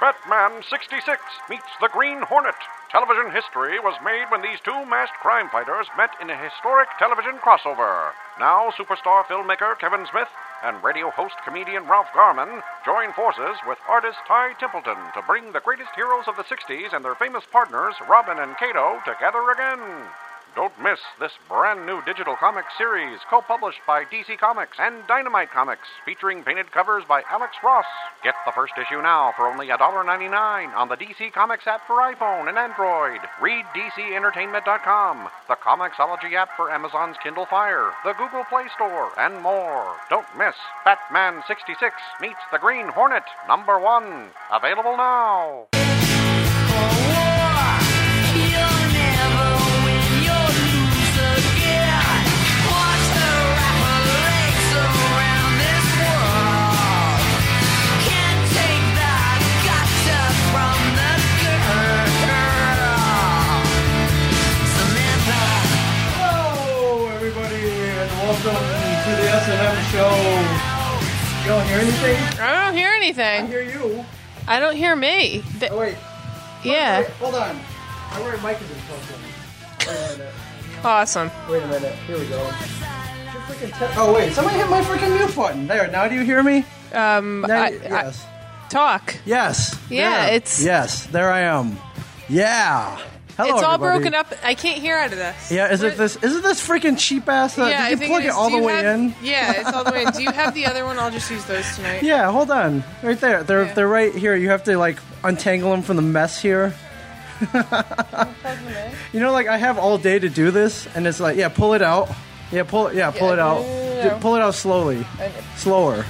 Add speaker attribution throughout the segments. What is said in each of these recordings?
Speaker 1: Batman 66 meets the Green Hornet. Television history was made when these two masked crime fighters met in a historic television crossover. Now, superstar filmmaker Kevin Smith and radio host comedian Ralph Garman join forces with artist Ty Templeton to bring the greatest heroes of the 60s and their famous partners, Robin and Cato, together again. Don't miss this brand new digital comic series co published by DC Comics and Dynamite Comics, featuring painted covers by Alex Ross. Get the first issue now for only $1.99 on the DC Comics app for iPhone and Android. Read DCEntertainment.com, the Comixology app for Amazon's Kindle Fire, the Google Play Store, and more. Don't miss Batman 66 meets the Green Hornet, number one. Available now.
Speaker 2: Hello, everybody, and welcome to the S&M show. You don't hear anything?
Speaker 3: I don't hear
Speaker 2: I
Speaker 3: anything.
Speaker 2: hear you.
Speaker 3: I don't hear me. Th-
Speaker 2: Oh, wait.
Speaker 3: yeah.
Speaker 2: Wait, hold on. I wear mic is in front of me.
Speaker 3: Awesome.
Speaker 2: Wait a minute. Wait a minute. Here we go. Your freaking te- oh, wait. Somebody hit my freaking mute button. There. Now do you hear me?
Speaker 3: Um,
Speaker 2: Now
Speaker 3: I,
Speaker 2: you-
Speaker 3: I-
Speaker 2: yes.
Speaker 3: talk.
Speaker 2: yes.
Speaker 3: Yeah,
Speaker 2: There.
Speaker 3: it's-
Speaker 2: Yes. There I am. Yeah. Hello,
Speaker 3: it's all
Speaker 2: everybody.
Speaker 3: broken up. I can't hear out of this.
Speaker 2: Yeah, is
Speaker 3: Where-
Speaker 2: it this? Is it this freaking cheap ass? Uh,
Speaker 3: Yeah, I
Speaker 2: did you
Speaker 3: think
Speaker 2: plug it,
Speaker 3: is.
Speaker 2: all
Speaker 3: Do
Speaker 2: the
Speaker 3: you
Speaker 2: way
Speaker 3: have-
Speaker 2: in?
Speaker 3: Yeah, it's all the way in. Do you have the other one? I'll just use those tonight.
Speaker 2: Yeah, hold on. Right there. They're
Speaker 3: Yeah.
Speaker 2: they're right here. You have to like untangle them from the mess here. You know, like I have all day to do this, and it's like, yeah, pull it out. Yeah, pull it. Yeah, pull
Speaker 3: Yeah,
Speaker 2: it out.
Speaker 3: yeah.
Speaker 2: D- Pull it out slowly, slower.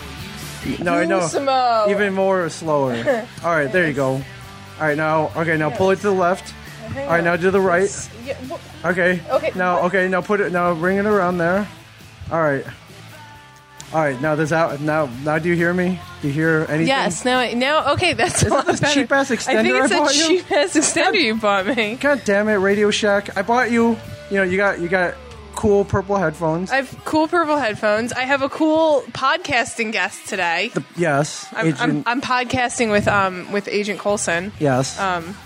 Speaker 2: No, I know.
Speaker 3: Pussimo.
Speaker 2: Even more slower. All right, there you go. All right, now, okay, now pull it to the left. All right, now to the right.
Speaker 3: Yeah, wh-
Speaker 2: Okay.
Speaker 3: Okay.
Speaker 2: Now, okay, now put it. Now bring it around there. All right. All right. Now this out. Now, now, do you hear me? Do you hear anything?
Speaker 3: Yes. Now, I- now, okay. That's a lot
Speaker 2: this
Speaker 3: better.
Speaker 2: cheap-ass
Speaker 3: I think
Speaker 2: extender I
Speaker 3: it's
Speaker 2: bought
Speaker 3: a
Speaker 2: you?
Speaker 3: cheap ass extender you bought me.
Speaker 2: God damn it, Radio Shack! I bought you. You know, you got you got cool purple headphones.
Speaker 3: I have cool purple headphones. I have a cool podcasting guest today.
Speaker 2: yes.
Speaker 3: I'm,
Speaker 2: Agent,
Speaker 3: I'm, I'm podcasting with um with Agent Colson.
Speaker 2: yes.
Speaker 3: um,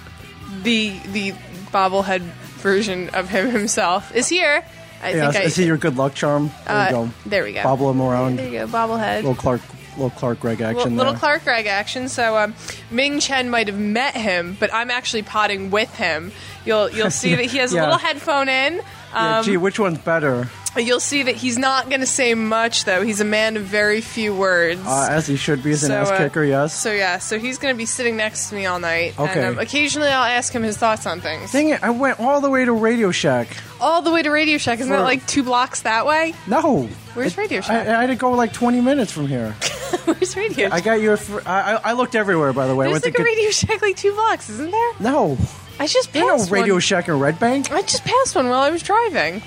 Speaker 3: the the bobblehead version of him himself is here. I
Speaker 2: yes.
Speaker 3: think I,
Speaker 2: I see your good luck charm. There
Speaker 3: uh,
Speaker 2: you go.
Speaker 3: There we go.
Speaker 2: Bobble him around.
Speaker 3: there you go. Bobblehead.
Speaker 2: Little Clark, little Clark Gregg
Speaker 3: Little,
Speaker 2: action.
Speaker 3: little
Speaker 2: there.
Speaker 3: Clark Gregg action. So um, Ming Chen might have met him, but I'm actually potting with him. You'll you'll see that he has
Speaker 2: Yeah.
Speaker 3: a little headphone in.
Speaker 2: Yeah,
Speaker 3: Um,
Speaker 2: gee, which one's better?
Speaker 3: You'll see that he's not going to say much though. He's a man of very few words.
Speaker 2: Uh, as he should be as an
Speaker 3: So,
Speaker 2: ass
Speaker 3: uh,
Speaker 2: kicker. Yes.
Speaker 3: so yeah, so he's going to be sitting next to me all night,
Speaker 2: Okay.
Speaker 3: and um, occasionally I'll ask him his thoughts on things.
Speaker 2: Dang it! I went all the way to Radio Shack.
Speaker 3: all the way to Radio Shack. Isn't that
Speaker 2: For-
Speaker 3: like two blocks that way?
Speaker 2: No.
Speaker 3: Where's
Speaker 2: I-
Speaker 3: Radio
Speaker 2: I,
Speaker 3: Shack?
Speaker 2: I had to go like 20 minutes from here.
Speaker 3: Where's Radio
Speaker 2: I
Speaker 3: Shack?
Speaker 2: got your. Fr- I, I I looked everywhere, by the way. I went
Speaker 3: There's
Speaker 2: to
Speaker 3: like a
Speaker 2: good-
Speaker 3: Radio Shack like two blocks, isn't there?
Speaker 2: No,
Speaker 3: I just
Speaker 2: there's
Speaker 3: passed
Speaker 2: no Radio
Speaker 3: one.
Speaker 2: Shack in Red Bank.
Speaker 3: I just passed one while I was driving.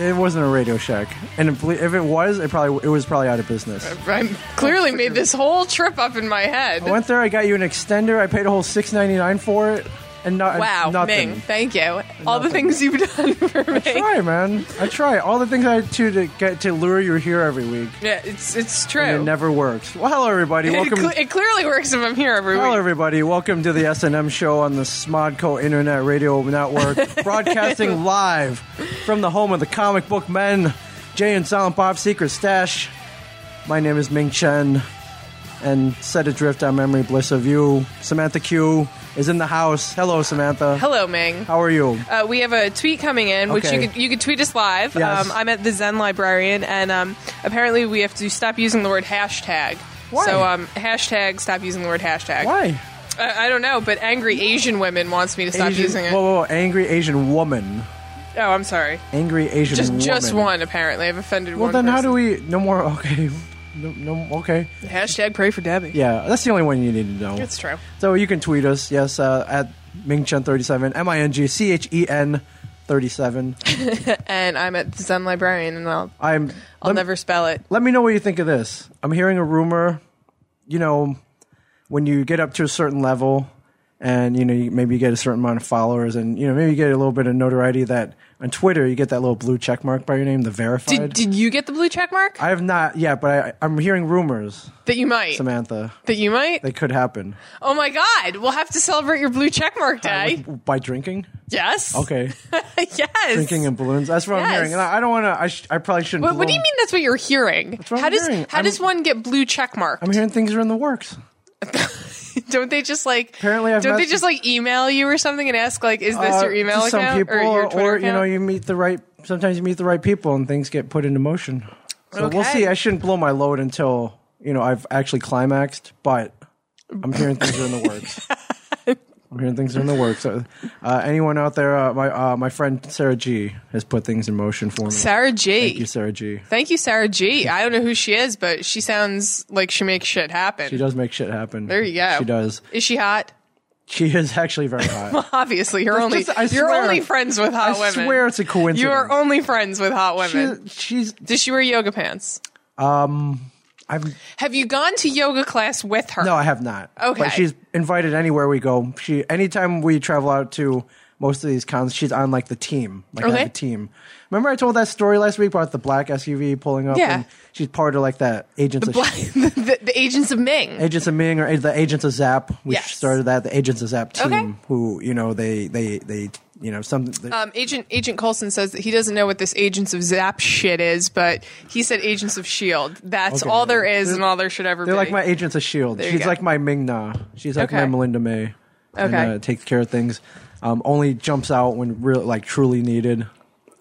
Speaker 2: It wasn't a Radio Shack, and if if it was, it probably it was probably out of business.
Speaker 3: I clearly made this whole trip up in my head.
Speaker 2: I went there. I got you an extender. I paid a whole 6.99 for it, and not
Speaker 3: Wow,
Speaker 2: nothing.
Speaker 3: Ming, thank you. All the things you've done for me.
Speaker 2: Try, man. I try all the things I do to get to lure you here every week,
Speaker 3: Yeah, it's it's
Speaker 2: and
Speaker 3: true.
Speaker 2: it never works. Well, hello everybody.
Speaker 3: it,
Speaker 2: Welcome.
Speaker 3: cle- it clearly works if I'm here every
Speaker 2: Hello,
Speaker 3: week.
Speaker 2: everybody. Welcome to the S&M show on the Smodco Internet Radio Network, broadcasting live from the home of the comic book men, Jay and Silent Bob Secret Stash. My name is Ming Chen, and set adrift on memory bliss of you. Samantha Q is in the house. Hello, Samantha.
Speaker 3: Hello, Ming.
Speaker 2: How are you?
Speaker 3: Uh, we have a tweet coming in, which
Speaker 2: Okay.
Speaker 3: you could you could tweet us live.
Speaker 2: Yes.
Speaker 3: Um, I'm at the Zen Librarian, and um, apparently we have to stop using the word hashtag.
Speaker 2: Why?
Speaker 3: So um, hashtag stop using the word hashtag.
Speaker 2: Why?
Speaker 3: I, I don't know, but angry Asian women wants me to stop
Speaker 2: Asian,
Speaker 3: using it.
Speaker 2: Whoa, whoa, whoa, angry Asian woman.
Speaker 3: oh, I'm sorry.
Speaker 2: Angry Asian
Speaker 3: Just
Speaker 2: woman.
Speaker 3: just one apparently. I've offended
Speaker 2: Well,
Speaker 3: one.
Speaker 2: then how
Speaker 3: person.
Speaker 2: do we? No more. Okay. No. no okay.
Speaker 3: hashtag pray for Debbie?
Speaker 2: Yeah, that's the only one you need to know.
Speaker 3: It's true.
Speaker 2: So you can tweet us, yes, uh, at Mingchen37, M I N G C H E N 37.
Speaker 3: And I'm at the Zen Librarian, and I'll
Speaker 2: I'm.
Speaker 3: I'll
Speaker 2: let,
Speaker 3: never spell it.
Speaker 2: let me know what you think of this. I'm hearing a rumor, you know, when you get up to a certain level, and you know you, maybe you get a certain amount of followers, and you know maybe you get a little bit of notoriety that on Twitter you get that little blue check mark by your name, the verified.
Speaker 3: Did, did you get the blue check mark?
Speaker 2: I have not yet, but I, I'm hearing rumors,
Speaker 3: that you might.
Speaker 2: Samantha.
Speaker 3: That you might.
Speaker 2: They could happen
Speaker 3: oh my God! We'll have to celebrate your blue check mark day.
Speaker 2: by drinking.
Speaker 3: yes.
Speaker 2: Okay,
Speaker 3: yes.
Speaker 2: drinking and balloons. That's what I'm
Speaker 3: Yes.
Speaker 2: hearing, and I, I don't want to. I, sh- I probably shouldn't.
Speaker 3: What, what do
Speaker 2: blow-
Speaker 3: you mean? That's what you're hearing.
Speaker 2: what I'm
Speaker 3: how does
Speaker 2: hearing.
Speaker 3: how
Speaker 2: I'm-
Speaker 3: does one get blue check marked?
Speaker 2: I'm hearing things are in the works.
Speaker 3: don't they just like
Speaker 2: Apparently I've
Speaker 3: don't they
Speaker 2: messaged-
Speaker 3: just like email you or something and ask like is this
Speaker 2: Uh,
Speaker 3: your email
Speaker 2: to
Speaker 3: account
Speaker 2: some people,
Speaker 3: or your Twitter
Speaker 2: you know,
Speaker 3: account?
Speaker 2: you meet the right. Sometimes you meet the right people, and things get put into motion. So we'll
Speaker 3: Okay.
Speaker 2: see. I shouldn't blow my load until you know I've actually climaxed, but I'm hearing things are in the works. I'm hearing things are in the works. Uh, uh, anyone out there? Uh, my uh, my friend Sarah G has put things in motion for me.
Speaker 3: Sarah G.
Speaker 2: Thank you, Sarah G.
Speaker 3: Sarah G. I don't know who she is, but she sounds like she makes shit happen.
Speaker 2: She does make shit happen.
Speaker 3: There you go.
Speaker 2: She does.
Speaker 3: Is she hot?
Speaker 2: She is actually very hot.
Speaker 3: Obviously, you're only
Speaker 2: just- I
Speaker 3: you're
Speaker 2: swear-
Speaker 3: only friends with hot
Speaker 2: I
Speaker 3: women.
Speaker 2: swear it's a coincidence.
Speaker 3: you are only friends with hot women.
Speaker 2: She- she's.
Speaker 3: does she wear yoga pants?
Speaker 2: I'm
Speaker 3: Have you gone to yoga class with her?
Speaker 2: No, I have not.
Speaker 3: Okay.
Speaker 2: But she's invited anywhere we go. She anytime we travel out to most of these cons, she's on like the team. Like I
Speaker 3: Okay.
Speaker 2: have a team. Remember I told that story last week about the black SUV pulling up
Speaker 3: Yeah.
Speaker 2: and she's part of like that agents of
Speaker 3: Black- the, the agents of Ming.
Speaker 2: Agents of Ming or eh, the Agents of Zap. We
Speaker 3: Yes.
Speaker 2: started that, the Agents of Zap team
Speaker 3: Okay.
Speaker 2: who, you know, they they they you know, some
Speaker 3: Um, Agent Agent Coulson says that he doesn't know what this Agents of Zap shit is, but he said Agents of Shield. E That's
Speaker 2: Okay.
Speaker 3: all there is,
Speaker 2: They're-
Speaker 3: and all there should ever
Speaker 2: They're
Speaker 3: be.
Speaker 2: like my agents of Shield.
Speaker 3: you
Speaker 2: E She's
Speaker 3: go.
Speaker 2: like my Ming Na. She's like my
Speaker 3: Okay.
Speaker 2: Melinda May. And,
Speaker 3: Okay.
Speaker 2: uh, takes care of things. Um, only jumps out when real, like truly needed,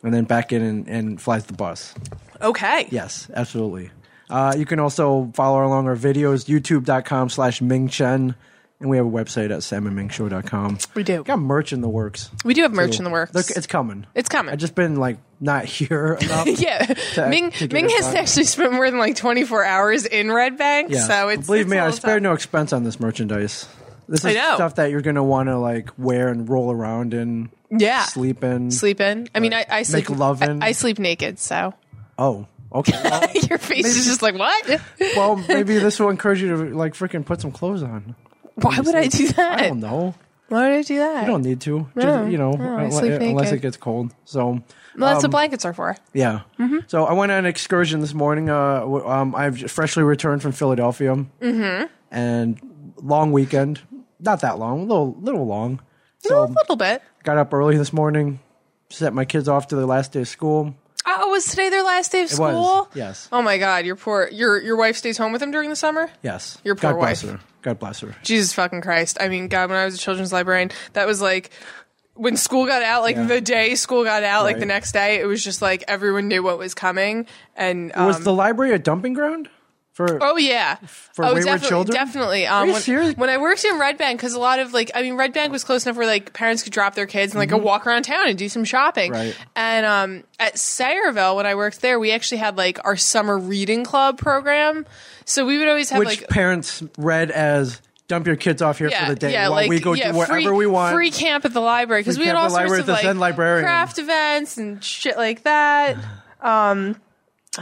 Speaker 2: and then back in and, and flies the bus.
Speaker 3: okay.
Speaker 2: Yes, absolutely. Uh, you can also follow along our videos, youtube.com slash Ming Chen. And we have a website at salmonmingshow.com.
Speaker 3: We do.
Speaker 2: Got merch in the works.
Speaker 3: We do have merch in the works.
Speaker 2: Look, it's coming.
Speaker 3: It's coming.
Speaker 2: I've just been like not here enough.
Speaker 3: yeah,
Speaker 2: to-
Speaker 3: Ming
Speaker 2: to get
Speaker 3: Ming
Speaker 2: it
Speaker 3: has
Speaker 2: done.
Speaker 3: actually spent more than like 24 hours in Red Bank,
Speaker 2: Yeah.
Speaker 3: so it's
Speaker 2: believe
Speaker 3: it's
Speaker 2: me,
Speaker 3: a
Speaker 2: I
Speaker 3: little
Speaker 2: spared
Speaker 3: tough.
Speaker 2: no expense on this merchandise. This
Speaker 3: I
Speaker 2: is
Speaker 3: know.
Speaker 2: stuff that you're gonna want to like wear and roll around in,
Speaker 3: Yeah,
Speaker 2: sleep in.
Speaker 3: sleep in. I mean, I, I sleep
Speaker 2: love
Speaker 3: I-
Speaker 2: in.
Speaker 3: I, sleep naked, so
Speaker 2: Oh, okay. Well,
Speaker 3: your face is just like what?
Speaker 2: well, maybe this will encourage you to like freaking put some clothes on.
Speaker 3: Why would I do that?
Speaker 2: I don't know.
Speaker 3: Why would I do that?
Speaker 2: You don't need to.
Speaker 3: No,
Speaker 2: Just, you know,
Speaker 3: no, I
Speaker 2: unle-
Speaker 3: sleep
Speaker 2: unless
Speaker 3: naked.
Speaker 2: it gets cold. So.
Speaker 3: well,
Speaker 2: um,
Speaker 3: that's what blankets are for.
Speaker 2: Yeah.
Speaker 3: Mm-hmm.
Speaker 2: So I went on an excursion this morning. Uh, w- um, I've j- freshly returned from Philadelphia. Mm-hmm. And long weekend. Not that long. A little, little long. So
Speaker 3: a little bit.
Speaker 2: Got up early this morning, set my kids off to their last day of school.
Speaker 3: Oh, was today their last day of
Speaker 2: was,
Speaker 3: school?
Speaker 2: yes.
Speaker 3: Oh my God, your poor your your wife stays home with them during the summer.
Speaker 2: Yes.
Speaker 3: Your poor
Speaker 2: God bless
Speaker 3: wife.
Speaker 2: her. God bless her.
Speaker 3: Jesus fucking Christ! I mean, God, when I was a children's librarian, that was like when school got out, like
Speaker 2: Yeah.
Speaker 3: the day school got out, like the
Speaker 2: Right.
Speaker 3: next day, it was just like everyone knew what was coming, and um,
Speaker 2: Was the library a dumping ground? For
Speaker 3: Oh yeah, for oh,
Speaker 2: wayward
Speaker 3: definitely,
Speaker 2: children?
Speaker 3: Definitely. Um,
Speaker 2: you
Speaker 3: when,
Speaker 2: serious?
Speaker 3: when I worked in Red Bank, because a lot of like, I mean, Red Bank was close enough where like parents could drop their kids and like go walk around town and do some shopping.
Speaker 2: Mm-hmm. Right.
Speaker 3: And um, at Sayreville, when I worked there, we actually had like our summer reading club program. So we would always have
Speaker 2: which
Speaker 3: like.
Speaker 2: parents read as dump your kids off here
Speaker 3: Yeah,
Speaker 2: for the day
Speaker 3: yeah,
Speaker 2: while
Speaker 3: like
Speaker 2: we go
Speaker 3: yeah,
Speaker 2: do whatever
Speaker 3: free,
Speaker 2: we want.
Speaker 3: Free camp at the library because
Speaker 2: Free
Speaker 3: we had
Speaker 2: camp at
Speaker 3: all
Speaker 2: the
Speaker 3: sorts
Speaker 2: library with
Speaker 3: of
Speaker 2: the
Speaker 3: like
Speaker 2: Zen librarian.
Speaker 3: craft events and shit like that. Um,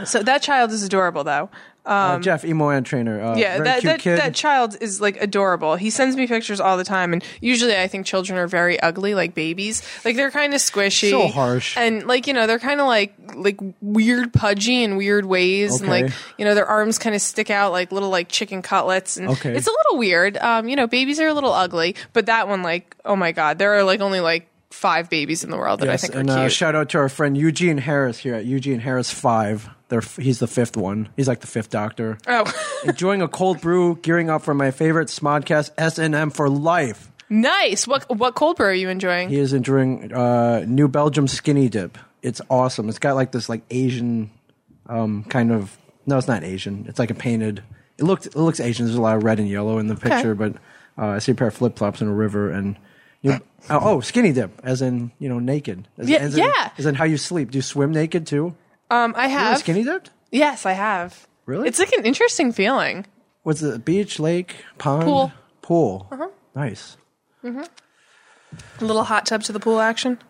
Speaker 3: so that child is adorable though.
Speaker 2: uh, Jeff, emo and trainer. Uh,
Speaker 3: Yeah,
Speaker 2: very
Speaker 3: that
Speaker 2: cute
Speaker 3: that,
Speaker 2: kid.
Speaker 3: that child is like adorable. He sends me pictures all the time, and usually I think children are very ugly, like babies. Like they're kind of squishy,
Speaker 2: So harsh.
Speaker 3: and like you know they're kind of like like weird, pudgy in weird ways, and
Speaker 2: Okay.
Speaker 3: like you know their arms kind of stick out like little like chicken cutlets, and
Speaker 2: Okay.
Speaker 3: it's a little weird. Um, you know, babies are a little ugly, but that one, like, oh my god, there are like only like five babies in the world that
Speaker 2: Yes,
Speaker 3: I think
Speaker 2: and
Speaker 3: are
Speaker 2: uh,
Speaker 3: cute.
Speaker 2: shout out to our friend Eugene Harris here at Eugene Harris Five. They're, he's the fifth one. He's like the fifth doctor.
Speaker 3: oh,
Speaker 2: Enjoying a cold brew, gearing up for my favorite Smodcast S and M for life.
Speaker 3: nice. What what cold brew are you enjoying?
Speaker 2: He is enjoying uh, New Belgium Skinny Dip. It's awesome. It's got like this like Asian um, kind of no, it's not Asian. It's like a painted. It looked it looks Asian. There's a lot of red and yellow in the picture, but uh, I see a pair of flip flops in a river and. You oh, oh, skinny dip, as in you know, naked. As,
Speaker 3: Yeah,
Speaker 2: as
Speaker 3: yeah.
Speaker 2: In, as in how you sleep. Do you swim naked too?
Speaker 3: Um, I have
Speaker 2: Really skinny dipped?
Speaker 3: Yes, I have.
Speaker 2: Really?
Speaker 3: It's like an interesting feeling.
Speaker 2: What's it? Beach, lake, pond,
Speaker 3: Pool. Uh-huh.
Speaker 2: pool. Nice.
Speaker 3: A little hot tub to the pool action.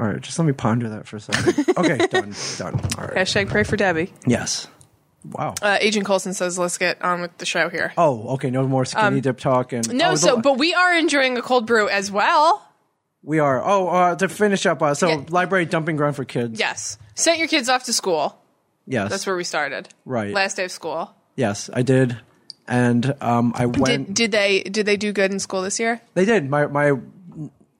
Speaker 2: All right, just let me ponder that for a second. Okay, done, done. All right.
Speaker 3: Hashtag pray for Debbie.
Speaker 2: Yes. Wow.
Speaker 3: Uh, Agent Coulson says, "Let's get on with the show here."
Speaker 2: oh, okay. No more skinny dip talk. And
Speaker 3: Um, no,
Speaker 2: oh,
Speaker 3: so
Speaker 2: the-
Speaker 3: but we are enjoying a cold brew as well.
Speaker 2: we are. Oh, uh, to finish up. Uh, so
Speaker 3: Yeah.
Speaker 2: library dumping ground for kids.
Speaker 3: Yes, sent your kids off to school.
Speaker 2: Yes.
Speaker 3: That's where we started.
Speaker 2: Right.
Speaker 3: Last day of school.
Speaker 2: yes, I did. And um, I went.
Speaker 3: Did did they did they do good in school this year?
Speaker 2: They did. My my.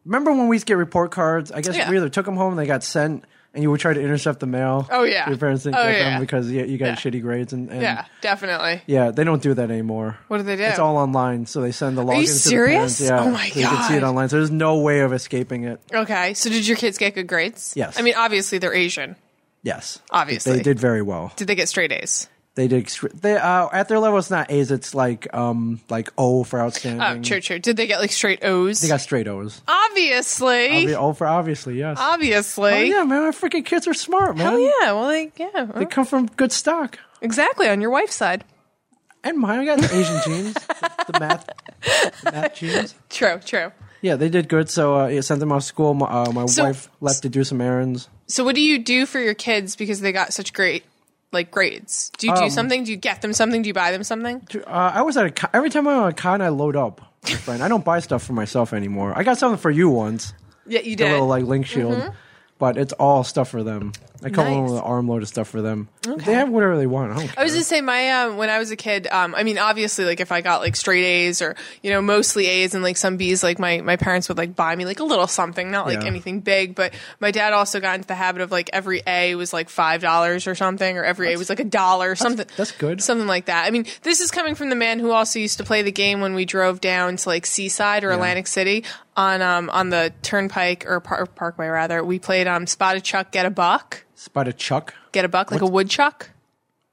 Speaker 2: Remember when we used to get report cards? I guess
Speaker 3: Yeah.
Speaker 2: we either took them home and they got sent, and you would try to intercept the mail.
Speaker 3: Oh, yeah.
Speaker 2: your parents didn't
Speaker 3: Oh,
Speaker 2: get
Speaker 3: yeah.
Speaker 2: them because you, you got
Speaker 3: Yeah.
Speaker 2: shitty grades and, and
Speaker 3: Yeah, definitely.
Speaker 2: yeah, They don't do that anymore.
Speaker 3: What do they do?
Speaker 2: It's all online, so they send the login.
Speaker 3: you serious?
Speaker 2: To the parents, yeah,
Speaker 3: Oh, my
Speaker 2: so You can see it
Speaker 3: God.
Speaker 2: online. So there's no way of escaping it.
Speaker 3: Okay, so did your kids get good grades?
Speaker 2: Yes.
Speaker 3: I mean, obviously they're Asian.
Speaker 2: Yes,
Speaker 3: Obviously.
Speaker 2: they did very well.
Speaker 3: Did they get straight A's?
Speaker 2: They did. extre- They uh, at their level, it's not A's. It's like um like O for outstanding.
Speaker 3: Oh, true, true. Did they get like straight O's?
Speaker 2: They got straight O's.
Speaker 3: obviously,
Speaker 2: Obvi- O for obviously, yes.
Speaker 3: obviously.
Speaker 2: Oh, yeah, man, our freaking kids are smart, man.
Speaker 3: Hell yeah. Well, like yeah,
Speaker 2: They come from good stock.
Speaker 3: exactly. On your wife's side.
Speaker 2: And mine, I got the Asian genes, the math, the math genes.
Speaker 3: True, true.
Speaker 2: Yeah, they did good. So uh, yeah, sent them off to school. My, uh, my
Speaker 3: So-
Speaker 2: wife left to do some errands.
Speaker 3: So, what do you do for your kids because they got such great like grades? Do you do something? Do you get them something? Do you buy them something?
Speaker 2: Uh, I was at a con- every time I'm at a con, I load up. my Friend, I don't buy stuff for myself anymore. I got something for you once,
Speaker 3: Yeah, you
Speaker 2: a
Speaker 3: did.
Speaker 2: little like link shield, but it's all stuff for them. I come home
Speaker 3: Nice.
Speaker 2: with an armload of stuff for them. They have whatever they want. I don't
Speaker 3: I
Speaker 2: care.
Speaker 3: was gonna say my um, when I was a kid. Um, I mean, obviously, like if I got like straight A's or you know mostly A's and like some B's, like my my parents would like buy me like a little something, not like
Speaker 2: Yeah.
Speaker 3: anything big. But my dad also got into the habit of like every A was like five dollars or something, or every A was like a dollar or something.
Speaker 2: that's good.
Speaker 3: Something like that. I mean, this is coming from the man who also used to play the game when we drove down to like Seaside or Atlantic City on um on the Turnpike or par- Parkway rather. We played um Spotted Chuck, Get a Buck,
Speaker 2: Spot a chuck,
Speaker 3: Get a Buck, like a woodchuck.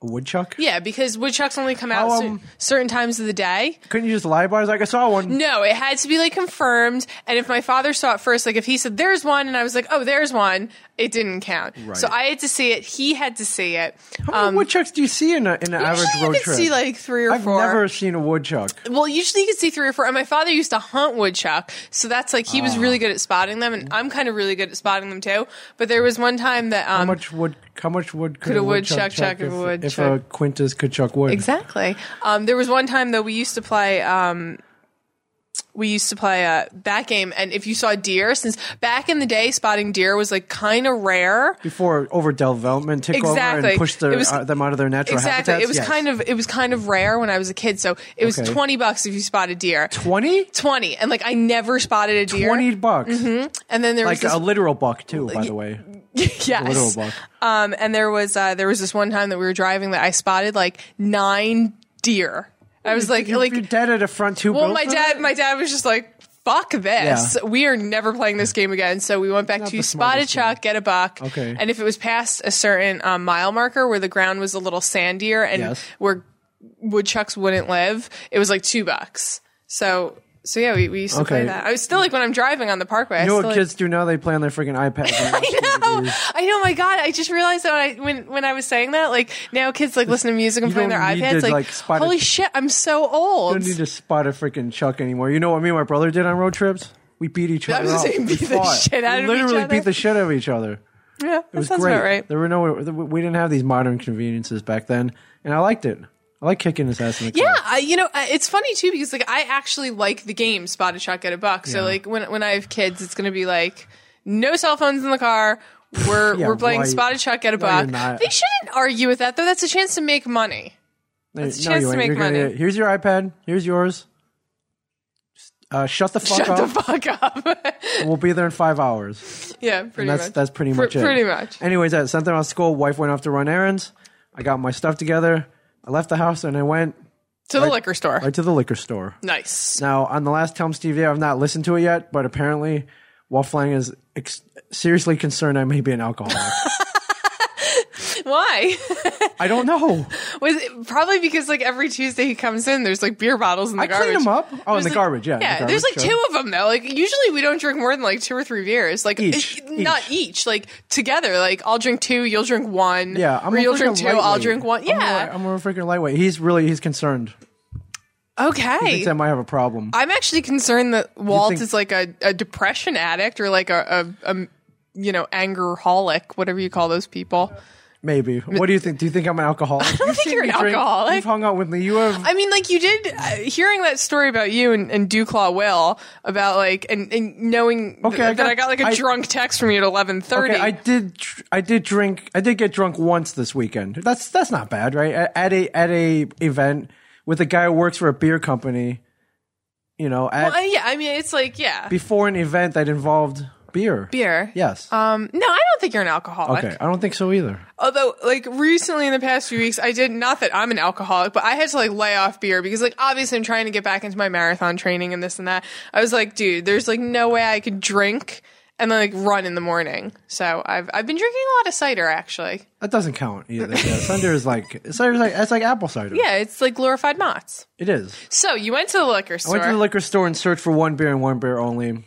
Speaker 2: a woodchuck.
Speaker 3: Yeah, because woodchucks only come out
Speaker 2: How,
Speaker 3: cer-
Speaker 2: um,
Speaker 3: certain times of the day.
Speaker 2: Couldn't you just lie about it? Like I saw one.
Speaker 3: No, it had to be like confirmed. And if my father saw it first, like if he said there's one, and I was like, oh, there's one, it didn't count. So I had to see it. He had to see it.
Speaker 2: How many woodchucks do you see in, a, in an average road
Speaker 3: Usually you um, could
Speaker 2: trip?
Speaker 3: see like three or
Speaker 2: I've
Speaker 3: four.
Speaker 2: never seen a woodchuck.
Speaker 3: well, usually you could see three or four. And my father used to hunt woodchuck, so that's like he was
Speaker 2: Ah.
Speaker 3: really good at spotting them, and I'm kind of really good at spotting them too. But there was one time that um,
Speaker 2: How much wood? How much wood could,
Speaker 3: Could a woodchuck
Speaker 2: woodchuck
Speaker 3: chuck
Speaker 2: chuck,
Speaker 3: a
Speaker 2: if, if
Speaker 3: woodchuck?
Speaker 2: a Quintus could chuck wood?
Speaker 3: Exactly. Um, there was one time though we used to play. Um, we used to play uh, that game, and if you saw deer, since back in the day, spotting deer was like kind of rare.
Speaker 2: Before overdevelopment took over
Speaker 3: Exactly.
Speaker 2: and pushed their,
Speaker 3: It was-
Speaker 2: uh, them out of their natural
Speaker 3: Exactly.
Speaker 2: habitats.
Speaker 3: It was kind of it was kind of rare when I was a kid, so it was
Speaker 2: Okay.
Speaker 3: twenty bucks if you spotted deer.
Speaker 2: twenty.
Speaker 3: Twenty, and like I never spotted a deer.
Speaker 2: Twenty bucks,
Speaker 3: and then there
Speaker 2: like
Speaker 3: was
Speaker 2: a literal buck too. By the way,
Speaker 3: this,
Speaker 2: a
Speaker 3: yes.
Speaker 2: literal buck.
Speaker 3: Um, and there was uh, there was this one time that we were driving that I spotted like nine deer. I was like,
Speaker 2: You-
Speaker 3: like
Speaker 2: you're dead at a front two.
Speaker 3: Well,
Speaker 2: built
Speaker 3: my
Speaker 2: for
Speaker 3: dad,
Speaker 2: that?
Speaker 3: my dad was just like, "Fuck this!
Speaker 2: Yeah.
Speaker 3: We are never playing this game again." So we went back
Speaker 2: Not
Speaker 3: to
Speaker 2: the
Speaker 3: spot a
Speaker 2: smartest
Speaker 3: chuck, get a buck.
Speaker 2: Okay.
Speaker 3: And if it was past a certain um, mile marker where the ground was a little sandier and
Speaker 2: Yes.
Speaker 3: where woodchucks wouldn't live, it was like two bucks. So, so yeah, we, we used to play
Speaker 2: Okay.
Speaker 3: that. I was still like when I'm driving on the parkway. I
Speaker 2: You know
Speaker 3: still,
Speaker 2: what
Speaker 3: like-
Speaker 2: kids do now? They play on their freaking iPads. I
Speaker 3: no, I know. My God, I just realized that when I when, when I was saying that, like now kids like listen to music and
Speaker 2: You
Speaker 3: play on their
Speaker 2: don't need to,
Speaker 3: iPads. Like,
Speaker 2: like, spot a-
Speaker 3: holy shit, I'm so old.
Speaker 2: don't need to spot a freaking chuck anymore. You know what me and my brother did on road trips? We beat each other.
Speaker 3: was gonna
Speaker 2: up.
Speaker 3: say
Speaker 2: We
Speaker 3: beat the
Speaker 2: fought.
Speaker 3: shit out
Speaker 2: We
Speaker 3: of each
Speaker 2: Literally
Speaker 3: other.
Speaker 2: beat the shit out of each other.
Speaker 3: yeah,
Speaker 2: It
Speaker 3: that
Speaker 2: was
Speaker 3: sounds
Speaker 2: great.
Speaker 3: about right.
Speaker 2: There were no, we didn't have these modern conveniences back then, and I liked it. I like kicking his ass in the car.
Speaker 3: Yeah, I, you know, I- it's funny too because like I actually like the game Spot a Chuck at a Buck. So
Speaker 2: Yeah.
Speaker 3: like when when I have kids, it's gonna be like no cell phones in the car. We're
Speaker 2: Yeah,
Speaker 3: we're playing
Speaker 2: why-
Speaker 3: Spot a Chuck at a
Speaker 2: no, you're
Speaker 3: Buck.
Speaker 2: not.
Speaker 3: They shouldn't argue with that though. That's a chance to make money.
Speaker 2: No,
Speaker 3: That's a
Speaker 2: no,
Speaker 3: chance
Speaker 2: you
Speaker 3: to
Speaker 2: ain't.
Speaker 3: make
Speaker 2: You're gonna-
Speaker 3: money.
Speaker 2: here's your iPad. Here's yours. Uh, shut the fuck
Speaker 3: Shut
Speaker 2: up.
Speaker 3: the fuck up.
Speaker 2: We'll be there in five hours.
Speaker 3: yeah, pretty
Speaker 2: And that's
Speaker 3: much.
Speaker 2: that's pretty
Speaker 3: Pr-
Speaker 2: much it.
Speaker 3: Pretty much.
Speaker 2: Anyways, I sent them out of school. Wife went off to run errands. I got my stuff together. I left the house and I went
Speaker 3: To the liquor store.
Speaker 2: right to the liquor store.
Speaker 3: Nice.
Speaker 2: Now, on the last Tom Steve, I've not listened to it yet, but apparently, Waffling is ex- seriously concerned I may be an alcoholic.
Speaker 3: Why?
Speaker 2: I don't know.
Speaker 3: Was it probably because like every Tuesday he comes in, there's like beer bottles in the
Speaker 2: I
Speaker 3: garbage.
Speaker 2: cleaned them up. Oh, in
Speaker 3: There's,
Speaker 2: the
Speaker 3: like-
Speaker 2: garbage, yeah. in the
Speaker 3: Yeah, there's like
Speaker 2: garbage,
Speaker 3: two
Speaker 2: sure.
Speaker 3: of them though. Like usually we don't drink more than like two or three beers. Like
Speaker 2: Each,
Speaker 3: eh, not each. Like together. Like I'll drink two, you'll drink one.
Speaker 2: Yeah, I'm
Speaker 3: or
Speaker 2: a
Speaker 3: you'll
Speaker 2: freaking
Speaker 3: drink two,
Speaker 2: lightweight.
Speaker 3: I'll drink one.
Speaker 2: I'm a-
Speaker 3: Yeah.
Speaker 2: I'm a, freaking lightweight. He's really he's concerned.
Speaker 3: okay.
Speaker 2: Thinks I might have a problem.
Speaker 3: I'm actually concerned that Walt
Speaker 2: think-
Speaker 3: is like a, a depression addict or like a, a, a you know angerholic, whatever you call those people.
Speaker 2: Maybe. What do you think? Do you think I'm an alcoholic? I
Speaker 3: don't think you're an alcoholic.
Speaker 2: You've hung out with me. You have.
Speaker 3: I mean, like you did uh, hearing that story about you and, and Duclaw Will about like and, and knowing th-
Speaker 2: Okay, I
Speaker 3: that
Speaker 2: got-
Speaker 3: I got like a
Speaker 2: I-
Speaker 3: drunk text from you at eleven thirty.
Speaker 2: Okay, I did. tr- I did drink. I did get drunk once this weekend. That's that's not bad, right? A- At a at a event with a guy who works for a beer company. You know, at
Speaker 3: yeah, I mean, it's like yeah,
Speaker 2: before an event that involved beer.
Speaker 3: beer.
Speaker 2: Yes.
Speaker 3: Um, no, I don't think you're an alcoholic.
Speaker 2: okay. I don't think so either.
Speaker 3: Although, like recently in the past few weeks, I did not that I'm an alcoholic, but I had to like lay off beer because, like, obviously I'm trying to get back into my marathon training and this and that. I was like, dude, there's like no way I could drink and then like run in the morning. So I've I've been drinking a lot of cider actually.
Speaker 2: That doesn't count either. Yeah, cider is like cider is like that's like apple cider.
Speaker 3: Yeah, it's like glorified Mott's.
Speaker 2: it is.
Speaker 3: So you went to the liquor
Speaker 2: I
Speaker 3: store.
Speaker 2: went to the liquor store and searched for one beer and one beer only.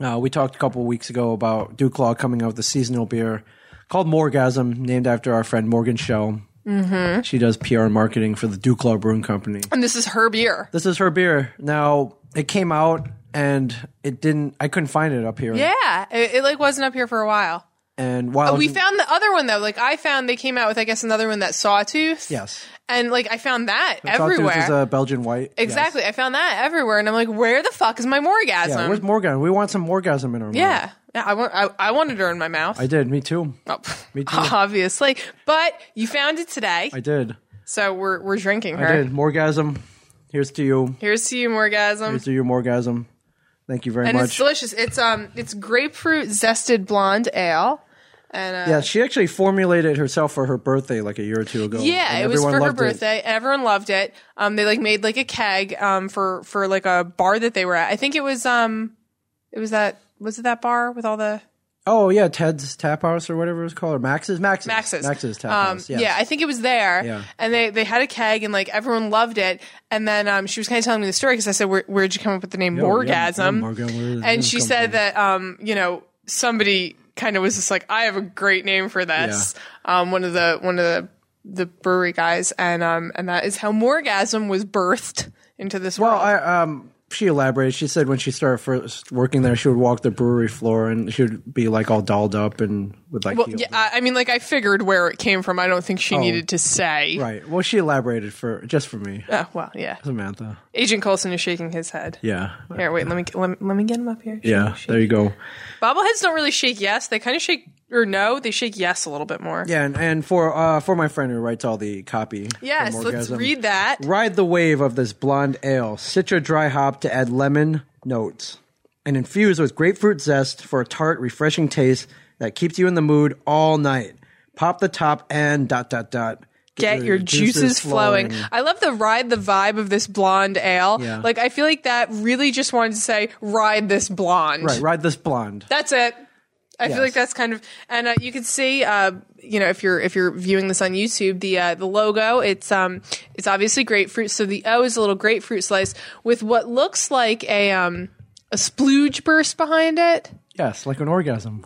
Speaker 2: Uh, we talked a couple weeks ago about Duclaw coming out with a seasonal beer called Morgasm, named after our friend Morgan Shell. Mm-hmm. She does PR and marketing for the Duclaw Brewing Company.
Speaker 3: and this is her beer.
Speaker 2: This is her beer. Now it came out and it didn't. I couldn't find it up here.
Speaker 3: Yeah, it, it like wasn't up here for a while.
Speaker 2: And while
Speaker 3: We found the other one though. Like I found they came out with I guess another one that Sawtooth.
Speaker 2: yes,
Speaker 3: And like I found that
Speaker 2: Sawtooth
Speaker 3: everywhere.
Speaker 2: is a Belgian white. Yes.
Speaker 3: Exactly. I found that everywhere, and I'm like, where the fuck is my morgasm?
Speaker 2: Yeah, where's Morgan? We want some Morgasm in our. mouth.
Speaker 3: yeah. Yeah, I, want, I, I wanted her in my mouth.
Speaker 2: I did. Me too.
Speaker 3: Oh,
Speaker 2: Me too.
Speaker 3: Obviously. But you found it today,
Speaker 2: I did.
Speaker 3: so we're, we're drinking
Speaker 2: I
Speaker 3: her.
Speaker 2: did. Morgasm. Here's to you.
Speaker 3: Here's to you, morgasm.
Speaker 2: Here's to you, Morgasm. Thank you very
Speaker 3: and it's
Speaker 2: much.
Speaker 3: delicious. It's um, it's grapefruit zested blonde ale, and uh,
Speaker 2: yeah, she actually formulated herself for her birthday like a year or two ago.
Speaker 3: Yeah,
Speaker 2: and
Speaker 3: it was
Speaker 2: everyone
Speaker 3: for her
Speaker 2: loved it.
Speaker 3: birthday. Everyone loved it. Um, they like made like a keg um for for like a bar that they were at. I think it was um, it was that was it that bar with all the
Speaker 2: Oh yeah, Ted's Tap House or whatever it's called, or Max's Max's
Speaker 3: Max's
Speaker 2: Max's Tap
Speaker 3: Um,
Speaker 2: House. Yes.
Speaker 3: Yeah, I think it was there.
Speaker 2: Yeah.
Speaker 3: And they they had a keg and like everyone loved it. And then um, she was kind of telling me the story because I said, Where, "Where'd you come up with the name
Speaker 2: Oh, yeah,
Speaker 3: Morgasm?"
Speaker 2: yeah, Morgan, where did
Speaker 3: and
Speaker 2: this
Speaker 3: she
Speaker 2: come
Speaker 3: said
Speaker 2: from?
Speaker 3: that um, you know somebody kind of was just like, "I have a great name for this." Um, one of the one of the the brewery guys, and um, and that is how Morgasm was birthed into this
Speaker 2: Well,
Speaker 3: world.
Speaker 2: I um. She elaborated. She said when she started first working there, she would walk the brewery floor and she would be like all dolled up and with like
Speaker 3: well,
Speaker 2: heels
Speaker 3: yeah, I, I mean, like I figured where it came from. I don't think she needed to say.
Speaker 2: Oh. Right. Well, she elaborated for just for me,
Speaker 3: Oh, well, yeah.
Speaker 2: Samantha.
Speaker 3: Agent Coulson is shaking his head.
Speaker 2: Yeah.
Speaker 3: Here, wait. Let me let me, let me get him up here.
Speaker 2: Yeah. There you go.
Speaker 3: Bobbleheads don't really shake yes. They kind of shake or no. They shake yes a little bit more.
Speaker 2: Yeah, and, and for uh, for my friend who writes all the copy. from
Speaker 3: Yes. Let's
Speaker 2: Orgasm.
Speaker 3: read that.
Speaker 2: Ride the wave of this blonde ale, citra dry hop to add lemon notes, and infused with grapefruit zest for a tart, refreshing taste that keeps you in the mood all night. Pop the top and dot dot dot.
Speaker 3: Get your, juices, flowing. I love the ride the vibe of this blonde ale.
Speaker 2: Yeah.
Speaker 3: Like I feel like that really just wanted to say ride this blonde.
Speaker 2: Right, ride this blonde.
Speaker 3: That's it. I
Speaker 2: Yes.
Speaker 3: feel like that's kind of, and uh, you can see, uh, you know, if you're if you're viewing this on YouTube, the uh, the logo, it's um, it's obviously grapefruit. So the O is a little grapefruit slice with what looks like a um, a splooge burst behind it.
Speaker 2: Yes, like an orgasm.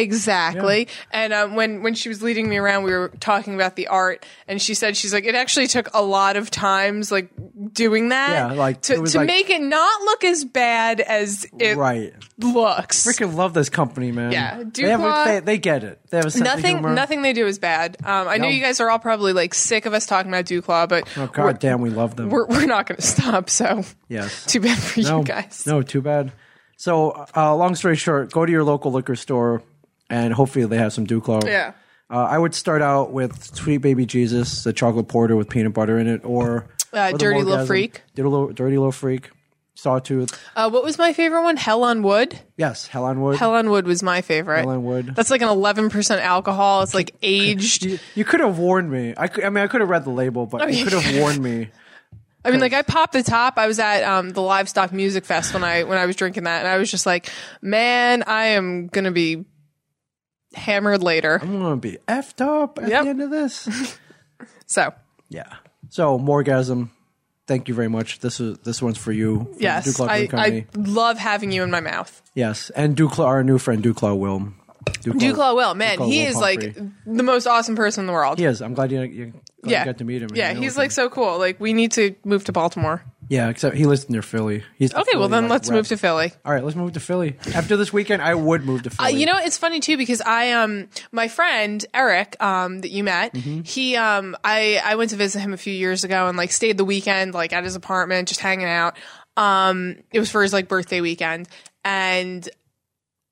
Speaker 3: Exactly. And um, when when she was leading me around, we were talking about the art, and she said she's like it actually took a lot of times like doing that,
Speaker 2: Yeah, like, it
Speaker 3: to
Speaker 2: was
Speaker 3: to
Speaker 2: like-
Speaker 3: make it not look as bad as it
Speaker 2: Right.
Speaker 3: looks.
Speaker 2: Freaking love this company, man.
Speaker 3: Yeah,
Speaker 2: they, have a-
Speaker 3: Dubois-
Speaker 2: they, they get it. They have a sense of
Speaker 3: Nothing,
Speaker 2: humor.
Speaker 3: nothing they do is bad. Um, I know
Speaker 2: No.
Speaker 3: you guys are all probably like sick of us talking about Duclaw, but
Speaker 2: Oh
Speaker 3: we're,
Speaker 2: god damn, we love them.
Speaker 3: we're we're not going to stop. So
Speaker 2: yes.
Speaker 3: too bad for
Speaker 2: no,
Speaker 3: you guys.
Speaker 2: No, too bad. So, uh, long story short, go to your local liquor store, and hopefully they have some Duclaw.
Speaker 3: Yeah.
Speaker 2: Uh, I would start out with Sweet Baby Jesus, the chocolate porter with peanut butter in it, or
Speaker 3: Uh,
Speaker 2: or the
Speaker 3: Dirty Little
Speaker 2: Morgasm.
Speaker 3: Freak.
Speaker 2: Dirty Little, Dirty Little Freak, Sawtooth.
Speaker 3: Uh, what was my favorite one? Hell on Wood.
Speaker 2: Yes, Hell on Wood.
Speaker 3: Hell on Wood was my favorite.
Speaker 2: Hell on Wood.
Speaker 3: That's like an eleven percent alcohol. It's like aged.
Speaker 2: you, you could have warned me. I, could, I mean, I could have read the label, but
Speaker 3: mean-
Speaker 2: you could have warned me.
Speaker 3: I mean, like I popped the top. I was at um, the livestock music fest when I when I was drinking that, and I was just like, man, I am gonna be hammered later.
Speaker 2: I'm gonna be effed up at
Speaker 3: Yep.
Speaker 2: the end of this.
Speaker 3: So
Speaker 2: Yeah. So Morgasm, thank you very much. This is this one's for you. from
Speaker 3: yes,
Speaker 2: Duclaw Brewing
Speaker 3: I,
Speaker 2: Company.
Speaker 3: I love having you in my mouth.
Speaker 2: Yes, and Duclaw, our new friend Duclaw Will.
Speaker 3: Duclaw Will, man,
Speaker 2: Duclaw
Speaker 3: he
Speaker 2: Will
Speaker 3: is like
Speaker 2: Pumphrey.
Speaker 3: the most awesome person in the world.
Speaker 2: He is. I'm glad you, you, glad you got to meet him.
Speaker 3: Yeah,
Speaker 2: You know
Speaker 3: he's
Speaker 2: him.
Speaker 3: like so cool. Like we need to move to Baltimore.
Speaker 2: Yeah, except he lives near Philly. He's the
Speaker 3: Okay, well
Speaker 2: Philly,
Speaker 3: then
Speaker 2: like,
Speaker 3: let's
Speaker 2: rep.
Speaker 3: move to Philly.
Speaker 2: All right, let's move to Philly. After this weekend, I would move to
Speaker 3: Uh,
Speaker 2: Philly.
Speaker 3: you know, it's funny too because I um my friend Eric um that you met, he um I I went to visit him a few years ago and like stayed the weekend like at his apartment just hanging out. Um it was for his like birthday weekend and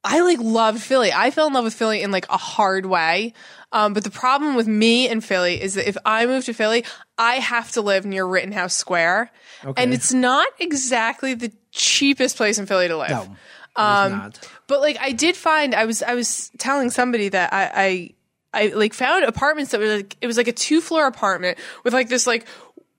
Speaker 3: I like loved Philly. I fell in love with Philly in like a hard way. Um, but the problem with me and Philly is that if I move to Philly, I have to live near Rittenhouse Square, and it's not exactly the cheapest place in Philly to live.
Speaker 2: no, um, not.
Speaker 3: But like I did find I was I was telling somebody that I I, I like found apartments that were like it was like a two floor apartment with like this like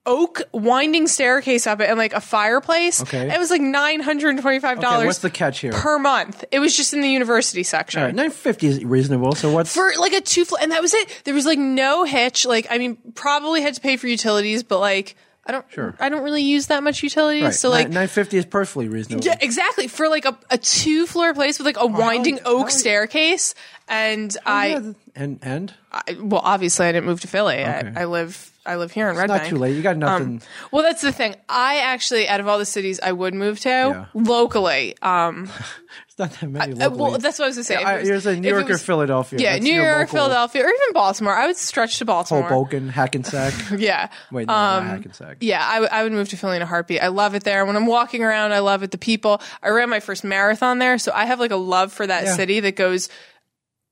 Speaker 3: oak winding staircase up it and like a fireplace.
Speaker 2: Okay.
Speaker 3: It was like nine hundred and twenty five dollars
Speaker 2: Okay, what's the catch here?
Speaker 3: per month. It was just in the university section.
Speaker 2: All right, nine fifty is reasonable. So what's
Speaker 3: For like a two floor and that was it. There was like no hitch. Like I mean probably had to pay for utilities, but like I don't
Speaker 2: Sure.
Speaker 3: I don't really use that much utilities.
Speaker 2: right,
Speaker 3: So like
Speaker 2: nine fifty is perfectly reasonable. Oh,
Speaker 3: yeah, exactly. For like a, a two floor place with like a winding
Speaker 2: how-
Speaker 3: oak
Speaker 2: how-
Speaker 3: staircase, and I,
Speaker 2: Oh, Yeah, and and
Speaker 3: I- well, obviously, I didn't move to Philly.
Speaker 2: Okay.
Speaker 3: I, I live I live here in Red
Speaker 2: not
Speaker 3: Bank. Um,
Speaker 2: too late. You got nothing.
Speaker 3: Well, that's the thing. I actually, out of all the cities I would move to
Speaker 2: Yeah.
Speaker 3: locally, um,
Speaker 2: it's not that many.
Speaker 3: uh,
Speaker 2: locally.
Speaker 3: well, that's what I was gonna say. If it
Speaker 2: I,
Speaker 3: was-
Speaker 2: you're saying New
Speaker 3: if it
Speaker 2: York or
Speaker 3: was-
Speaker 2: Philadelphia.
Speaker 3: Yeah,
Speaker 2: That's
Speaker 3: New
Speaker 2: your
Speaker 3: York,
Speaker 2: local
Speaker 3: Philadelphia, or even Baltimore. I would stretch to Baltimore.
Speaker 2: Hoboken, Hackensack.
Speaker 3: Yeah.
Speaker 2: Wait, no, not Hackensack.
Speaker 3: Um, Yeah, I, w- I would move to Philly in a heartbeat. I love it there. When I'm walking around, I love it. The people. I ran my first marathon there, so I have like a love for that
Speaker 2: Yeah.
Speaker 3: city that goes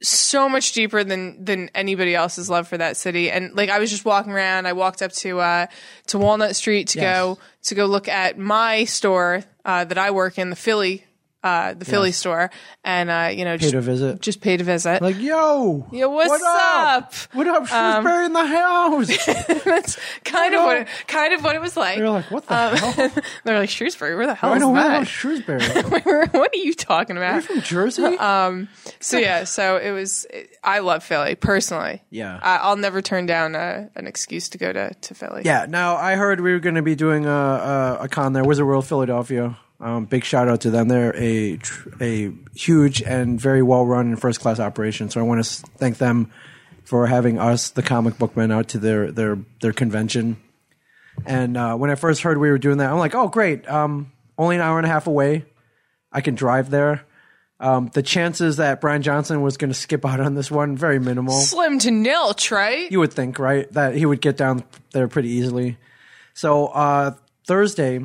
Speaker 3: so much deeper than than anybody else's love for that city. And like I was just walking around, I walked up to uh to Walnut Street to go to go look at my store uh, that I work in, the Philly uh the Philly store, and uh you know
Speaker 2: Paid
Speaker 3: just
Speaker 2: a visit.
Speaker 3: just paid a visit.
Speaker 2: Like yo,
Speaker 3: Yeah, what's
Speaker 2: what up?
Speaker 3: up? Um,
Speaker 2: What up, Shrewsbury in the house?
Speaker 3: That's kind of
Speaker 2: no.
Speaker 3: what it, kind of what it was like.
Speaker 2: You're like, what the
Speaker 3: um,
Speaker 2: hell?
Speaker 3: They're like Shrewsbury, where the hell
Speaker 2: I
Speaker 3: is
Speaker 2: know where the hell is
Speaker 3: that?
Speaker 2: Shrewsbury.
Speaker 3: what are you talking
Speaker 2: You're
Speaker 3: about?
Speaker 2: from Jersey?
Speaker 3: Um, So yeah, so it was. I love Philly personally.
Speaker 2: Yeah.
Speaker 3: I, I'll never turn down a, an excuse to go to, to Philly.
Speaker 2: yeah. Now I heard we were going to be doing a, a, a con there, Wizard World Philadelphia. Um, big shout out to them. They're a tr- a huge and very well run and first class operation. So I want to thank them for having us, the comic book men, out to their their their convention. And uh, when I first heard we were doing that, I'm like, oh great, um, only an hour and a half away. I can drive there. Um, the chances that Brian Johnson was going to skip out on this one very minimal.
Speaker 3: slim to nilch, right?
Speaker 2: you would think, right, that he would get down there pretty easily. So uh, Thursday,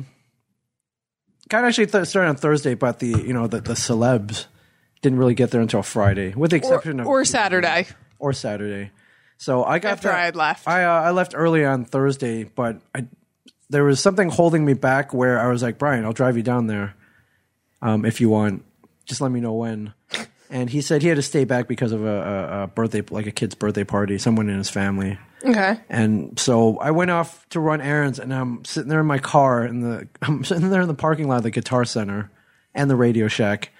Speaker 2: kind of actually th- started on Thursday, but the you know the, the celebs didn't really get there until Friday, with the
Speaker 3: or,
Speaker 2: exception of
Speaker 3: or Saturday.
Speaker 2: or Saturday. So I got
Speaker 3: After
Speaker 2: there-
Speaker 3: I had left.
Speaker 2: I uh, I left early on Thursday, but I there was something holding me back where I was like, Brian, I'll drive you down there um, if you want. Just let me know when. And he said he had to stay back because of a, a, a birthday, like a kid's birthday party, someone in his family.
Speaker 3: Okay.
Speaker 2: And so I went off to run errands, and I'm sitting there in my car, in the I'm sitting there in the parking lot of the Guitar Center and the Radio Shack,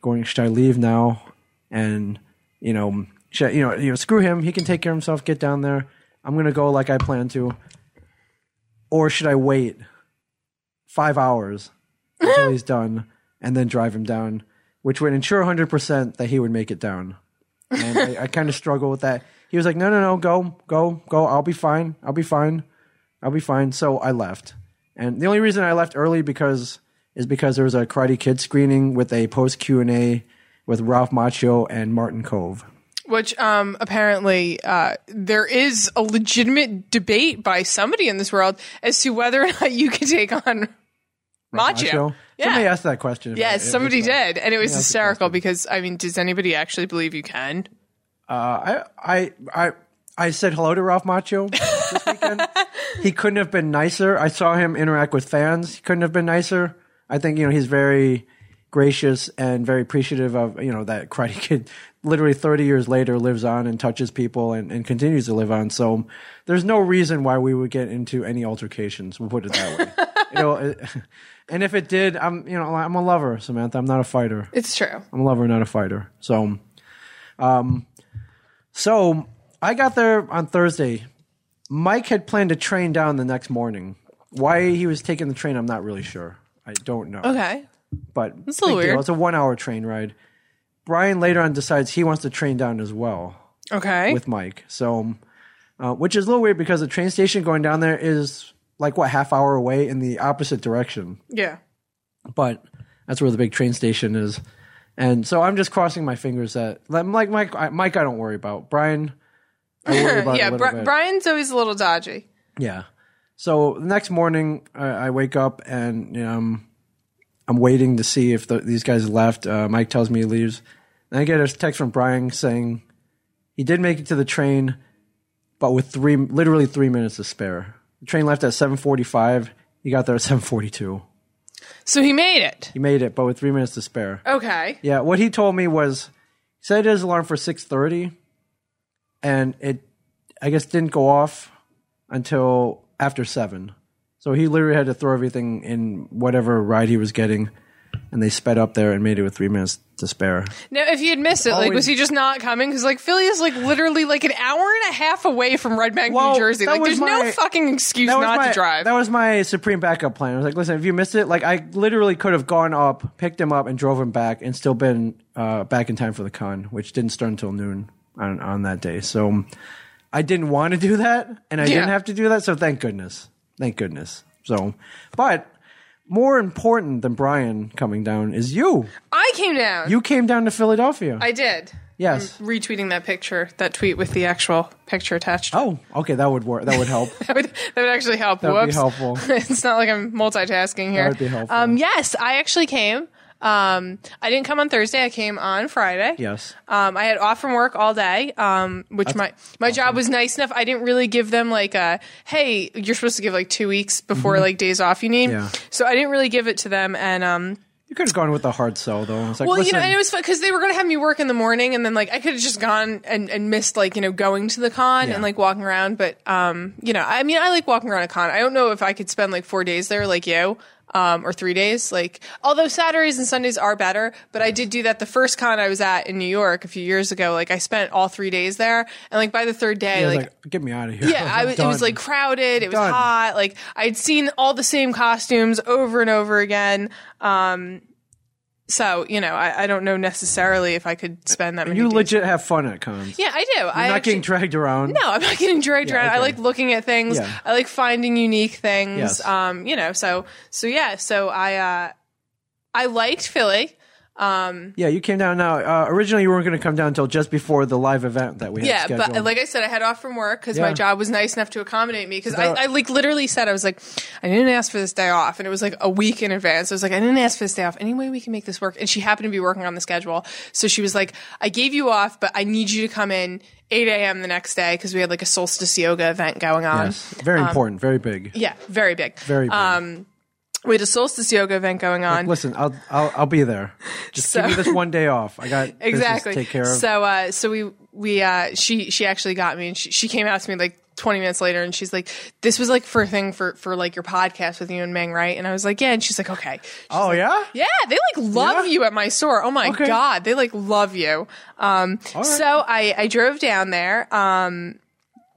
Speaker 2: going, should I leave now? And you know, should I- you know, you know, screw him. He can take care of himself. Get down there. I'm gonna go like I plan to. Or should I wait five hours until he's done and then drive him down, which would ensure 100 percent that he would make it down and I, I kind of struggle with that. He was like, "No, no, no, go, go, go. I'll be fine. I'll be fine. I'll be fine." So I left, and the only reason I left early because is because there was a Karate Kid screening with a post Q and A with Ralph Macchio and Martin Cove.
Speaker 3: Which um, apparently uh, there is a legitimate debate by somebody in this world as to whether or not you can take on
Speaker 2: Ralph
Speaker 3: Macho.
Speaker 2: Macchio?
Speaker 3: Yeah.
Speaker 2: Somebody asked that question. If
Speaker 3: Yes,
Speaker 2: I- if
Speaker 3: somebody
Speaker 2: it's-
Speaker 3: did, and it was hysterical because I mean, does anybody actually believe you can?
Speaker 2: Uh, I, I, I, I said hello to Ralph Macchio this weekend. he couldn't have been nicer. I saw him interact with fans. He couldn't have been nicer. I think you know he's very gracious and very appreciative of you know that Karate Kid. Literally 30 years later, lives on and touches people and, and continues to live on. So there's no reason why we would get into any altercations. We'll put it that way. you know, it- and if it did, I'm you know I'm a lover, Samantha. I'm not a fighter.
Speaker 3: It's true.
Speaker 2: I'm a lover, not a fighter. So, um, so I got there on Thursday. Mike had planned to train down the next morning. Why he was taking the train, I'm not really sure. I don't know.
Speaker 3: Okay.
Speaker 2: but
Speaker 3: It's a little
Speaker 2: big deal.
Speaker 3: weird.
Speaker 2: It's a one hour train ride. Brian later on decides he wants to train down as well
Speaker 3: Okay.
Speaker 2: with Mike. So, um, uh, which is a little weird because the train station going down there is like what half hour away in the opposite direction.
Speaker 3: Yeah.
Speaker 2: But that's where the big train station is. And so I'm just crossing my fingers that I'm like Mike. I, Mike, I don't worry about Brian. I worry about a
Speaker 3: yeah.
Speaker 2: little
Speaker 3: Bri-
Speaker 2: bit.
Speaker 3: Brian's always a little dodgy.
Speaker 2: Yeah. So the next morning, I, I wake up and um, I'm waiting to see if the, these guys left. Uh, Mike tells me he leaves. And I get a text from Brian saying he did make it to the train, but with three, literally three minutes to spare. The train left at 7:45. He got there at 7:42.
Speaker 3: So he made it.
Speaker 2: He made it, but with three minutes to spare.
Speaker 3: Okay.
Speaker 2: Yeah, what he told me was he set his alarm for six thirty, and it I guess didn't go off until after seven. So he literally had to throw everything in whatever ride he was getting, and they sped up there and made it with three minutes to spare.
Speaker 3: Now, if he had missed it, like, was
Speaker 2: Always-
Speaker 3: he just not coming? Because like Philly is like literally like an hour and a half away from Red Bank,
Speaker 2: Well,
Speaker 3: New Jersey.
Speaker 2: that
Speaker 3: Like,
Speaker 2: was
Speaker 3: there's
Speaker 2: my-
Speaker 3: no fucking excuse
Speaker 2: was
Speaker 3: not
Speaker 2: my,
Speaker 3: to drive.
Speaker 2: That was my supreme backup plan. I was like, listen, if you missed it, like I literally could have gone up, picked him up, and drove him back, and still been uh, back in time for the con, which didn't start until noon on, on that day. So um, I didn't want to do that, and I
Speaker 3: Yeah.
Speaker 2: didn't have to do that. So thank goodness, thank goodness. So, but more important than Brian coming down is you.
Speaker 3: I came down.
Speaker 2: You came down to Philadelphia.
Speaker 3: I did.
Speaker 2: yes.
Speaker 3: Retweeting that picture, that tweet with the actual picture attached.
Speaker 2: Oh, okay. That would work. That would help.
Speaker 3: that would, that would actually help.
Speaker 2: That would be
Speaker 3: Whoops.
Speaker 2: helpful.
Speaker 3: it's not like I'm multitasking here.
Speaker 2: would be helpful.
Speaker 3: Um, yes, I actually came. Um, I didn't come on Thursday. I came on Friday.
Speaker 2: Yes.
Speaker 3: Um, I had off from work all day, um, which my my job was nice enough. I didn't really give them like a hey, you're supposed to give like two weeks before like days off you need.
Speaker 2: Yeah.
Speaker 3: So I didn't really give it to them, and um,
Speaker 2: You could have gone with the hard sell though. It's like,
Speaker 3: well,
Speaker 2: listen,
Speaker 3: you know, and it was fun because they were going to have me work in the morning, and then like I could have just gone and, and missed like you know going to the con
Speaker 2: Yeah.
Speaker 3: and like walking around. But um, you know, I mean, I like walking around a con. I don't know if I could spend like four days there, like you, um, or three days. Like although Saturdays and Sundays are better, but I did do that the first con I was at in New York a few years ago. Like I spent all three days there, and like by the third day,
Speaker 2: I was
Speaker 3: like,
Speaker 2: like, get me out of here.
Speaker 3: yeah, I
Speaker 2: I'm
Speaker 3: was, it was
Speaker 2: done.
Speaker 3: like crowded. It was
Speaker 2: Done.
Speaker 3: hot. Like I'd seen all the same costumes over and over again. Um, so you know, I, I don't know necessarily if I could spend that many.
Speaker 2: You
Speaker 3: days-
Speaker 2: legit have fun at cons.
Speaker 3: Yeah, I do. I
Speaker 2: You're not
Speaker 3: actually-
Speaker 2: getting dragged around.
Speaker 3: no, I'm not getting dragged around. I
Speaker 2: okay.
Speaker 3: like looking at things.
Speaker 2: Yeah.
Speaker 3: I like finding unique things.
Speaker 2: Yes.
Speaker 3: Um, you know, so so yeah, so I uh, I liked Philly.
Speaker 2: Yeah, you came down now. Uh, originally, you weren't going to come down until just before the live event that we had
Speaker 3: Yeah,
Speaker 2: scheduled.
Speaker 3: but like I said, I had off from work because
Speaker 2: Yeah.
Speaker 3: my job was nice enough to accommodate me. Because
Speaker 2: that-
Speaker 3: I, I like literally said I was like, I didn't ask for this day off, and it was like a week in advance. I was like, I didn't ask for this day off. Any way we can make this work? And she happened to be working on the schedule, so she was like, I gave you off, but I need you to come in 8 a.m. the next day because we had like a solstice yoga event going on.
Speaker 2: Yes, very important, very big,
Speaker 3: um, Yeah, very big. Um,
Speaker 2: very big.
Speaker 3: we had a solstice yoga event going on.
Speaker 2: Listen, I'll, I'll I'll be there. Just give me
Speaker 3: So-
Speaker 2: this one day off. I got business
Speaker 3: exactly
Speaker 2: to take care of.
Speaker 3: so uh so we we uh she she actually got me and she, she came out to me like 20 minutes later and she's like this was like for a thing for for like your podcast with you and meng right and i was like yeah and she's like okay
Speaker 2: oh yeah,
Speaker 3: yeah they like love
Speaker 2: Yeah?
Speaker 3: you at my store oh my
Speaker 2: Okay.
Speaker 3: god they like love you um so i i drove down there um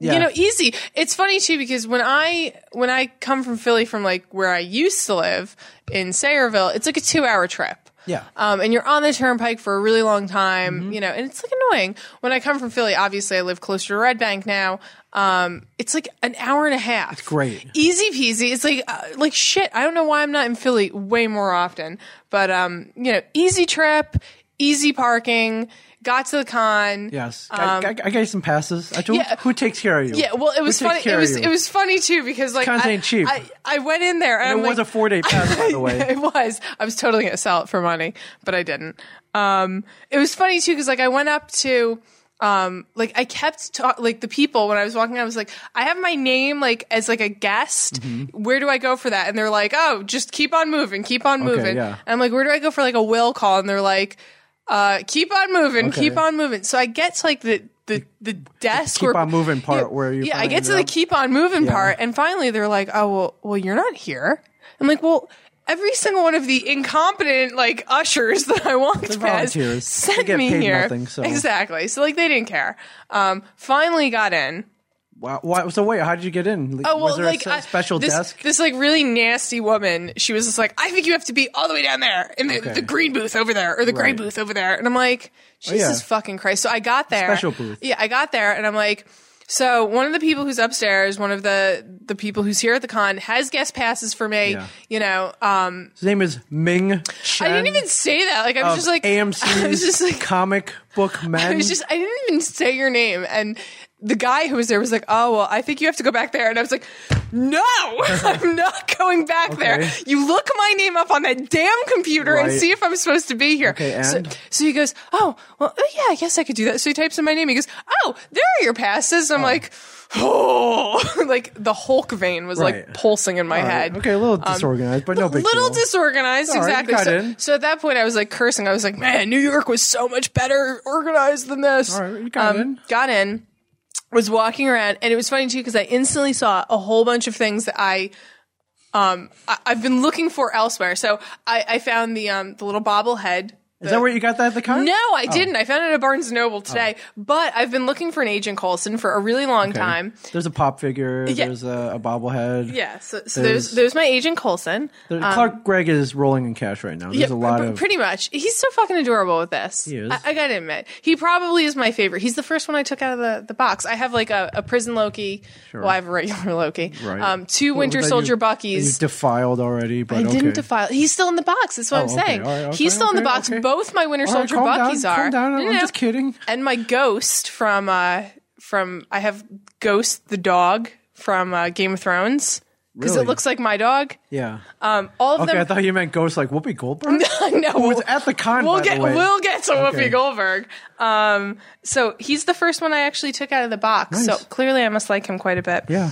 Speaker 2: yeah.
Speaker 3: you know e- easy it's funny too because when i when i come from philly from like where i used to live in sayreville it's like a two hour trip
Speaker 2: Yeah. Mm-hmm.
Speaker 3: um, and you're on the turnpike for a really long time you know and it's like annoying when i come from philly obviously i live closer to red bank now um, it's like an hour and a half it's
Speaker 2: great.
Speaker 3: easy peasy it's like uh, like shit i don't know why i'm not in philly way more often but um you know easy trip easy parking got to the con
Speaker 2: yes, I, I, I got you some passes. I told
Speaker 3: um, yeah.
Speaker 2: who takes care of you.
Speaker 3: yeah, well, it
Speaker 2: Who
Speaker 3: was
Speaker 2: takes
Speaker 3: funny.
Speaker 2: care
Speaker 3: It
Speaker 2: of
Speaker 3: was
Speaker 2: you?
Speaker 3: it was funny too because like
Speaker 2: Cons
Speaker 3: I,
Speaker 2: ain't cheap.
Speaker 3: I, I went in there and,
Speaker 2: It
Speaker 3: I'm
Speaker 2: was
Speaker 3: like-
Speaker 2: a four day pass, by the way.
Speaker 3: it was. I was totally gonna sell it for money, but I didn't. Um, it was funny too because like I went up to. Um, like I kept ta- like the people when I was walking, I was like, I have my name like as like a guest.
Speaker 2: Mm-hmm.
Speaker 3: Where do I go for that? And they're like, Oh, just keep on moving, keep on moving.
Speaker 2: yeah.
Speaker 3: And I'm like, Where do I go for like a will call? And they're like, uh, Keep on moving,
Speaker 2: Okay.
Speaker 3: keep on moving. So I get to like the the the desk.
Speaker 2: keep
Speaker 3: where-
Speaker 2: on moving part
Speaker 3: Yeah,
Speaker 2: where you
Speaker 3: yeah. I
Speaker 2: finally
Speaker 3: get to
Speaker 2: ended
Speaker 3: the
Speaker 2: up.
Speaker 3: keep on moving part. And finally, they're like, oh, well, well, you're not here. I'm like, well, every single one of the incompetent like ushers that I walked past
Speaker 2: volunteers.
Speaker 3: sent
Speaker 2: They get
Speaker 3: me
Speaker 2: paid
Speaker 3: here.
Speaker 2: nothing, so.
Speaker 3: Exactly. So like they didn't care. Um, finally got in.
Speaker 2: Wow, wow. So wait, how did you get in?
Speaker 3: Oh well,
Speaker 2: was there
Speaker 3: like
Speaker 2: a
Speaker 3: I-
Speaker 2: s- special
Speaker 3: this,
Speaker 2: desk?
Speaker 3: This like really nasty woman. She was just like, I think you have to be all the way down there in the, the green booth over there or the gray
Speaker 2: Right. Oh,
Speaker 3: booth over there. And I'm like, Jesus
Speaker 2: yeah.
Speaker 3: fucking Christ! So I got there.
Speaker 2: Special booth.
Speaker 3: Yeah, I got there and I'm like. So one of the people who's upstairs, one of the the people who's here at the con, has guest passes for me.
Speaker 2: Yeah.
Speaker 3: You know, um,
Speaker 2: His name is Ming.
Speaker 3: I
Speaker 2: Chen
Speaker 3: didn't even say that. Like I was
Speaker 2: of
Speaker 3: just like
Speaker 2: AMC's
Speaker 3: I was just like
Speaker 2: comic book
Speaker 3: I
Speaker 2: men.
Speaker 3: was just I didn't even say your name and. The guy who was there was like, "Oh well, I think you have to go back there," and I was like, "No, I'm not going back there.
Speaker 2: Okay.
Speaker 3: You look my name up on that damn computer and
Speaker 2: Right.
Speaker 3: see if I'm supposed to be here."
Speaker 2: Okay,
Speaker 3: So-
Speaker 2: and?
Speaker 3: So he goes, Oh, well, uh, yeah, I guess I could do that. So he types in my name. He goes, Oh, there are your passes. I'm like, Oh, like the Hulk vein was like
Speaker 2: Right.
Speaker 3: pulsing in my
Speaker 2: All right.
Speaker 3: head.
Speaker 2: Okay, a little disorganized, but no big
Speaker 3: Um, little
Speaker 2: deal.
Speaker 3: disorganized,
Speaker 2: all right, you
Speaker 3: exactly.
Speaker 2: got
Speaker 3: so,
Speaker 2: in.
Speaker 3: so at that point, I was like cursing. I was like, Man, New York was so much better organized than this. Um,
Speaker 2: All right, you got in.
Speaker 3: Got in, was walking around, and it was funny too because I instantly saw a whole bunch of things that I. Um, I, I've been looking for elsewhere. So I, I found the um the little bobblehead.
Speaker 2: is that where you got that at the con?
Speaker 3: No, I didn't. I found it at Barnes and
Speaker 2: Oh.
Speaker 3: Noble today, but I've been looking for an Agent Coulson for a really long
Speaker 2: Okay.
Speaker 3: time.
Speaker 2: There's a pop figure.
Speaker 3: Yeah.
Speaker 2: There's a, a bobblehead.
Speaker 3: Yeah, so, so
Speaker 2: There's-
Speaker 3: there's there's my Agent Coulson.
Speaker 2: There- Clark Gregg is rolling in cash right now. There's a lot
Speaker 3: pr-
Speaker 2: of
Speaker 3: pretty much. He's so fucking adorable with this.
Speaker 2: He is.
Speaker 3: I, I gotta admit, he probably is my favorite. He's the first one I took out of the, the box. I have like a, a prison Loki.
Speaker 2: Sure.
Speaker 3: Well, I have a regular Loki.
Speaker 2: right.
Speaker 3: Um, two
Speaker 2: Well,
Speaker 3: Winter
Speaker 2: that you-
Speaker 3: Soldier
Speaker 2: that You
Speaker 3: Buckies.
Speaker 2: defiled already, but
Speaker 3: I didn't
Speaker 2: okay.
Speaker 3: defile. He's still in the box. That's what
Speaker 2: Oh,
Speaker 3: I'm
Speaker 2: okay,
Speaker 3: saying.
Speaker 2: all right, okay,
Speaker 3: He's still in the
Speaker 2: okay,
Speaker 3: box.
Speaker 2: okay.
Speaker 3: Both my Winter
Speaker 2: All right,
Speaker 3: Soldier
Speaker 2: calm down,
Speaker 3: Buckies are.
Speaker 2: Calm down.
Speaker 3: No, no,
Speaker 2: I'm
Speaker 3: no
Speaker 2: just kidding.
Speaker 3: and my ghost from uh from I have Ghost the dog from uh, Game of Thrones because
Speaker 2: Really?
Speaker 3: it looks like my dog.
Speaker 2: Yeah.
Speaker 3: Um, all of
Speaker 2: Okay, I
Speaker 3: them.
Speaker 2: thought you meant ghosts like Whoopi Goldberg.
Speaker 3: I know.
Speaker 2: Who was
Speaker 3: we'll-
Speaker 2: at the con,
Speaker 3: We'll
Speaker 2: by
Speaker 3: get
Speaker 2: the way.
Speaker 3: we'll get to
Speaker 2: Okay.
Speaker 3: Whoopi Goldberg. Um, so he's the first one I actually took out of the box. So
Speaker 2: Nice.
Speaker 3: clearly, I must like him quite a bit.
Speaker 2: yeah.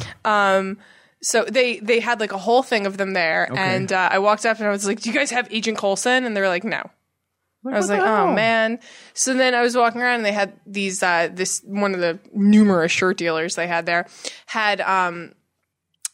Speaker 3: So they they had like a whole thing of them there, and uh, I walked up and I was like, "Do you guys have Agent Coulson?" And they were like, "No." I was
Speaker 2: what
Speaker 3: like,
Speaker 2: the
Speaker 3: oh
Speaker 2: hell?"
Speaker 3: man. So then I was walking around and they had these uh this one of the numerous shirt dealers they had there had um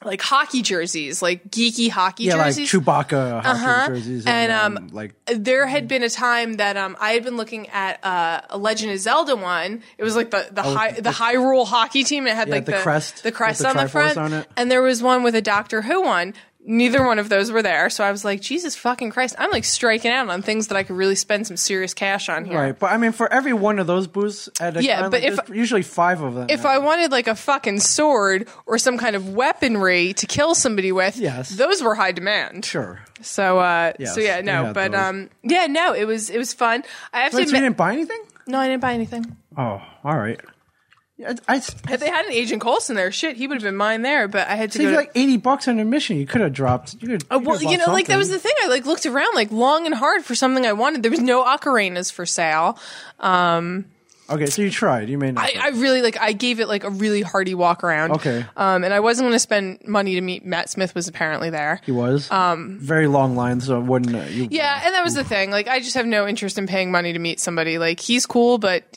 Speaker 3: like hockey jerseys, like geeky hockey
Speaker 2: yeah, like
Speaker 3: jerseys. Uh-huh.
Speaker 2: Chewbacca hockey jerseys and,
Speaker 3: And,
Speaker 2: um, like
Speaker 3: there had been a time that um, I had been looking at uh, a Legend of Zelda one. It was like the the high the Hyrule hockey team. It had like
Speaker 2: Oh, the
Speaker 3: the,
Speaker 2: crest
Speaker 3: the crest
Speaker 2: with the
Speaker 3: on the
Speaker 2: Triforce
Speaker 3: front,
Speaker 2: on it.
Speaker 3: and there was one with a Doctor Who one. Neither one of those were there, so I was like, Jesus fucking Christ! I'm like striking out on things that I could really spend some serious cash on here.
Speaker 2: right. But I mean, for every one of those booths at a
Speaker 3: Yeah,
Speaker 2: con,
Speaker 3: but
Speaker 2: like,
Speaker 3: if-
Speaker 2: there's usually five of them.
Speaker 3: If I wanted like a fucking sword or some kind of weaponry to kill somebody with,
Speaker 2: Yes.
Speaker 3: those were high demand.
Speaker 2: sure.
Speaker 3: So, uh, so yeah,
Speaker 2: they
Speaker 3: no,
Speaker 2: had
Speaker 3: but
Speaker 2: those.
Speaker 3: um, yeah, no, it was it was fun. I have
Speaker 2: Wait,
Speaker 3: to
Speaker 2: so you
Speaker 3: admit,
Speaker 2: didn't buy anything?
Speaker 3: no, I didn't buy anything.
Speaker 2: Oh, all right. Yeah, I, I it
Speaker 3: If they had an Agent Coulson there, shit, he would have been mine there. But I had to go.
Speaker 2: seems
Speaker 3: to-
Speaker 2: like eighty bucks on admission. You could have dropped. You could.
Speaker 3: Oh, well, you know, like that was the thing. I like looked around like long and hard for something I wanted. There was no ocarinas for sale.
Speaker 2: okay. So you tried. You may not.
Speaker 3: I, I really like. I gave it like a really hearty walk around.
Speaker 2: Okay.
Speaker 3: Um, and I wasn't going to spend money to meet Matt Smith. Was apparently there.
Speaker 2: he was um very long line, so it wouldn't. Uh, you,
Speaker 3: Yeah, and that was the thing. Like, I just have no interest in paying money to meet somebody. Like, he's cool, but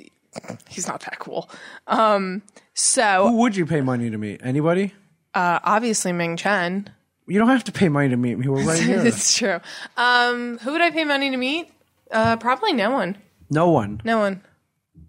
Speaker 3: he's not that cool. Um, so
Speaker 2: Who would you pay money to meet? Anybody?
Speaker 3: uh, obviously Ming Chen.
Speaker 2: You don't have to pay money to meet me. We're right here.
Speaker 3: It's true. Um, who would I pay money to meet? Uh, probably no one.
Speaker 2: No one.
Speaker 3: No one.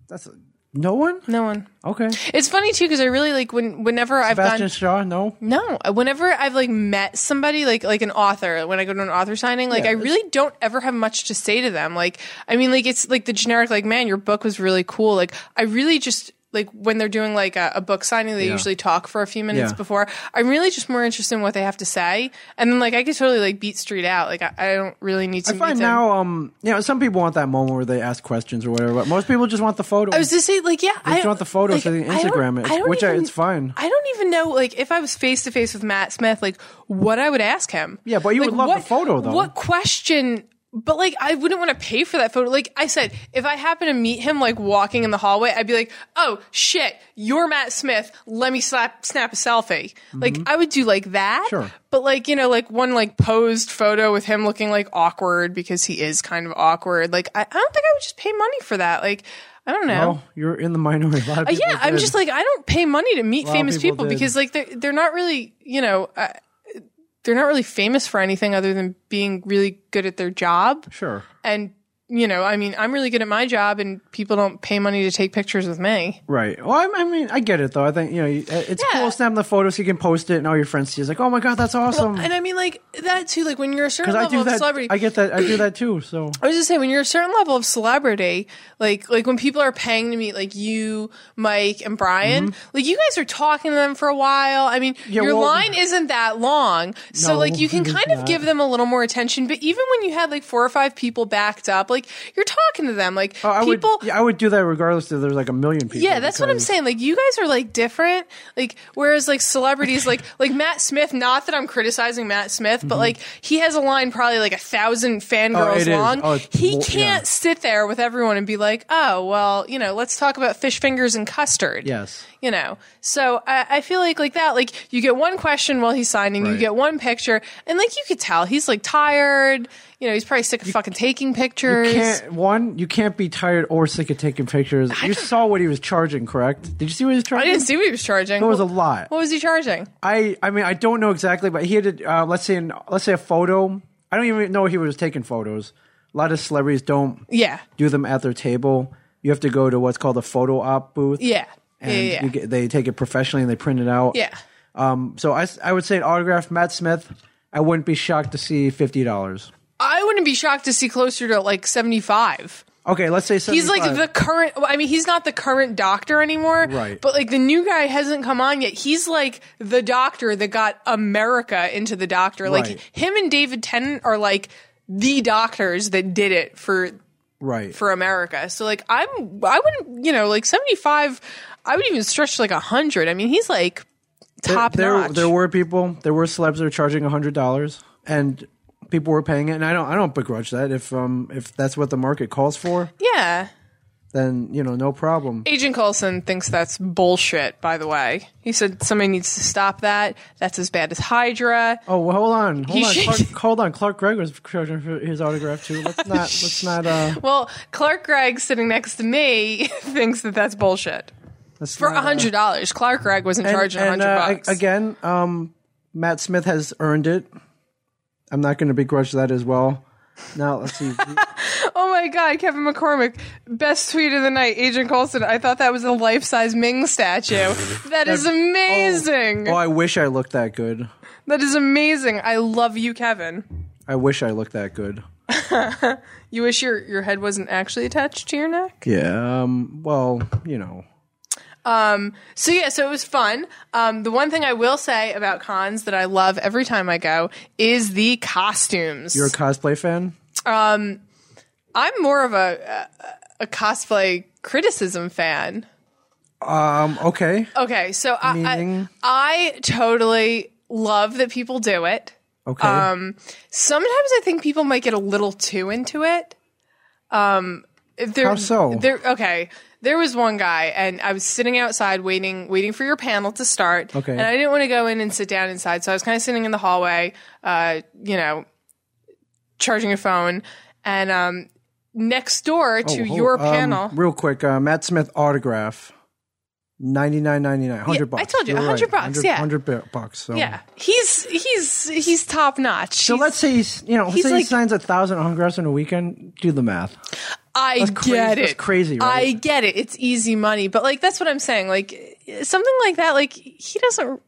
Speaker 2: That's no one.
Speaker 3: No one.
Speaker 2: Okay.
Speaker 3: It's funny too because I really like when whenever I've
Speaker 2: Sebastian
Speaker 3: gone
Speaker 2: Shaw. No.
Speaker 3: no whenever I've like met somebody like like an author when I go to an author signing like
Speaker 2: Yeah,
Speaker 3: I
Speaker 2: it's-
Speaker 3: really don't ever have much to say to them like I mean like it's like the generic like man your book was really cool like I really just like when they're doing like a, a book signing they
Speaker 2: Yeah.
Speaker 3: usually talk for a few minutes
Speaker 2: Yeah.
Speaker 3: before I'm really just more interested in what they have to say and then like I could totally like beat street out like I, I don't really need to
Speaker 2: I
Speaker 3: meet
Speaker 2: find
Speaker 3: them.
Speaker 2: now, um, you know, some people want that moment where they ask questions or whatever, but most people just want the photo.
Speaker 3: I was just saying, like, yeah, I
Speaker 2: just want the photos so they can
Speaker 3: I don't-
Speaker 2: Instagram it,
Speaker 3: I don't
Speaker 2: which I- it's fine.
Speaker 3: I don't even know, like, if I was face to face with Matt Smith, like, what I would ask him.
Speaker 2: Yeah, but you
Speaker 3: Like,
Speaker 2: would love the photo, though.
Speaker 3: What question? But like, I wouldn't want to pay for that photo. Like I said, if I happen to meet him like walking in the hallway, I'd be like, "Oh shit, you're Matt Smith. Let me slap snap a selfie." Like I would do like that.
Speaker 2: Mm-hmm. Sure.
Speaker 3: But like you know, like one like posed photo with him looking like awkward because he is kind of awkward. Like I, I don't think I would just pay money for that. like. I don't know.
Speaker 2: oh, you're in the minority. A lot of
Speaker 3: Uh,
Speaker 2: people
Speaker 3: yeah, I'm
Speaker 2: did.
Speaker 3: just like I don't pay money to meet
Speaker 2: lot of
Speaker 3: famous
Speaker 2: people
Speaker 3: people,
Speaker 2: did.
Speaker 3: because like they're they're not really you know uh, they're not really famous for anything other than being really good at their job
Speaker 2: sure.
Speaker 3: and you know, I mean, I'm really good at my job, and people don't pay money to take pictures with me.
Speaker 2: Right. Well, I, I mean, I get it though. I think you know, you- it's
Speaker 3: Yeah.
Speaker 2: cool snapping the photo so you can post it, and all your friends see. It's like, oh my god, that's awesome.
Speaker 3: And I mean, like that too. Like when you're a certain
Speaker 2: I
Speaker 3: level
Speaker 2: do
Speaker 3: of
Speaker 2: that.
Speaker 3: celebrity,
Speaker 2: I get that. I do that too. So
Speaker 3: I was just saying, when you're a certain level of celebrity, like like when people are paying to meet like you, Mike, and Brian, like you guys are talking to them for a while. I mean,
Speaker 2: Mm-hmm. Yeah,
Speaker 3: your
Speaker 2: well-
Speaker 3: line isn't that long, so
Speaker 2: No,
Speaker 3: like you can
Speaker 2: it's
Speaker 3: kind of
Speaker 2: not.
Speaker 3: give them a little more attention. But even when you had like four or five people backed up, like you're talking to them, like
Speaker 2: Oh, I
Speaker 3: people.
Speaker 2: would. Yeah, I would do that regardless if there's like a million people.
Speaker 3: Yeah, that's what I'm
Speaker 2: because-
Speaker 3: saying. Like you guys are like different. Like whereas like celebrities like like Matt Smith, not that I'm criticizing Matt Smith, but like he has a line probably like a thousand
Speaker 2: Mm-hmm. Oh, it
Speaker 3: fangirls
Speaker 2: is.
Speaker 3: long.
Speaker 2: Oh, it's
Speaker 3: he
Speaker 2: wo- yeah.
Speaker 3: can't sit there with everyone and be like, Oh, well, you know, let's talk about fish fingers and custard.
Speaker 2: Yes.
Speaker 3: You know. So I, I feel like like that, like you get one question while he's signing, you
Speaker 2: Right.
Speaker 3: get one picture, and like you could tell he's like tired, you know, he's probably sick of fucking taking pictures.
Speaker 2: You can't one. You can't be tired or sick of taking pictures. You saw what he was charging, correct? Did you see what he was
Speaker 3: I
Speaker 2: charging?
Speaker 3: didn't see what he was charging.
Speaker 2: It was a lot.
Speaker 3: What was he charging?
Speaker 2: I I mean I don't know exactly, but he had uh, let's say an, let's say a photo. I don't even know he was taking photos. A lot of celebrities don't
Speaker 3: Yeah.
Speaker 2: do them at their table. You have to go to what's called a photo op booth.
Speaker 3: Yeah.
Speaker 2: and
Speaker 3: yeah, yeah.
Speaker 2: you get, they take it professionally and they print it out.
Speaker 3: Yeah.
Speaker 2: Um. So I s- I would say an autograph, Matt Smith. I wouldn't be shocked to see fifty dollars.
Speaker 3: I wouldn't be shocked to see closer to like 75.
Speaker 2: Okay, let's say
Speaker 3: He's like
Speaker 2: 75.
Speaker 3: the current, well, I mean, he's not the current doctor anymore.
Speaker 2: Right.
Speaker 3: But like the new guy hasn't come on yet. He's like the doctor that got America into the doctor. Like
Speaker 2: Right.
Speaker 3: him and David Tennant are like the doctors that did it for
Speaker 2: right.
Speaker 3: for America. So like I'm I wouldn't, you know, like 75 I would even stretch to like 100. I mean, he's like top
Speaker 2: there,
Speaker 3: notch.
Speaker 2: There were people, there were celebs that were charging hundred dollars, and people were paying it. And I don't, I don't begrudge that. If um, if that's what the market calls for,
Speaker 3: yeah.
Speaker 2: then you know, no problem.
Speaker 3: Agent Coulson thinks that's bullshit, by the way. He said somebody needs to stop that. That's as bad as Hydra.
Speaker 2: Oh, well, hold on, hold
Speaker 3: He
Speaker 2: on,
Speaker 3: should-
Speaker 2: Clark, hold on. Clark Gregg was charging for his autograph too. Let's not, let's not, uh,
Speaker 3: Well, Clark Gregg sitting next to me thinks that that's bullshit.
Speaker 2: let's
Speaker 3: For
Speaker 2: not,
Speaker 3: a hundred dollars, Clark Gregg wasn't
Speaker 2: uh,
Speaker 3: charging a
Speaker 2: and,
Speaker 3: hundred
Speaker 2: uh, I-
Speaker 3: bucks.
Speaker 2: again, um, Matt Smith has earned it. I'm not going to begrudge that as well. Now let's see.
Speaker 3: oh my god, Kevin McCormick, best tweet of the night, Agent Coulson. I thought that was a life-size Ming statue. that is amazing.
Speaker 2: oh, I wish I looked that good.
Speaker 3: That is amazing. I love you, Kevin.
Speaker 2: I wish I looked that good.
Speaker 3: You wish your your head wasn't actually attached to your neck.
Speaker 2: Yeah. Um. Well, you know.
Speaker 3: So yeah, so it was fun. Um, the one thing I will say about cons that I love every time I go is the costumes.
Speaker 2: You're a cosplay fan?
Speaker 3: I'm more of a, a a cosplay criticism fan.
Speaker 2: Um, okay.
Speaker 3: Okay, so I,
Speaker 2: Meaning?
Speaker 3: I I totally love that people do it.
Speaker 2: Okay.
Speaker 3: Um, Sometimes I think people might get a little too into it. Um, there,
Speaker 2: How so?
Speaker 3: There, okay. There was one guy, and I was sitting outside waiting, waiting for your panel to start.
Speaker 2: Okay.
Speaker 3: And I didn't want to go in and sit down inside, so I was kind of sitting in the hallway, uh, you know, charging a phone, and um, next door to
Speaker 2: Oh,
Speaker 3: your
Speaker 2: um,
Speaker 3: panel.
Speaker 2: real quick, uh, Matt Smith autograph. Ninety nine ninety nine. Hundred
Speaker 3: Yeah, I
Speaker 2: bucks.
Speaker 3: told you,
Speaker 2: You're
Speaker 3: 100 bucks, yeah.
Speaker 2: Hundred bucks. So.
Speaker 3: yeah, he's he's he's top notch.
Speaker 2: So let's say he's, you know, let's
Speaker 3: He's
Speaker 2: say he
Speaker 3: like-
Speaker 2: signs a thousand autographs in a weekend. Do the math.
Speaker 3: I
Speaker 2: crazy-
Speaker 3: get it.
Speaker 2: that's crazy, right?
Speaker 3: I get it. It's easy money, but like that's what I'm saying. Like something like that. Like he doesn't.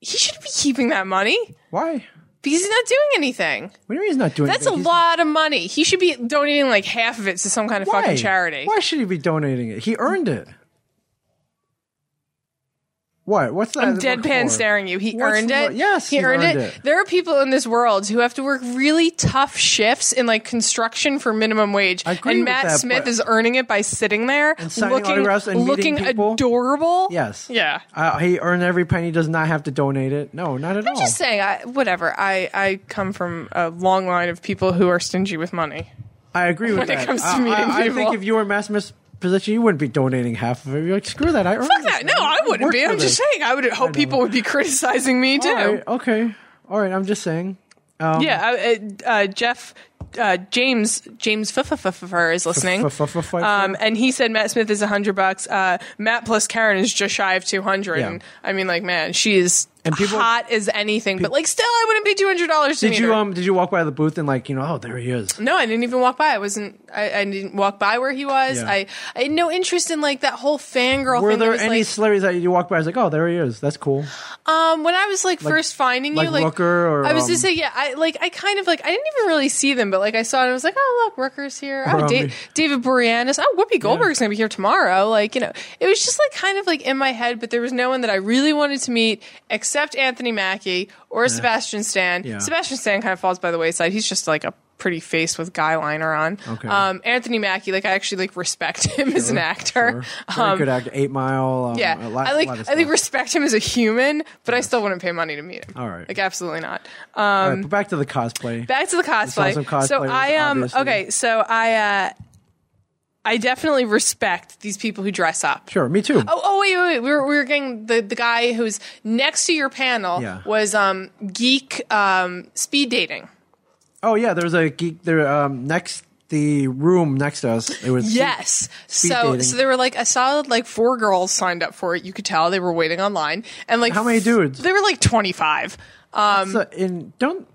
Speaker 3: He should be keeping that money
Speaker 2: Why?
Speaker 3: because he's not doing anything.
Speaker 2: What do you mean he's not doing?
Speaker 3: That's a
Speaker 2: anything? He's-
Speaker 3: lot of money. He should be donating like half of it to some kind of
Speaker 2: Why?
Speaker 3: fucking charity.
Speaker 2: Why should he be donating it? He earned it. What? What's that?
Speaker 3: I'm
Speaker 2: look
Speaker 3: deadpan
Speaker 2: for?
Speaker 3: staring you. He
Speaker 2: What's
Speaker 3: earned
Speaker 2: the-
Speaker 3: it.
Speaker 2: yes,
Speaker 3: he, earned, it. There are people in this world who have to work really tough shifts in like construction for minimum wage,
Speaker 2: I agree
Speaker 3: and
Speaker 2: with
Speaker 3: Matt
Speaker 2: that,
Speaker 3: Smith
Speaker 2: but-
Speaker 3: is earning it by sitting there
Speaker 2: signing
Speaker 3: looking,
Speaker 2: autographs and meeting
Speaker 3: looking
Speaker 2: people.
Speaker 3: adorable.
Speaker 2: Yes.
Speaker 3: Yeah.
Speaker 2: Uh, he earned every penny. Does not have to donate it. No, not at all.
Speaker 3: I'm just saying, I, whatever. I, I come from a long line of people who are stingy with money.
Speaker 2: I agree with
Speaker 3: When it
Speaker 2: that.
Speaker 3: comes to
Speaker 2: I-
Speaker 3: meeting
Speaker 2: I, I
Speaker 3: people.
Speaker 2: think if you were in Matt Smith's position, you wouldn't be donating half of it. You're like, screw that. I earned
Speaker 3: Fuck
Speaker 2: this,
Speaker 3: that. No,
Speaker 2: man.
Speaker 3: I wouldn't
Speaker 2: worked
Speaker 3: be.
Speaker 2: for
Speaker 3: I'm just
Speaker 2: this."
Speaker 3: saying, I would hope people would be criticizing me too.
Speaker 2: All right, um, okay. All right. I'm just saying.
Speaker 3: Yeah, I, uh, uh, Jeff. Uh, James James Fuffer is listening,
Speaker 2: F-f-f-f-fifer?
Speaker 3: um, and he said Matt Smith is a hundred bucks. Uh, Matt plus Karen is just shy of two hundred.
Speaker 2: Yeah.
Speaker 3: And I mean, like, man, she is
Speaker 2: And people-
Speaker 3: hot as anything, but like still, I wouldn't pay two hundred dollars to
Speaker 2: Did
Speaker 3: meet
Speaker 2: you
Speaker 3: her.
Speaker 2: um did you walk by the booth and like you know oh there he is?
Speaker 3: No, I didn't even walk by. I wasn't. I, I didn't walk by where he was.
Speaker 2: Yeah.
Speaker 3: I, I had no interest in like that whole fangirl
Speaker 2: Were
Speaker 3: thing. that
Speaker 2: there
Speaker 3: was,
Speaker 2: any
Speaker 3: like-
Speaker 2: slurries that you walked by? I was like oh there he is. That's cool.
Speaker 3: um, when I was like, first finding you,
Speaker 2: like
Speaker 3: like
Speaker 2: Rooker or,
Speaker 3: I was just
Speaker 2: um,
Speaker 3: saying, yeah, I like I kind of like I didn't even really see them, but like I saw it, and I was like, oh look, Rooker's here. Oh,
Speaker 2: Or, um,
Speaker 3: Da- David Boreanaz. Oh, Whoopi Goldberg's gonna be here tomorrow. Like you know, it was just like kind of like in my head, but there was no one that I really wanted to meet except Anthony Mackie or Sebastian Stan.
Speaker 2: Yeah.
Speaker 3: Sebastian Stan kind of falls by the wayside. He's just like a pretty face with guy liner on.
Speaker 2: Okay.
Speaker 3: Um, Anthony Mackie, like I actually like respect him as an
Speaker 2: Sure.
Speaker 3: actor.
Speaker 2: Very good actor. Eight Mile. Um,
Speaker 3: um, Yeah,
Speaker 2: a lot-
Speaker 3: I like
Speaker 2: lot of
Speaker 3: I like
Speaker 2: stuff.
Speaker 3: respect him as a human, but I still wouldn't pay money to meet him.
Speaker 2: All right.
Speaker 3: like absolutely not.
Speaker 2: All
Speaker 3: um,
Speaker 2: right, but back to the cosplay.
Speaker 3: Back to the cosplay.
Speaker 2: some cosplayers,
Speaker 3: so I um
Speaker 2: obviously.
Speaker 3: okay, so I uh I definitely respect these people who dress up.
Speaker 2: sure, me too.
Speaker 3: Oh, oh wait, wait, wait. We were, we were getting the, the guy who's next to your panel
Speaker 2: Yeah.
Speaker 3: was um geek um speed dating.
Speaker 2: Oh yeah, there's a geek there um, next the room next to us. It was
Speaker 3: Yes. so
Speaker 2: dating.
Speaker 3: so there were like a solid like four girls signed up for it. You could tell they were waiting online and like
Speaker 2: How many dudes?
Speaker 3: They were like 25. Um,
Speaker 2: So, and don't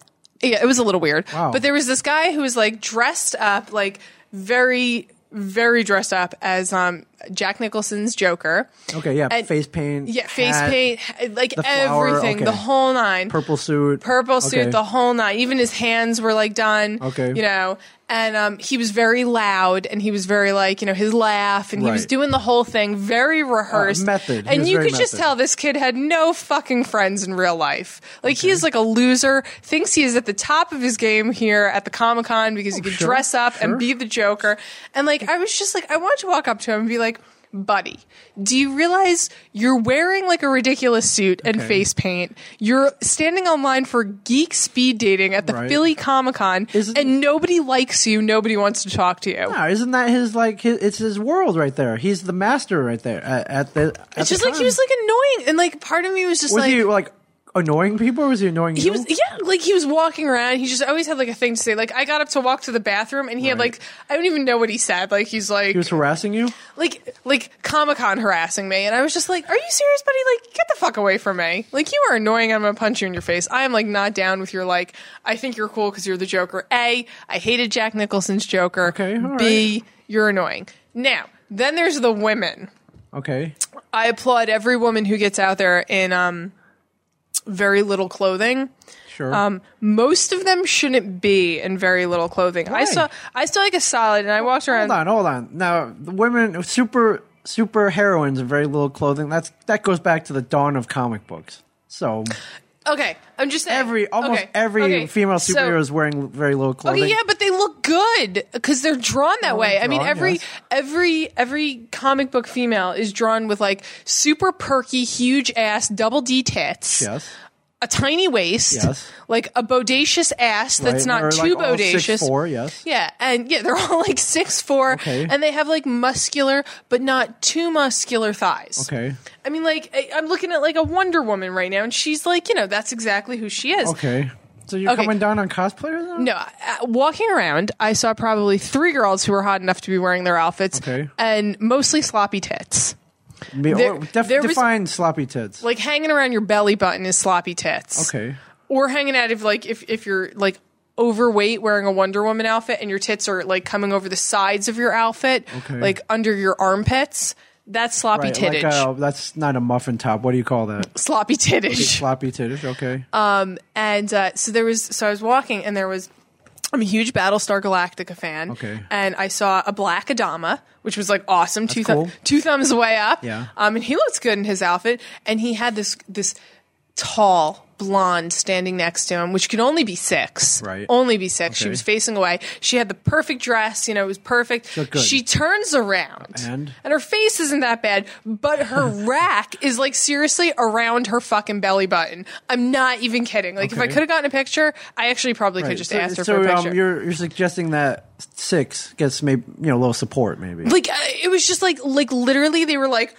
Speaker 3: Yeah, it was a little weird.
Speaker 2: Wow.
Speaker 3: But there was this guy who was like dressed up, like very, very dressed up as um, Jack Nicholson's Joker.
Speaker 2: okay yeah
Speaker 3: And-
Speaker 2: face paint
Speaker 3: Yeah, face
Speaker 2: Oh, hat,
Speaker 3: paint, like
Speaker 2: the flower,
Speaker 3: everything,
Speaker 2: okay.
Speaker 3: the whole nine.
Speaker 2: purple suit
Speaker 3: Purple suit,
Speaker 2: Okay.
Speaker 3: the whole nine. Even his hands were like done.
Speaker 2: Okay.
Speaker 3: You know, and um, he was very loud and he was very like, you know, his laugh and he was
Speaker 2: Right. Uh,
Speaker 3: doing the whole thing very rehearsed.
Speaker 2: method. He
Speaker 3: And
Speaker 2: was
Speaker 3: you could
Speaker 2: very
Speaker 3: just
Speaker 2: method.
Speaker 3: tell this kid had no fucking friends in real life. Like, he is like a loser, thinks he is at the top of his game here at the Comic Con because he could
Speaker 2: Oh, sure,
Speaker 3: dress up
Speaker 2: sure.
Speaker 3: and be the Joker. And like, I was just like, I wanted to walk up to him and be like, Buddy, do you realize you're wearing like a ridiculous suit and
Speaker 2: Okay.
Speaker 3: face paint? You're standing online for geek speed dating at the
Speaker 2: Right.
Speaker 3: Philly Comic Con,
Speaker 2: Isn't-
Speaker 3: and nobody likes you. Nobody wants to talk to you.
Speaker 2: Yeah, Ah, isn't that his like his, it's his world right there? He's the master right there at, at the. At
Speaker 3: it's
Speaker 2: the
Speaker 3: just like he
Speaker 2: con.
Speaker 3: was like annoying, and like part of me was just
Speaker 2: Was
Speaker 3: like
Speaker 2: he like annoying people? or Was he annoying
Speaker 3: he
Speaker 2: you?
Speaker 3: was yeah like he was walking around he just always had like a thing to say like i got up to walk to the bathroom and he had
Speaker 2: Right.
Speaker 3: like i don't even know what he said like he's like
Speaker 2: He was harassing you.
Speaker 3: like like comic-con harassing me and i was just like are you serious buddy like get the fuck away from me like you are annoying i'm gonna punch you in your face i am like not down with your like i think you're cool because you're the joker a i hated jack nicholson's joker
Speaker 2: Okay, all
Speaker 3: b you're annoying now then there's the women
Speaker 2: Okay,
Speaker 3: I applaud every woman who gets out there in um, very little clothing.
Speaker 2: sure.
Speaker 3: Um, most of them shouldn't be in very little clothing.
Speaker 2: Why?
Speaker 3: I saw I saw like a solid, and I walked around.
Speaker 2: hold on, hold on. Now the women super super heroines in very little clothing. That's that goes back to the dawn of comic books. So
Speaker 3: Okay, I'm just saying.
Speaker 2: every almost
Speaker 3: Okay,
Speaker 2: every
Speaker 3: okay,
Speaker 2: female
Speaker 3: so-
Speaker 2: superhero is wearing very little clothing.
Speaker 3: Okay, Oh, yeah, but they look good because they're drawn that way. I mean,
Speaker 2: Oh, drawn,
Speaker 3: every
Speaker 2: yes.
Speaker 3: every every comic book female is drawn with like super perky, huge ass, double D tits,
Speaker 2: Yes.
Speaker 3: a tiny waist,
Speaker 2: Yes.
Speaker 3: like a bodacious ass that's
Speaker 2: Right,
Speaker 3: not
Speaker 2: or,
Speaker 3: too
Speaker 2: like, all six
Speaker 3: bodacious,
Speaker 2: four, yes.
Speaker 3: Yeah, and yeah, they're all like six four,
Speaker 2: Okay.
Speaker 3: and they have like muscular but not too muscular thighs.
Speaker 2: Okay.
Speaker 3: I mean, like I, I'm looking at like a Wonder Woman right now, and she's like, you know, that's exactly who she is.
Speaker 2: Okay. So you're
Speaker 3: Okay.
Speaker 2: coming down on cosplayers now?
Speaker 3: No, uh, walking around, I saw probably three girls who were hot enough to be wearing their outfits,
Speaker 2: Okay.
Speaker 3: and mostly sloppy tits.
Speaker 2: Me-
Speaker 3: there-
Speaker 2: oh, def-
Speaker 3: there was-
Speaker 2: define sloppy tits.
Speaker 3: Like hanging around your belly button is sloppy tits.
Speaker 2: okay.
Speaker 3: or hanging out if like if if you're like overweight wearing a Wonder Woman outfit and your tits are like coming over the sides of your outfit,
Speaker 2: Okay.
Speaker 3: like under your armpits. That's sloppy
Speaker 2: Right,
Speaker 3: tittage.
Speaker 2: like, uh, that's not a muffin top. What do you call that?
Speaker 3: sloppy tittage.
Speaker 2: sloppy tittish. Okay.
Speaker 3: and uh, so there was so I was walking and there was I'm a huge Battlestar Galactica fan.
Speaker 2: Okay.
Speaker 3: And I saw a black Adama, which was like awesome. two, thu-
Speaker 2: cool.
Speaker 3: two thumbs way up.
Speaker 2: Yeah.
Speaker 3: Um, and he looks good in his outfit. And he had this this tall blonde standing next to him, which could only be six.
Speaker 2: Right.
Speaker 3: Only be six. She
Speaker 2: Okay.
Speaker 3: was facing away. She had the perfect dress, you know, it was perfect.
Speaker 2: looked good.
Speaker 3: She turns around.
Speaker 2: And?
Speaker 3: and her face isn't that bad, but her rack is like seriously around her fucking belly button. I'm not even kidding. Like if I
Speaker 2: Okay.
Speaker 3: could have gotten a picture, I actually probably could
Speaker 2: Right,
Speaker 3: could just
Speaker 2: so-
Speaker 3: ask her
Speaker 2: so,
Speaker 3: for a picture.
Speaker 2: Um, you're, you're suggesting that six gets maybe you know a little support maybe.
Speaker 3: like uh, it was just like like literally they were like,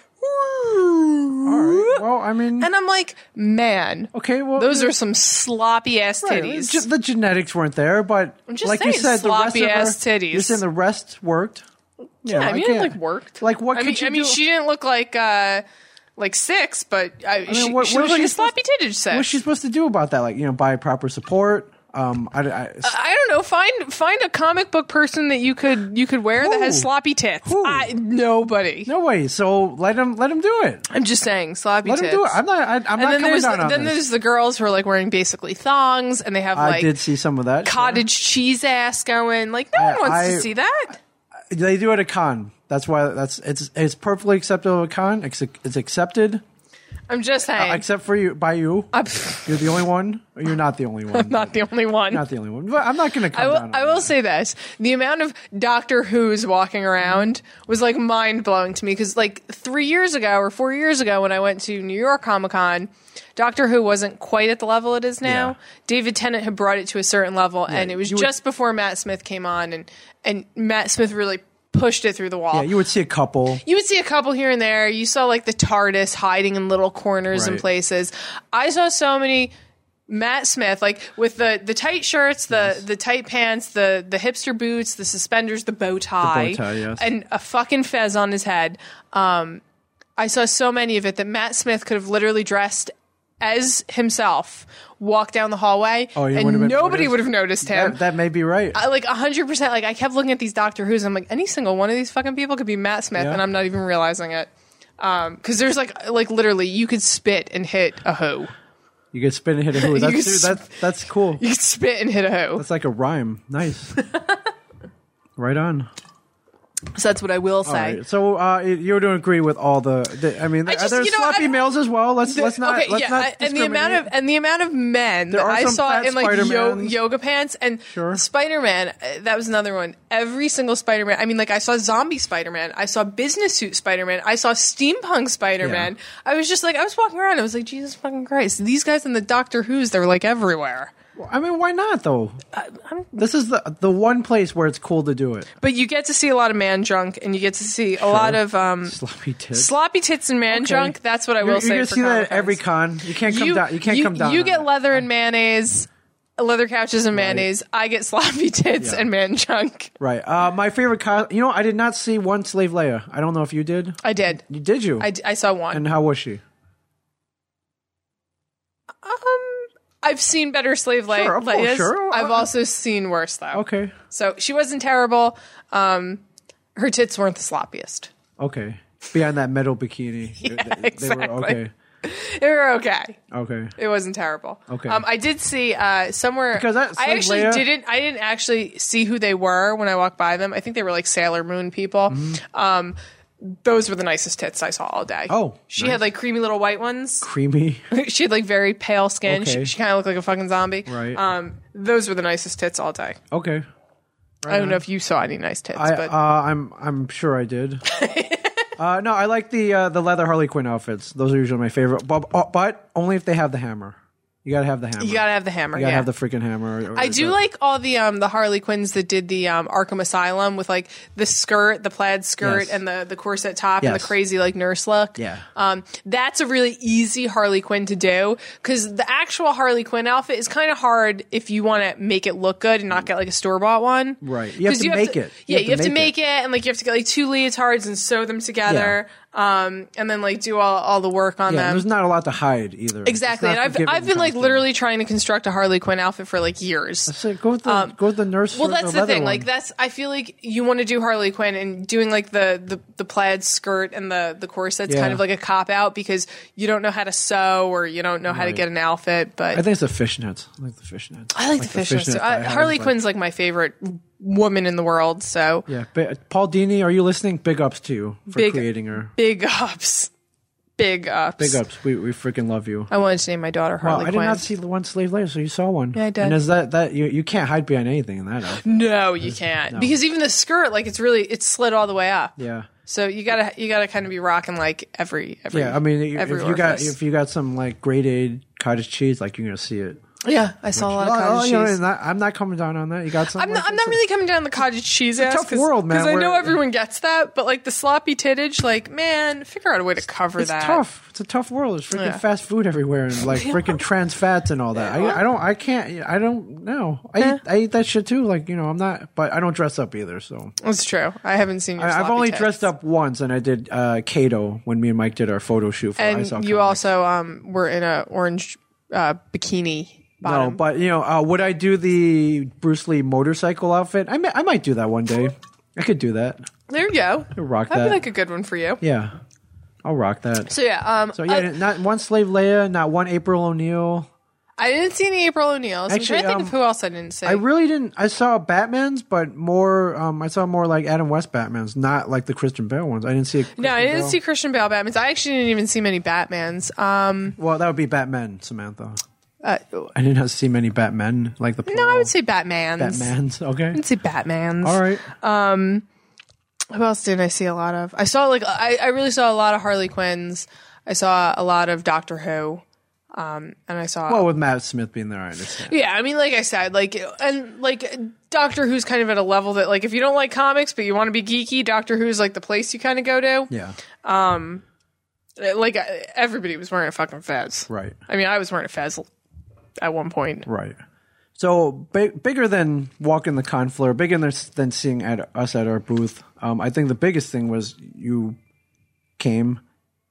Speaker 2: well, I mean,
Speaker 3: and I'm like, man,
Speaker 2: okay, well,
Speaker 3: those
Speaker 2: yeah,
Speaker 3: are some sloppy ass
Speaker 2: right,
Speaker 3: titties.
Speaker 2: ju- the genetics weren't there, but
Speaker 3: just
Speaker 2: like you
Speaker 3: saying,
Speaker 2: said, the rest
Speaker 3: sloppy
Speaker 2: of her-
Speaker 3: ass titties.
Speaker 2: You're saying the rest worked. Yeah,
Speaker 3: I mean, it
Speaker 2: can't-
Speaker 3: like worked.
Speaker 2: Like what
Speaker 3: I
Speaker 2: could
Speaker 3: mean,
Speaker 2: you
Speaker 3: I mean,
Speaker 2: do?
Speaker 3: she didn't look like. uh like six, but I, she,
Speaker 2: what-
Speaker 3: she
Speaker 2: what is
Speaker 3: looked like
Speaker 2: she
Speaker 3: a sloppy
Speaker 2: supposed-
Speaker 3: titted sex.
Speaker 2: What's she supposed to do about that? Like, you know, buy proper support. Um, I, I-
Speaker 3: I don't know. Find find a comic book person that you could you could wear that has
Speaker 2: Who?
Speaker 3: sloppy tits.
Speaker 2: Who?
Speaker 3: I, nobody.
Speaker 2: no way. So let him let him do it.
Speaker 3: I'm just saying sloppy
Speaker 2: Let
Speaker 3: tits.
Speaker 2: him do it. I'm not. I, I'm
Speaker 3: and
Speaker 2: not
Speaker 3: then
Speaker 2: coming
Speaker 3: there's
Speaker 2: down
Speaker 3: the,
Speaker 2: on
Speaker 3: then
Speaker 2: this.
Speaker 3: there's the girls who are like wearing basically thongs and they have
Speaker 2: I
Speaker 3: like
Speaker 2: did see some of that. sure.
Speaker 3: cottage cheese ass going. Like no one wants
Speaker 2: I-
Speaker 3: to see that.
Speaker 2: They do it at a con. That's why. That's it's it's perfectly acceptable at a con. It's, it's accepted,
Speaker 3: I'm just saying.
Speaker 2: except for you by you.
Speaker 3: I'm
Speaker 2: You're the only one. Or you're not the only one.
Speaker 3: not the only one.
Speaker 2: Not the only one. But I'm not going to come
Speaker 3: I
Speaker 2: down.
Speaker 3: will,
Speaker 2: on
Speaker 3: I
Speaker 2: that.
Speaker 3: will say this: the amount of Doctor Who's walking around was like mind blowing to me because, like, three years ago or four years ago, when I went to New York Comic Con, Doctor Who wasn't quite at the level it is now.
Speaker 2: Yeah.
Speaker 3: David Tennant had brought it to a certain level, and it was
Speaker 2: you would-
Speaker 3: just before Matt Smith came on, and and Matt Smith really pushed it through the wall.
Speaker 2: Yeah, you would see a couple.
Speaker 3: You would see a couple here and there. You saw like the TARDIS hiding in little corners and
Speaker 2: Right.
Speaker 3: places. I saw so many Matt Smith, like with the the tight shirts, the the tight pants, the the hipster boots, the suspenders, the bow tie,
Speaker 2: tie, yes.
Speaker 3: and a fucking fez on his head. Um, I saw so many of it that Matt Smith could have literally dressed as himself, walked down the hallway,
Speaker 2: Oh, he
Speaker 3: and
Speaker 2: would've been
Speaker 3: nobody
Speaker 2: noticed.
Speaker 3: would have noticed him.
Speaker 2: That, that may be right.
Speaker 3: I, like hundred percent. Like I kept looking at these Doctor Who's. I'm like, any single one of these fucking people could be Matt Smith,
Speaker 2: Yeah.
Speaker 3: and I'm not even realizing it. Um, because there's like, like literally, you could spit and hit a who.
Speaker 2: you could spin and hit a who. That's,
Speaker 3: could
Speaker 2: dude,
Speaker 3: sp-
Speaker 2: that's, that's cool.
Speaker 3: You could spit and hit a who.
Speaker 2: That's like a rhyme. Nice. right on.
Speaker 3: So that's what I will
Speaker 2: All
Speaker 3: say.
Speaker 2: right. So uh, you don't agree with all the. the I mean, are
Speaker 3: I just-
Speaker 2: there
Speaker 3: you know,
Speaker 2: sloppy
Speaker 3: I-
Speaker 2: males as well? Let's
Speaker 3: The-
Speaker 2: let's not.
Speaker 3: okay,
Speaker 2: let's
Speaker 3: yeah,
Speaker 2: not
Speaker 3: I- and the amount of
Speaker 2: discriminate.
Speaker 3: and the amount of men that
Speaker 2: are
Speaker 3: I
Speaker 2: some
Speaker 3: saw
Speaker 2: fat
Speaker 3: in like yo-
Speaker 2: Spider-Mans.
Speaker 3: yoga pants and
Speaker 2: Sure.
Speaker 3: Spider Man. That was another one. Every single Spider Man. I mean, like I saw zombie Spider Man. I saw business suit Spider Man. I saw steampunk Spider Man. I was just like, I was walking around. I was like, Jesus fucking Christ! These guys in the Doctor Who's, they're like everywhere.
Speaker 2: I mean, why not though? this is the the one place where it's cool to do it.
Speaker 3: But you get to see a lot of man junk, and you get to see a lot of um,
Speaker 2: Sloppy tits.
Speaker 3: sloppy tits and man junk. That's what I will
Speaker 2: You're,
Speaker 3: say.
Speaker 2: you're gonna
Speaker 3: for
Speaker 2: see that at
Speaker 3: Comic-Cons.
Speaker 2: every con. You can't come down. You can't come down.
Speaker 3: You
Speaker 2: on
Speaker 3: get
Speaker 2: it.
Speaker 3: leather and mayonnaise, leather couches and mayonnaise. I get sloppy tits
Speaker 2: Yeah.
Speaker 3: and man junk.
Speaker 2: Right. Uh, my favorite con. You know, I did not see one slave Leia. I don't know if you did.
Speaker 3: I did.
Speaker 2: You did you?
Speaker 3: I, d- I saw one.
Speaker 2: And how was she?
Speaker 3: um, I've seen better slave light.
Speaker 2: Sure, of course, sure. Uh,
Speaker 3: I've also seen worse though.
Speaker 2: Okay.
Speaker 3: So she wasn't terrible. Um, her tits weren't the sloppiest.
Speaker 2: Okay. Beyond that metal bikini, they, they
Speaker 3: exactly.
Speaker 2: were okay.
Speaker 3: They were okay.
Speaker 2: Okay.
Speaker 3: It wasn't terrible.
Speaker 2: Okay.
Speaker 3: Um, I did see uh, somewhere.
Speaker 2: Because that Slave
Speaker 3: I actually
Speaker 2: Leia-
Speaker 3: didn't. I didn't actually see who they were when I walked by them. I think they were like Sailor Moon people. Um, those were the nicest tits I saw all day.
Speaker 2: Mm-hmm. Oh,
Speaker 3: she
Speaker 2: nice.
Speaker 3: had like creamy little white ones.
Speaker 2: Creamy.
Speaker 3: she had like very pale skin.
Speaker 2: Okay.
Speaker 3: She, she kind of looked like a fucking zombie.
Speaker 2: Right.
Speaker 3: Um, those were the nicest tits all day.
Speaker 2: Okay.
Speaker 3: I don't know if you saw any nice tits,
Speaker 2: I,
Speaker 3: but
Speaker 2: uh, I'm I'm sure I did. uh, no, I like the uh, the leather Harley Quinn outfits. Those are usually my favorite. But uh, but only if they have the hammer. You gotta have the hammer.
Speaker 3: you gotta have the hammer.
Speaker 2: You gotta
Speaker 3: yeah.
Speaker 2: have the freaking hammer.
Speaker 3: I do like all the um the Harley Quinns that did the um Arkham Asylum with like the skirt, the plaid skirt,
Speaker 2: Yes.
Speaker 3: and the the corset top and the
Speaker 2: Yes.
Speaker 3: crazy like nurse look.
Speaker 2: Yeah.
Speaker 3: um, that's a really easy Harley Quinn to do because the actual Harley Quinn outfit is kind of hard if you want to make it look good and not get like a store bought one.
Speaker 2: Right. You have
Speaker 3: 'Cause
Speaker 2: to make it.
Speaker 3: Yeah, you have to make it. and like you have to get like two leotards and sew them together. Um, and then like do all all the work on
Speaker 2: Yeah, and
Speaker 3: them.
Speaker 2: there's not a lot to hide either. It's
Speaker 3: Exactly,
Speaker 2: not
Speaker 3: and I've
Speaker 2: forgiving
Speaker 3: I've been like
Speaker 2: costume.
Speaker 3: literally trying to construct a Harley Quinn outfit for like years.
Speaker 2: So go with the go with the nurse.
Speaker 3: um, Well,
Speaker 2: shirt and
Speaker 3: that's
Speaker 2: the
Speaker 3: the
Speaker 2: leather
Speaker 3: thing.
Speaker 2: one.
Speaker 3: Like that's I feel like you want to do Harley Quinn and doing like the the, the plaid skirt and the the corset's
Speaker 2: Yeah.
Speaker 3: kind of like a cop out because you don't know how to sew or you don't know how to
Speaker 2: Right.
Speaker 3: get an outfit. But
Speaker 2: I think it's the fishnets. I like the fishnets.
Speaker 3: I like, the fishnets. too. I, Harley Quinn's like my favorite woman in the world. So
Speaker 2: Yeah, but uh, Paul Dini, are you listening? Big ups to you for
Speaker 3: Big-
Speaker 2: creating her.
Speaker 3: big ups, big ups.
Speaker 2: Big ups. We we freaking love you.
Speaker 3: I wanted to name my daughter
Speaker 2: Wow, I
Speaker 3: Harley
Speaker 2: did
Speaker 3: Quinn.
Speaker 2: not see the one slave later, so you saw one.
Speaker 3: Yeah, I did.
Speaker 2: And is that that you you can't hide behind anything in that outfit?
Speaker 3: no, you can't because even the skirt, like it's really it's slid all the way up.
Speaker 2: Yeah.
Speaker 3: So you gotta you gotta kind of be rocking like every every
Speaker 2: Yeah, I mean, if
Speaker 3: every
Speaker 2: you got
Speaker 3: orifice.
Speaker 2: if you got some like grade A cottage cheese, like you're gonna see it.
Speaker 3: Yeah, I saw a lot of
Speaker 2: Well, oh,
Speaker 3: cottage
Speaker 2: you know,
Speaker 3: cheese.
Speaker 2: not- I'm not coming down on that. You got something?
Speaker 3: I'm
Speaker 2: like
Speaker 3: not, I'm
Speaker 2: that?
Speaker 3: not really coming down the cottage cheese ass
Speaker 2: tough world, man,
Speaker 3: because I know
Speaker 2: where-
Speaker 3: everyone gets that, but like the sloppy tittage, like man, figure out a way to cover
Speaker 2: It's
Speaker 3: that.
Speaker 2: tough. It's a tough world. There's freaking
Speaker 3: Yeah.
Speaker 2: fast food everywhere and like freaking trans fats and all that. I, I don't. I can't. I don't know. I eat, I eat that shit too. Like you know, I'm not. But I don't dress up either. So
Speaker 3: It's true. I haven't seen your.
Speaker 2: I, I've
Speaker 3: sloppy
Speaker 2: only
Speaker 3: tits.
Speaker 2: dressed up once, and I did uh Kato when me and Mike did our photo shoot. For I
Speaker 3: and
Speaker 2: saw
Speaker 3: you also um were in a orange uh, bikini
Speaker 2: No,
Speaker 3: bottom.
Speaker 2: but you know, uh, would I do the Bruce Lee motorcycle outfit? I mi- I might do that one day. I could do that.
Speaker 3: there you go.
Speaker 2: rock
Speaker 3: That'd
Speaker 2: that.
Speaker 3: be like a good one for you.
Speaker 2: Yeah, I'll rock that.
Speaker 3: So yeah, um,
Speaker 2: So yeah,
Speaker 3: I,
Speaker 2: not one slave Leia, not one April O'Neil.
Speaker 3: I didn't see any April O'Neil. So I'm
Speaker 2: Actually,
Speaker 3: trying to think
Speaker 2: um,
Speaker 3: of who else I didn't see.
Speaker 2: I really didn't. I saw Batman's, but more. Um, I saw more like Adam West Batman's, not like the Christian Bale ones. I didn't see. A
Speaker 3: no, I
Speaker 2: Christian
Speaker 3: didn't
Speaker 2: Bale.
Speaker 3: see Christian Bale Batman's. I actually didn't even see many Batmans. Um,
Speaker 2: Well, that would be Batman, Samantha.
Speaker 3: uh,
Speaker 2: I didn't see many Batmen, like the.
Speaker 3: no, I would say Batmans.
Speaker 2: Batman's. Okay.
Speaker 3: I'd say Batmans.
Speaker 2: All right.
Speaker 3: Who else didn't I see a lot of? I saw like I, I really saw a lot of Harley Quinns. I saw a lot of Doctor Who. Um, and I saw
Speaker 2: Well, with Matt Smith being there, I understand.
Speaker 3: Yeah, I mean, like I said, like and like Doctor Who's kind of at a level that like if you don't like comics but you want to be geeky, Doctor Who's like the place you kind of go to.
Speaker 2: Yeah.
Speaker 3: Like I- everybody was wearing a fucking fez.
Speaker 2: Right.
Speaker 3: I mean, I was wearing a fez at one point.
Speaker 2: Right. So big, bigger than walking the con floor, bigger than, than seeing at us at our booth. Um, I think the biggest thing was you came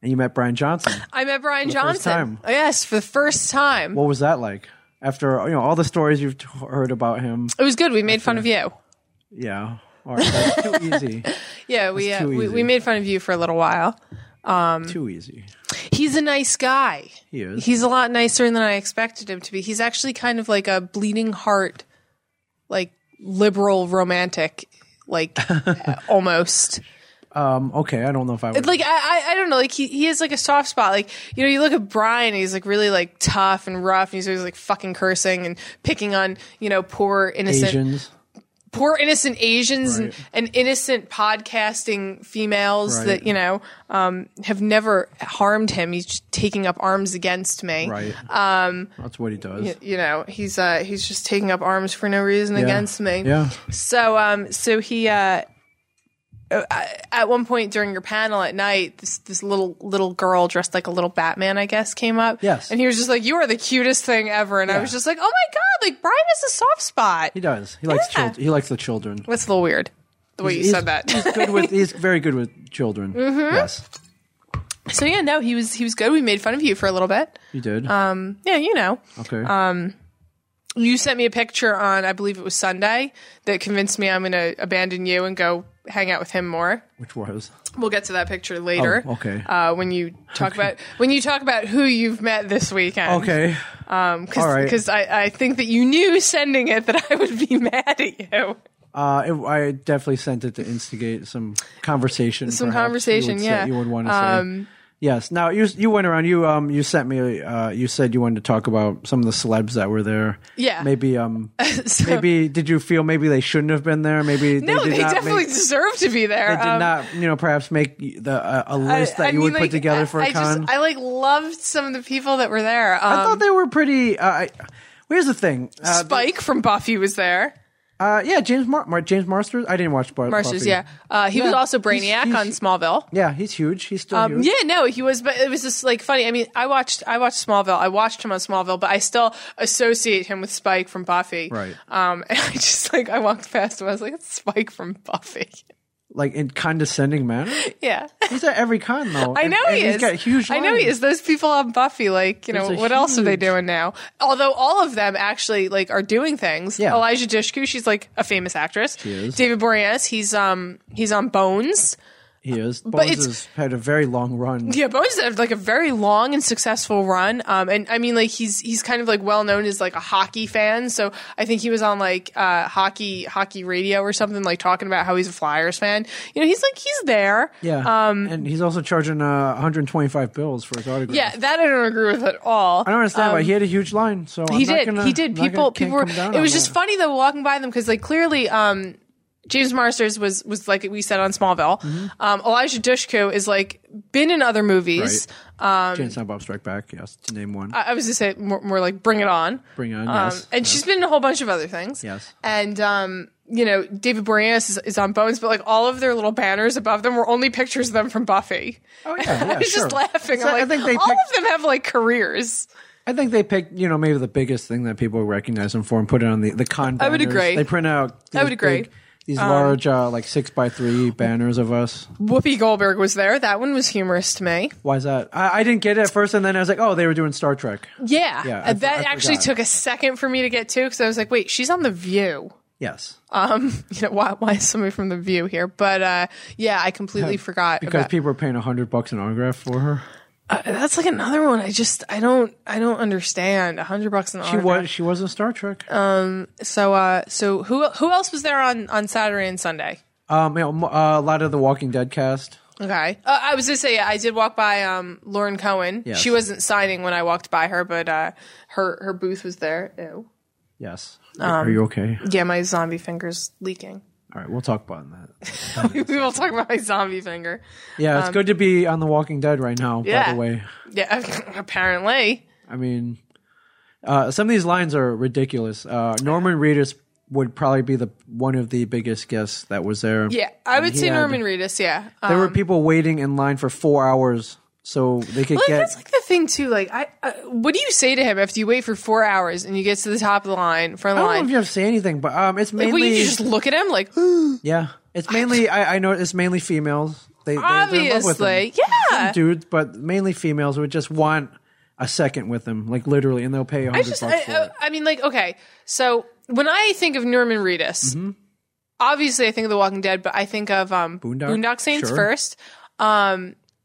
Speaker 2: and you met Brian Johnson.
Speaker 3: I met Brian
Speaker 2: first
Speaker 3: Johnson.
Speaker 2: time.
Speaker 3: Yes, for the first time.
Speaker 2: What was that like? After you know all the stories you've t- heard about him,
Speaker 3: it was good. We made fun of you.
Speaker 2: yeah, all right, that's too easy,
Speaker 3: Yeah, we, uh,
Speaker 2: too
Speaker 3: we
Speaker 2: easy.
Speaker 3: we made fun of you for a little while.
Speaker 2: too easy.
Speaker 3: He's a nice guy.
Speaker 2: He is.
Speaker 3: He's a lot nicer than I expected him to be. He's actually kind of like a bleeding heart, like liberal romantic, like almost.
Speaker 2: Um, okay, I don't know if I would.
Speaker 3: Like I, I, I don't know. Like he, he has like a soft spot. Like you know, you look at Brian, and he's like really like tough and rough, and he's always like fucking cursing and picking on you know poor innocent
Speaker 2: Asians,
Speaker 3: poor innocent Asians
Speaker 2: Right.
Speaker 3: and, and innocent podcasting females
Speaker 2: Right.
Speaker 3: that you know um, have never harmed him. He's just taking up arms against me.
Speaker 2: right? Um, that's what he does.
Speaker 3: Y- You know, he's uh, he's just taking up arms for no reason
Speaker 2: Yeah.
Speaker 3: against me.
Speaker 2: Yeah,
Speaker 3: So um, so he uh, uh, at one point during your panel at night, this this little little girl dressed like a little Batman, I guess, came up.
Speaker 2: Yes.
Speaker 3: and he was just like, "You are the cutest thing ever," and I
Speaker 2: Yeah.
Speaker 3: was just like, "Oh my god!" Like Brian has a soft spot.
Speaker 2: he does. He likes
Speaker 3: Yeah.
Speaker 2: children. He likes the children.
Speaker 3: That's a little weird. The way you
Speaker 2: He's-
Speaker 3: said that. Mm-hmm.
Speaker 2: he's good with. He's very good with children. Yes,
Speaker 3: So yeah, no, he was he was good. We made fun of you for a little bit.
Speaker 2: he did.
Speaker 3: Yeah, you know,
Speaker 2: okay.
Speaker 3: um, you sent me a picture on I believe it was Sunday that convinced me I'm going to abandon you and go hang out with him more.
Speaker 2: Which was
Speaker 3: We'll get to that picture later.
Speaker 2: Oh, okay.
Speaker 3: Uh, when you talk about when you talk about who you've met this weekend.
Speaker 2: okay.
Speaker 3: Because
Speaker 2: all right.
Speaker 3: I, I think that you knew sending it that I would be mad at you.
Speaker 2: Uh, it, I definitely sent it to instigate some conversation.
Speaker 3: Some
Speaker 2: perhaps, you would
Speaker 3: conversation,
Speaker 2: say-
Speaker 3: yeah.
Speaker 2: you would want to
Speaker 3: Um,
Speaker 2: say. Yes. Now you you went around. You um you sent me. Uh, you said you wanted to talk about some of the celebs that were there.
Speaker 3: Yeah.
Speaker 2: Maybe um
Speaker 3: So-
Speaker 2: maybe did you feel maybe they shouldn't have been there? Maybe
Speaker 3: no,
Speaker 2: did
Speaker 3: they
Speaker 2: not
Speaker 3: definitely
Speaker 2: Make,
Speaker 3: deserve to be there.
Speaker 2: they did
Speaker 3: Um,
Speaker 2: not you know perhaps make the uh, a
Speaker 3: I-
Speaker 2: list that
Speaker 3: I
Speaker 2: you would put
Speaker 3: mean, like,
Speaker 2: together for a
Speaker 3: I
Speaker 2: con.
Speaker 3: Just, I like loved some of the people that were there. Um,
Speaker 2: I thought they were pretty. Uh, I, here's the thing. Uh,
Speaker 3: Spike from Buffy was there.
Speaker 2: uh, yeah, James Mar- Mar- James Marsters. I didn't watch Bar-
Speaker 3: Marsters,
Speaker 2: Buffy.
Speaker 3: yeah. Uh, he was
Speaker 2: Yeah,
Speaker 3: also
Speaker 2: he's-
Speaker 3: Brainiac
Speaker 2: he's-
Speaker 3: on Smallville.
Speaker 2: Yeah, he's huge. He's still
Speaker 3: Um,
Speaker 2: huge.
Speaker 3: yeah, no, he was, but it was just like funny. I mean, I watched, I watched Smallville. I watched him on Smallville, but I still associate him with Spike from Buffy.
Speaker 2: Right.
Speaker 3: Um, and I just like, I walked past him. I was like, it's Spike from Buffy.
Speaker 2: like in condescending manner.
Speaker 3: yeah.
Speaker 2: He's at every con though.
Speaker 3: I
Speaker 2: And-
Speaker 3: know
Speaker 2: and
Speaker 3: he
Speaker 2: He's
Speaker 3: is.
Speaker 2: got huge.
Speaker 3: I know he
Speaker 2: lines.
Speaker 3: is. Those people on Buffy, like you know,
Speaker 2: There's a
Speaker 3: what else are they
Speaker 2: huge-
Speaker 3: doing now? Although all of them actually like are doing things.
Speaker 2: Yeah.
Speaker 3: Elijah Dushku, she's like a famous actress. She
Speaker 2: is.
Speaker 3: David Boreanaz, he's um he's on Bones.
Speaker 2: He is. Bones
Speaker 3: it's-
Speaker 2: has had a very long run.
Speaker 3: Yeah, Bones had like a very long and successful run. Um, and I mean, like he's he's kind of like well known as like a hockey fan. So I think he was on like uh hockey hockey radio or something, like talking about how he's a Flyers fan. You know, he's like he's there.
Speaker 2: Yeah. Um, and he's also charging uh, 125 bills for his autograph.
Speaker 3: Yeah, that I don't agree with at all. Um,
Speaker 2: I don't understand why he had a huge line. So I'm
Speaker 3: he
Speaker 2: not
Speaker 3: did.
Speaker 2: Gonna,
Speaker 3: he did.
Speaker 2: I'm not
Speaker 3: People.
Speaker 2: gonna- can't
Speaker 3: people were.
Speaker 2: come down
Speaker 3: It
Speaker 2: on
Speaker 3: was just
Speaker 2: that.
Speaker 3: funny though walking by them because like clearly, um, James Marsters was was like we said on Smallville.
Speaker 2: Mm-hmm.
Speaker 3: Um, Elijah Dushku is like been in other movies.
Speaker 2: Jane Silent Bob Strike Back, yes, to name one.
Speaker 3: I, I was gonna say more, more like Bring It On.
Speaker 2: Bring on,
Speaker 3: Uh, Um,
Speaker 2: yes.
Speaker 3: and she's been in a whole bunch of other things.
Speaker 2: Yes.
Speaker 3: And, um, you know, David Boreanaz is, is on Bones, but like all of their little banners above them were only pictures of them from Buffy.
Speaker 2: oh, yeah, yeah,
Speaker 3: I was
Speaker 2: sure.
Speaker 3: just laughing.
Speaker 2: So
Speaker 3: I'm like,
Speaker 2: I think they
Speaker 3: all
Speaker 2: picked,
Speaker 3: of them have like careers.
Speaker 2: I think they picked, you know, maybe the biggest thing that people recognize them for and put it on the, the con
Speaker 3: would
Speaker 2: banners.
Speaker 3: agree.
Speaker 2: They print out these
Speaker 3: I would agree. Um,
Speaker 2: big- these large, uh, like six by three banners of us.
Speaker 3: Whoopi Goldberg was there. That one was humorous to me.
Speaker 2: Why is that? I, I didn't get it at first, and then I was like, oh, they were doing Star Trek.
Speaker 3: Yeah.
Speaker 2: Yeah, I
Speaker 3: Uh,
Speaker 2: for-
Speaker 3: that
Speaker 2: I
Speaker 3: actually
Speaker 2: forgot.
Speaker 3: took a second for me to get to because I was like, wait, she's on The View.
Speaker 2: Yes.
Speaker 3: Oh, You know, why, why is somebody from The View here? But uh, yeah, I completely forgot.
Speaker 2: because
Speaker 3: about- Uh,
Speaker 2: people are paying a hundred bucks an autograph for her.
Speaker 3: Oh, That's like another one. I just I don't I don't understand. A hundred bucks an
Speaker 2: She
Speaker 3: hour.
Speaker 2: was she was in Star Trek.
Speaker 3: Oh. So uh so who who else was there on on Saturday and Sunday?
Speaker 2: Um, you know, m- uh, a lot of the Walking Dead cast.
Speaker 3: Okay. Uh, I was gonna say yeah, I did walk by um Lauren Cohen.
Speaker 2: Yes.
Speaker 3: She wasn't signing when I walked by her, but uh her her booth was there. Ew.
Speaker 2: Yes.
Speaker 3: Um,
Speaker 2: are you okay?
Speaker 3: Yeah, my zombie finger's leaking.
Speaker 2: All right, we'll talk about that.
Speaker 3: we will talk about my zombie finger.
Speaker 2: Yeah, it's good to be on the Walking Dead right now. By
Speaker 3: Um, yeah.
Speaker 2: the way,
Speaker 3: Yeah, apparently.
Speaker 2: I mean, uh, some of these lines are ridiculous. Uh, Norman Reedus would probably be the one of the biggest guests that was there.
Speaker 3: Yeah, I would
Speaker 2: he
Speaker 3: say
Speaker 2: had-
Speaker 3: Norman Reedus. Yeah, um,
Speaker 2: there were people waiting in line for four hours so they could
Speaker 3: But
Speaker 2: get.
Speaker 3: that's like the thing too. Like, I, I what do you say to him after you wait for four hours and you get to the top of the line,
Speaker 2: I
Speaker 3: front of the
Speaker 2: don't know if
Speaker 3: line?
Speaker 2: you have to say anything, but um, it's
Speaker 3: Like, what,
Speaker 2: mainly
Speaker 3: you just look at him like
Speaker 2: yeah, it's mainly I, I know it's mainly females. They, they they're in love with him.
Speaker 3: obviously, yeah.
Speaker 2: dudes, but mainly females would just want a second with him, like literally, and they'll pay a
Speaker 3: I
Speaker 2: hundred bucks
Speaker 3: just,
Speaker 2: for
Speaker 3: I, I,
Speaker 2: it.
Speaker 3: I mean, like, okay, so when I think of Norman Reedus, obviously I think of The Walking Dead, but I think of um,
Speaker 2: Boondock?
Speaker 3: Saints
Speaker 2: Sure.
Speaker 3: first. Um,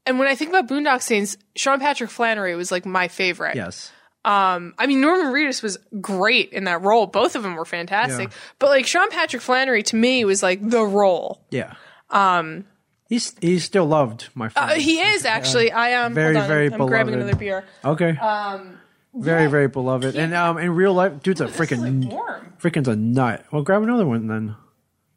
Speaker 3: and when I think about Boondock Saints, Sean Patrick Flannery was like my favorite.
Speaker 2: Yes,
Speaker 3: I mean, Norman Reedus was great in that role. Both of them were fantastic. But like Sean Patrick Flannery to me was like the role.
Speaker 2: yeah. Um, he's he's still loved, my friend.
Speaker 3: Uh, he is actually. I am
Speaker 2: Very,
Speaker 3: hold on,
Speaker 2: very
Speaker 3: I'm grabbing
Speaker 2: beloved.
Speaker 3: another beer.
Speaker 2: okay. Um, very very beloved, and um, in real life, dude's a freaking
Speaker 3: warm.
Speaker 2: freakin's a nut. Well, grab another one then.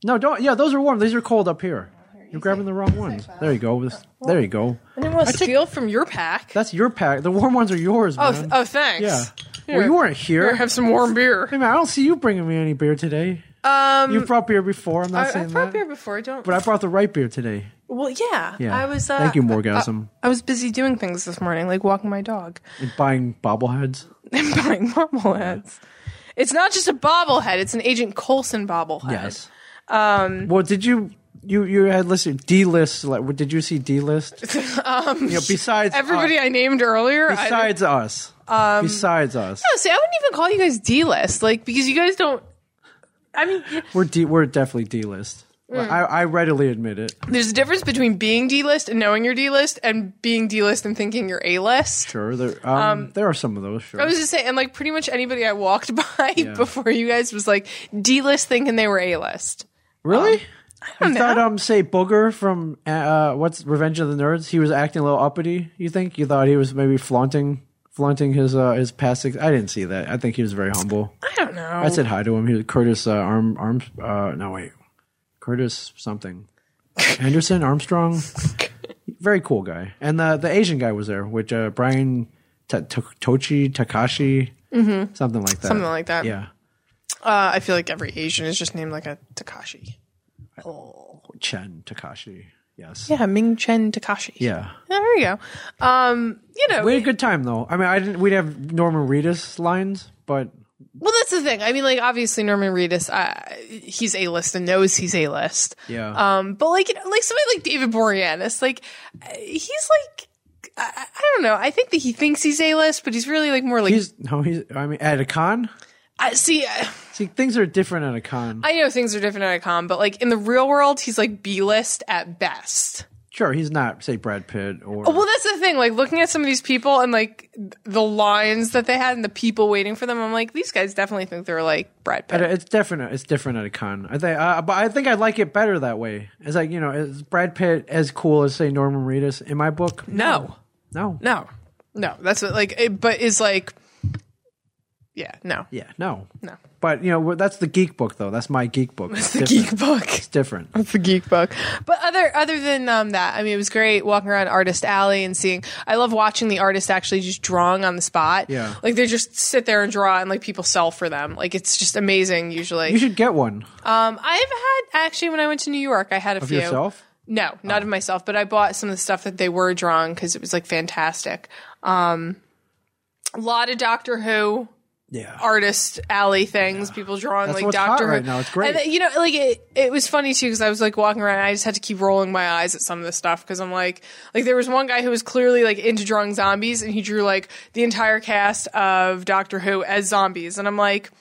Speaker 2: No, don't. Yeah, those are warm. These are cold up here.
Speaker 3: Oh,
Speaker 2: You're grabbing the wrong ones. There you go. This- There you go.
Speaker 3: I didn't want to steal from your pack.
Speaker 2: That's your pack. The warm ones are yours,
Speaker 3: oh,
Speaker 2: man.
Speaker 3: th- oh, thanks.
Speaker 2: yeah.
Speaker 3: Here.
Speaker 2: Well, you weren't here.
Speaker 3: Here, have some warm beer.
Speaker 2: Hey, man, I don't see you bringing me any beer today. Um, you brought beer before. I'm not
Speaker 3: I, I
Speaker 2: saying
Speaker 3: brought
Speaker 2: that.
Speaker 3: beer before. Don't.
Speaker 2: But I brought the right beer today.
Speaker 3: well, yeah.
Speaker 2: Yeah.
Speaker 3: I was. Uh,
Speaker 2: Thank you, Morgasm.
Speaker 3: I, I was busy doing things this morning, like walking my dog
Speaker 2: And buying bobbleheads.
Speaker 3: and buying bobbleheads. It's not just a bobblehead; it's an Agent Coulson bobblehead.
Speaker 2: Um. Well, did you you you had listed D list? Like, what- did you see D list? um. You know, besides
Speaker 3: Everybody
Speaker 2: us-
Speaker 3: I named earlier. I don't-
Speaker 2: Uh, besides us. Um. Besides us,
Speaker 3: honestly, I wouldn't even call you guys D list, like because you guys don't. I mean,
Speaker 2: we're D. We're definitely D list.
Speaker 3: Mm.
Speaker 2: I, I readily admit it.
Speaker 3: There's a difference between being D list and knowing you're D list and being D list and thinking you're A list.
Speaker 2: Sure. There um, there are some of those. Sure.
Speaker 3: I was just saying, and like pretty much anybody I walked by before you guys was like D list thinking they were A list.
Speaker 2: really.
Speaker 3: Um, don't
Speaker 2: you thought
Speaker 3: know.
Speaker 2: um say Booger from uh what's Revenge of the Nerds? He was acting a little uppity. You think you thought he was maybe flaunting flaunting his uh his past. Ex- I didn't see that. I think he was very humble.
Speaker 3: I don't know.
Speaker 2: I said hi to him. He was Curtis uh, Arm Arm. Uh, no wait, Curtis something. Anderson Armstrong. Very cool guy. And the the Asian guy was there, which uh, Brian Ta- Ta- Tochi Takashi, something like that.
Speaker 3: Mm-hmm. Something like that.
Speaker 2: Yeah,
Speaker 3: Uh, I feel like every Asian is just named like a Takashi.
Speaker 2: Chen Takashi. Yes.
Speaker 3: Yeah, Ming Chen Takashi.
Speaker 2: Yeah.
Speaker 3: There you go. Um, you know,
Speaker 2: We had a good time though. I mean, I didn't. We'd have Norman Reedus lines, but
Speaker 3: well, that's the thing. I mean, like obviously Norman Reedus, uh, he's A list and knows he's A list.
Speaker 2: yeah.
Speaker 3: Um, but like, you know, like somebody like David Boreanaz, like uh, he's like, I, I don't know. I think that he thinks he's a list, but he's really like more like.
Speaker 2: he's no. He's. I mean, at a con.
Speaker 3: I see. I,
Speaker 2: See, things are different at a con.
Speaker 3: I know things are different at a con, but like in the real world, he's like B list at best.
Speaker 2: sure, he's not say Brad Pitt or.
Speaker 3: Oh, Well, that's the thing. Like looking at some of these people and like the lines that they had and the people waiting for them, I'm like, these guys definitely think they're like Brad Pitt.
Speaker 2: But It's different. It's different at a con. I think, uh, but I think I like it better that way. It's like you know, is Brad Pitt as cool as say Norman Reedus in my book?
Speaker 3: No,
Speaker 2: no.
Speaker 3: no, no. That's what like. It, but is like Yeah, no.
Speaker 2: Yeah, no.
Speaker 3: No.
Speaker 2: But, you know, that's the geek book, though. That's my geek book.
Speaker 3: It's the geek book.
Speaker 2: It's different.
Speaker 3: It's the geek book. But other other than um, that, I mean, it was great walking around Artist Alley and seeing. I love watching the artist actually just drawing on the spot.
Speaker 2: Yeah.
Speaker 3: like they just sit there and draw, and like people sell for them. Like it's just amazing. Usually,
Speaker 2: You should get one
Speaker 3: um, I've had actually when I went to New York, I had a
Speaker 2: of
Speaker 3: few.
Speaker 2: yourself.
Speaker 3: No, not
Speaker 2: Oh.
Speaker 3: of myself, but I bought some of the stuff that they were drawing because it was like fantastic. Um, a lot of Doctor Who
Speaker 2: Yeah.
Speaker 3: artist alley things, people drawing
Speaker 2: That's
Speaker 3: like
Speaker 2: what's
Speaker 3: Doctor
Speaker 2: hot
Speaker 3: Who.
Speaker 2: right now. It's great.
Speaker 3: And, you know, like it, it was funny too because I was like walking around, and I just had to keep rolling my eyes at some of this stuff because I'm like, like there was one guy who was clearly like into drawing zombies, and he drew like the entire cast of Doctor Who as zombies, and I'm like.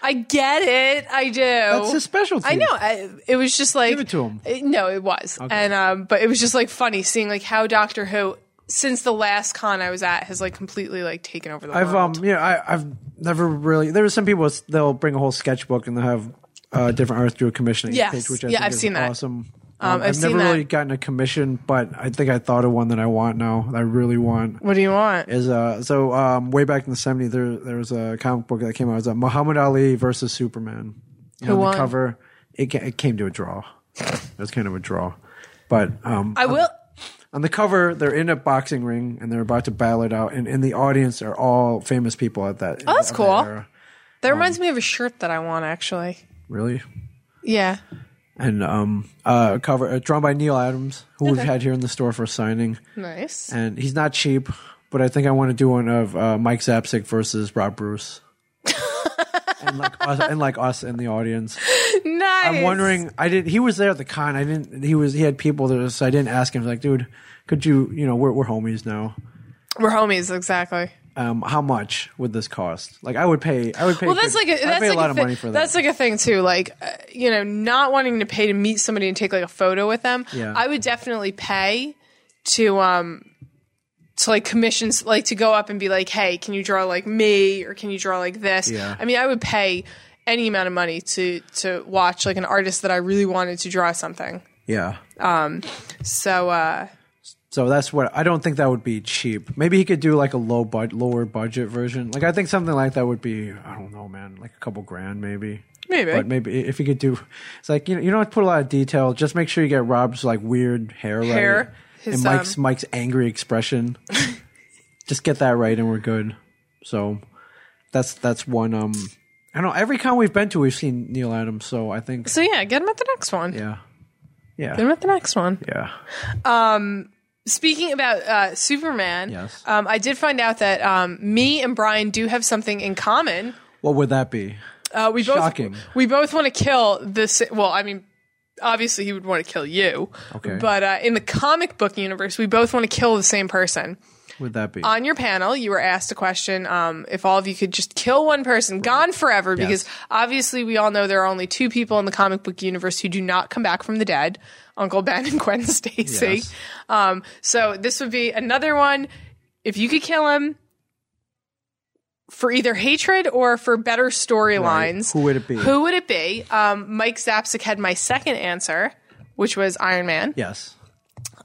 Speaker 3: I get it. I do.
Speaker 2: That's his specialty.
Speaker 3: I know. I, it was just like
Speaker 2: Give it to him.
Speaker 3: Uh, no, it was, and um, but it was just like funny seeing like how Doctor Who, since the last con I was at, has like completely like taken over the
Speaker 2: I've um
Speaker 3: world.
Speaker 2: you know I I've never really there are some people s- they'll bring a whole sketchbook and they'll have uh, different Earth Druid commissioning
Speaker 3: Yes.
Speaker 2: page, which I
Speaker 3: Yeah,
Speaker 2: think
Speaker 3: I've
Speaker 2: is
Speaker 3: seen that.
Speaker 2: awesome.
Speaker 3: Um, I've seen
Speaker 2: never
Speaker 3: that.
Speaker 2: really gotten a commission, but I think I thought of one that I want now. That I really want
Speaker 3: what do you want?
Speaker 2: is uh so um way back in the seventies there there was a comic book that came out. It was uh, Muhammad Ali versus Superman. And
Speaker 3: Who
Speaker 2: on
Speaker 3: won?
Speaker 2: the cover? It, ca- it came to a draw. It was kind of a draw, but um
Speaker 3: I will.
Speaker 2: on the cover, they're in a boxing ring and they're about to battle it out. And in the audience are all famous people at that. Oh,
Speaker 3: that's cool.
Speaker 2: um,
Speaker 3: That reminds me of a shirt that I want actually.
Speaker 2: Really?
Speaker 3: Yeah.
Speaker 2: And um, uh, cover uh, drawn by Neil Adams, who we've had here in the store for signing.
Speaker 3: Nice.
Speaker 2: And he's not cheap, but I think I want to do one of uh, Mike Zapsik versus Rob Bruce. and like us, and like us in the audience.
Speaker 3: Nice.
Speaker 2: I'm wondering. I did. He was there at the con. I didn't. He was. He had people there, so I didn't ask him. Like, dude, could you? You know, we're we're homies now.
Speaker 3: We're homies, exactly.
Speaker 2: um, how much would this cost? Like, I would pay. I would pay.
Speaker 3: Well, that's
Speaker 2: good-
Speaker 3: like a,
Speaker 2: I'd
Speaker 3: that's
Speaker 2: pay
Speaker 3: like
Speaker 2: a lot
Speaker 3: a
Speaker 2: of
Speaker 3: thi-
Speaker 2: money for that.
Speaker 3: That's like a thing too. Like uh, you know, not wanting to pay to meet somebody and take like a photo with them.
Speaker 2: Yeah.
Speaker 3: I would definitely pay to um to like commissions like to go up and be like, hey, can you draw like me or can you draw like this?
Speaker 2: Yeah.
Speaker 3: I mean, I would pay any amount of money to to watch like an artist that I really wanted to draw something.
Speaker 2: yeah.
Speaker 3: So uh
Speaker 2: So that's what I don't think that would be cheap. Maybe he could do like a low bud, lower budget version. Like, I think something like that would be. I don't know, man. Like a couple grand, maybe.
Speaker 3: Maybe.
Speaker 2: But maybe if you could do, it's like you know you don't have to put a lot of detail. Just make sure you get Rob's like weird hair,
Speaker 3: Hair,
Speaker 2: right
Speaker 3: his,
Speaker 2: and Mike's
Speaker 3: um,
Speaker 2: Mike's angry expression. just get that right, and we're good. So that's that's one. Um, I don't know. Every con we've been to, we've seen Neil Adams. So I think
Speaker 3: so yeah, get him at the next one.
Speaker 2: Yeah.
Speaker 3: Get him
Speaker 2: Yeah.
Speaker 3: at the next one.
Speaker 2: Yeah.
Speaker 3: Speaking about uh, Superman,
Speaker 2: Yes.
Speaker 3: um, I did find out that um, me and Brian do have something in common.
Speaker 2: What would that be?
Speaker 3: Uh, we both
Speaker 2: Shocking.
Speaker 3: we both want to kill this. Well, I mean, obviously he would want to kill you.
Speaker 2: Okay.
Speaker 3: But uh, in the comic book universe, we both want to kill the same person.
Speaker 2: Would that be?
Speaker 3: On your panel, you were asked a question: um, if all of you could just kill one person, gone forever, because obviously we all know there are only two people in the comic book universe who do not come back from the dead: Uncle Ben and Gwen Stacy.
Speaker 2: Yes.
Speaker 3: Um, so this would be another one. If you could kill him for either hatred or for better storylines,
Speaker 2: Who would it be?
Speaker 3: Who would it be? Um, Mike Zapsik had my second answer, which was Iron Man,
Speaker 2: yes.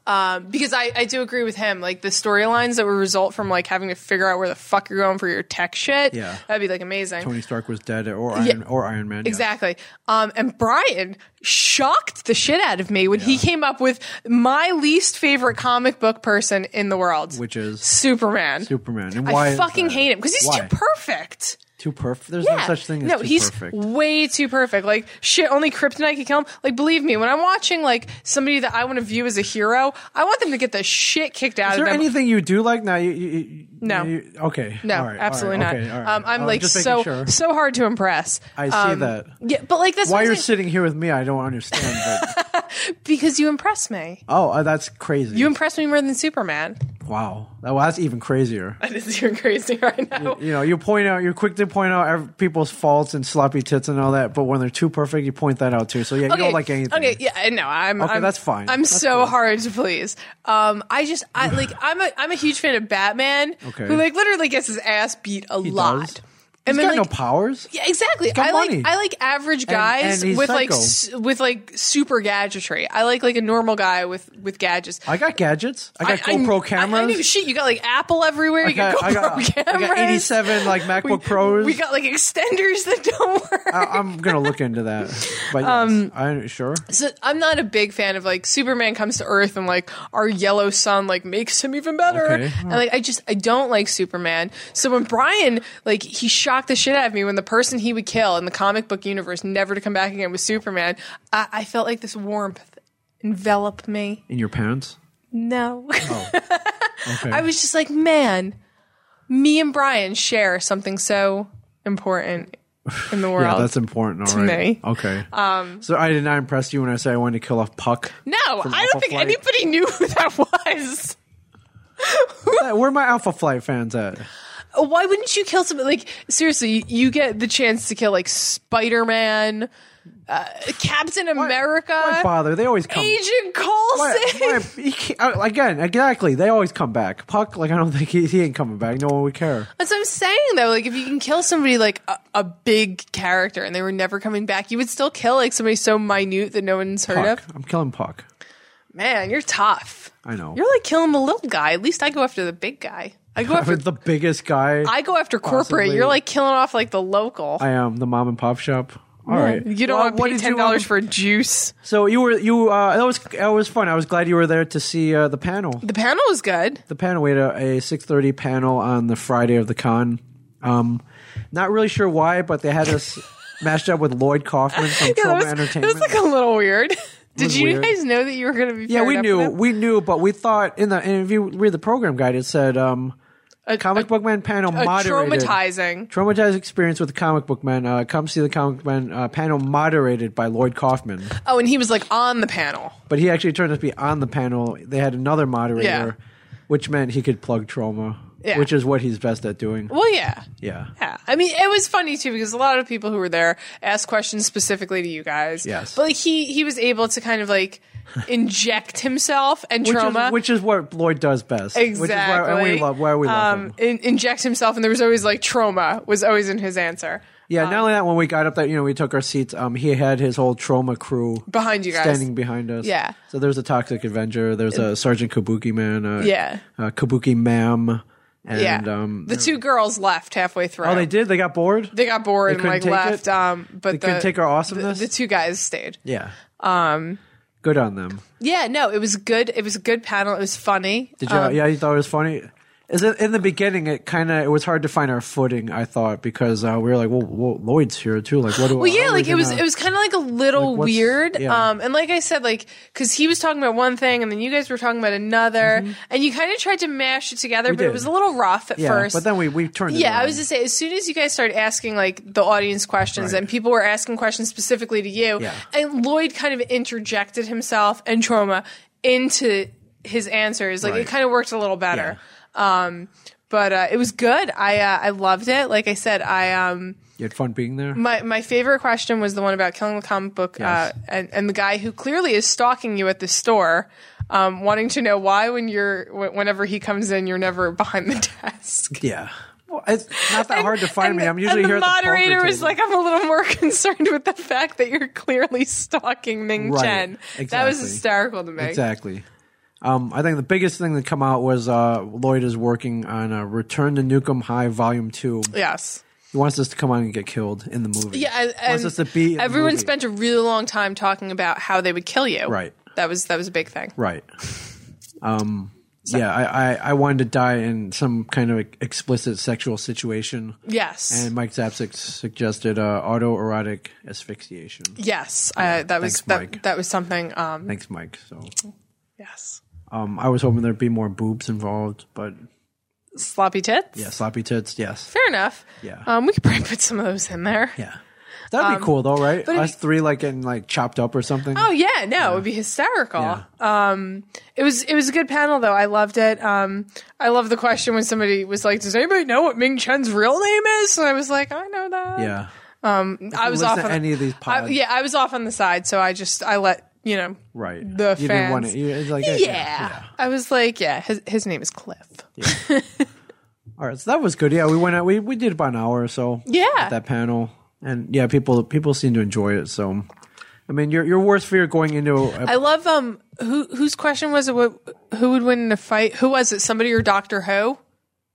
Speaker 3: um, because I, I do agree with him. Like the storylines that would result from like having to figure out where the fuck you're going for your tech shit.
Speaker 2: Yeah.
Speaker 3: that'd be like amazing.
Speaker 2: Tony Stark was dead or Iron, or Iron Man. yes.
Speaker 3: Exactly. Um, and Brian shocked the shit out of me when he came up with my least favorite comic book person in the world,
Speaker 2: Which is
Speaker 3: Superman.
Speaker 2: Superman. And why
Speaker 3: I
Speaker 2: is
Speaker 3: fucking
Speaker 2: that?
Speaker 3: hate him because he's
Speaker 2: Why?
Speaker 3: too perfect.
Speaker 2: Too perfect. There's
Speaker 3: Yeah.
Speaker 2: no such thing as
Speaker 3: no,
Speaker 2: too
Speaker 3: he's
Speaker 2: perfect.
Speaker 3: way too perfect. Like shit, only Kryptonite can kill him. Like believe me, when I'm watching like somebody that I want to view as a hero, I want them to get the shit kicked out
Speaker 2: Is
Speaker 3: of
Speaker 2: there
Speaker 3: them.
Speaker 2: anything you do like now? You, you, you,
Speaker 3: No.
Speaker 2: you- okay.
Speaker 3: no,
Speaker 2: All right, all right,
Speaker 3: absolutely not.
Speaker 2: okay, all right.
Speaker 3: um, I'm
Speaker 2: Oh,
Speaker 3: like
Speaker 2: just making
Speaker 3: so
Speaker 2: Sure.
Speaker 3: so hard to impress.
Speaker 2: I see
Speaker 3: Um,
Speaker 2: that.
Speaker 3: Yeah, but like that's
Speaker 2: Why
Speaker 3: what I'm
Speaker 2: you're
Speaker 3: saying,
Speaker 2: sitting here with me, I don't understand. But,
Speaker 3: because you impress me.
Speaker 2: oh, uh, that's crazy.
Speaker 3: You impress me more than Superman.
Speaker 2: wow. That, well, that's even crazier.
Speaker 3: That is you're crazy right now.
Speaker 2: you know, you point out, you're quick to point out ev- people's faults and sloppy tits and all that, but when they're too perfect, you point that out too. So yeah, you don't like anything.
Speaker 3: Okay, yeah, I know. I'm
Speaker 2: Okay,
Speaker 3: I'm-
Speaker 2: that's fine.
Speaker 3: I'm
Speaker 2: That's
Speaker 3: so
Speaker 2: cool.
Speaker 3: hard to please. Um, I just I like I'm a I'm a huge fan of Batman,
Speaker 2: Okay.
Speaker 3: who like literally gets his ass beat a lot.
Speaker 2: does. He's
Speaker 3: and then
Speaker 2: got no
Speaker 3: like
Speaker 2: powers.
Speaker 3: Yeah, exactly.
Speaker 2: got
Speaker 3: I like
Speaker 2: money.
Speaker 3: I like average guys
Speaker 2: and he's
Speaker 3: with like
Speaker 2: psycho.
Speaker 3: s- with like super gadgetry. I like like a normal guy with with gadgets.
Speaker 2: I got gadgets. I got
Speaker 3: I-
Speaker 2: GoPro
Speaker 3: I,
Speaker 2: cameras.
Speaker 3: I knew shit. You got like Apple everywhere.
Speaker 2: I
Speaker 3: You got,
Speaker 2: got- I
Speaker 3: GoPro
Speaker 2: got- I got
Speaker 3: cameras.
Speaker 2: 87, like, MacBook
Speaker 3: we,
Speaker 2: Pros.
Speaker 3: We got like extenders that don't work.
Speaker 2: I, am gonna look into that. But yes,
Speaker 3: Um,
Speaker 2: I sure.
Speaker 3: So I'm not a big fan of like Superman comes to Earth and like our yellow sun like makes him even better.
Speaker 2: Okay.
Speaker 3: And like I just I don't like Superman. So when Brian like he shocked the shit out of me when the person he would kill in the comic book universe never to come back again was Superman. I, I felt like this warmth envelop me.
Speaker 2: In your parents.
Speaker 3: No,
Speaker 2: Oh. Okay.
Speaker 3: I was just like man, me and Brian share something so important in the world.
Speaker 2: yeah, that's important. All
Speaker 3: to
Speaker 2: right.
Speaker 3: me.
Speaker 2: Okay. Um. So I did not impress you when I said I wanted to kill off Puck.
Speaker 3: no, I
Speaker 2: Alpha
Speaker 3: don't think
Speaker 2: Flight.
Speaker 3: anybody knew who that was.
Speaker 2: Where are my Alpha Flight fans at?
Speaker 3: Why wouldn't you kill somebody? Like seriously, you, you get the chance to kill like Spider Man, uh, Captain America,
Speaker 2: Why bother? They always come.
Speaker 3: Agent
Speaker 2: Why- why-
Speaker 3: Coulson.
Speaker 2: he can't- uh, again, exactly. They always come back. Puck, like I don't think he, he ain't coming back. No one would care.
Speaker 3: That's what I'm saying though. Like if you can kill somebody like a, a big character and they were never coming back, you would still kill like somebody so minute that no one's heard
Speaker 2: Puck.
Speaker 3: of.
Speaker 2: I'm killing Puck.
Speaker 3: Man, you're tough.
Speaker 2: I know.
Speaker 3: You're like killing the little guy. At least I go after the big guy. I go
Speaker 2: I
Speaker 3: after
Speaker 2: was the biggest guy. I,
Speaker 3: I go after corporate.
Speaker 2: Possibly.
Speaker 3: You're like killing off like the local.
Speaker 2: am the mom and pop shop. All right.
Speaker 3: You don't
Speaker 2: Well,
Speaker 3: want to pay
Speaker 2: did you,
Speaker 3: ten dollars
Speaker 2: um,
Speaker 3: for juice.
Speaker 2: So you were you. Uh, that was that was fun. I was glad you were there to see uh, the panel.
Speaker 3: The panel was good.
Speaker 2: the panel. We had a, a six thirty panel on the Friday of the con. Um, not really sure why, but they had us matched up with Lloyd Kaufman from
Speaker 3: Yeah,
Speaker 2: Trauma
Speaker 3: that was,
Speaker 2: Entertainment.
Speaker 3: It was like a little weird. Did
Speaker 2: was
Speaker 3: you
Speaker 2: weird.
Speaker 3: guys know that you were going to be?
Speaker 2: yeah,
Speaker 3: paired
Speaker 2: we
Speaker 3: up
Speaker 2: knew,
Speaker 3: with him?
Speaker 2: we knew, but we thought in the and if you read the program guide, it said um, comic book man panel
Speaker 3: A
Speaker 2: moderated.
Speaker 3: traumatizing.
Speaker 2: Traumatized experience with the comic book man. Uh, come see the comic book man uh, panel moderated by Lloyd Kaufman.
Speaker 3: Oh, and he was like on the panel.
Speaker 2: But he actually turned out to be on the panel. They had another moderator,
Speaker 3: Yeah.
Speaker 2: which meant he could plug trauma,
Speaker 3: Yeah.
Speaker 2: which is what he's best at doing.
Speaker 3: Well, yeah.
Speaker 2: Yeah.
Speaker 3: Yeah, I mean, it was funny too because a lot of people who were there asked questions specifically to you guys.
Speaker 2: Yes.
Speaker 3: but like he he was able to kind of like inject himself and
Speaker 2: which
Speaker 3: trauma,
Speaker 2: Is, which is what Lloyd does best. Which is why,
Speaker 3: exactly.
Speaker 2: and we love, why we love
Speaker 3: um,
Speaker 2: him.
Speaker 3: in- inject himself, and there was always like trauma was always in his answer.
Speaker 2: Yeah, not only that, when we got up there, you know, we took our seats. Um, he had his whole trauma crew
Speaker 3: Behind you guys.
Speaker 2: standing behind us.
Speaker 3: Yeah.
Speaker 2: So there's a Toxic Avenger. There's a Sergeant Kabuki man. A,
Speaker 3: Yeah.
Speaker 2: A Kabuki ma'am. And,
Speaker 3: Yeah,
Speaker 2: Um,
Speaker 3: the two girls left halfway through.
Speaker 2: oh, they did. They got bored.
Speaker 3: they got bored
Speaker 2: They
Speaker 3: and
Speaker 2: couldn't
Speaker 3: like
Speaker 2: take it?
Speaker 3: left. Um, but
Speaker 2: They
Speaker 3: the,
Speaker 2: couldn't take our awesomeness?
Speaker 3: The, the two guys stayed.
Speaker 2: yeah. Um. Good on them.
Speaker 3: Yeah, no, it was good. It was a good panel. It was funny. Um,
Speaker 2: Did you? yeah, you thought it was funny. Is it in the beginning? It kind of it was hard to find our footing. I thought because uh, we were like, well, well, Lloyd's here too. Like, what do?
Speaker 3: Well, yeah, like it was, it was kind of like a little
Speaker 2: uh, Like, what's-
Speaker 3: weird.
Speaker 2: yeah.
Speaker 3: Um, and like I said, like because he was talking about one thing, and then you guys were talking about another, and you kind of tried to mash it together, but it
Speaker 2: Mm-hmm. did.
Speaker 3: was a little rough at
Speaker 2: yeah,
Speaker 3: first.
Speaker 2: but then we we turned. It
Speaker 3: yeah, I
Speaker 2: around.
Speaker 3: was to say, as soon as you guys started asking like the audience questions,
Speaker 2: Right.
Speaker 3: and people were asking questions specifically to you,
Speaker 2: Yeah.
Speaker 3: and Lloyd kind of interjected himself and trauma into his answers, like
Speaker 2: Right.
Speaker 3: it kind of worked a little better. Um, but uh, it was good. I uh, I loved it. Like I said, I um
Speaker 2: You had fun being there.
Speaker 3: my my favorite question was the one about killing the comic book
Speaker 2: Yes.
Speaker 3: uh, and and the guy who clearly is stalking you at the store, um, wanting to know why when you're wh- whenever he comes in, you're never behind the desk.
Speaker 2: yeah. Well, it's not that hard to find me.
Speaker 3: the-
Speaker 2: I'm usually
Speaker 3: and
Speaker 2: here.
Speaker 3: The
Speaker 2: at
Speaker 3: moderator
Speaker 2: the poker
Speaker 3: is
Speaker 2: table.
Speaker 3: like, I'm a little more concerned with the fact that you're clearly stalking Ming
Speaker 2: Right.
Speaker 3: Chen. That was
Speaker 2: Exactly.
Speaker 3: hysterical to me.
Speaker 2: exactly. Um, I think the biggest thing that come out was uh, Lloyd is working on uh, Return to Nukem High Volume Two.
Speaker 3: Yes.
Speaker 2: He wants us to come out and get killed in the movie.
Speaker 3: Yeah. And,
Speaker 2: He wants us to be. in the
Speaker 3: everyone
Speaker 2: movie.
Speaker 3: spent a really long time talking about how they would kill you.
Speaker 2: Right.
Speaker 3: That was that was a big thing.
Speaker 2: Right. Um, yeah, I, I, I wanted to die in some kind of explicit sexual situation.
Speaker 3: Yes.
Speaker 2: And Mike Zapsik suggested uh, autoerotic asphyxiation.
Speaker 3: yes. uh, that
Speaker 2: thanks,
Speaker 3: was that,
Speaker 2: Mike.
Speaker 3: that was something. Um,
Speaker 2: Thanks, Mike. So
Speaker 3: yes.
Speaker 2: um, I was hoping there'd be more boobs involved, but
Speaker 3: Sloppy tits.
Speaker 2: yeah, sloppy tits, yes.
Speaker 3: Fair enough.
Speaker 2: Yeah.
Speaker 3: Um, we could probably put some of those in there.
Speaker 2: Yeah. That'd
Speaker 3: Um,
Speaker 2: be cool though, right?
Speaker 3: it'd
Speaker 2: Us three like getting like chopped up or something.
Speaker 3: Oh yeah, no, it would be hysterical. Um, it was it was a good panel though. I loved it. Um, I love the question when somebody was like, "Does anybody know what Ming Chen's real name is?" And I was like, "I know that."
Speaker 2: yeah.
Speaker 3: I was
Speaker 2: listen
Speaker 3: off
Speaker 2: to
Speaker 3: on
Speaker 2: any of these
Speaker 3: I-
Speaker 2: pods.
Speaker 3: yeah, I was off on the side, so I just I let you know.
Speaker 2: Right.
Speaker 3: The
Speaker 2: you didn't want
Speaker 3: fans.
Speaker 2: to. It's like, eh,
Speaker 3: Yeah. I was like, yeah, his his name is Cliff.
Speaker 2: All All right, so that was good. Yeah, we went out. We we did about an hour or so.
Speaker 3: Yeah.
Speaker 2: at that panel, and yeah, people people seem to enjoy it. So, I mean, you're you're worth fear going into. A,
Speaker 3: I love um who whose question was it what, who would win in a fight? Who was it? Somebody or Doctor Who?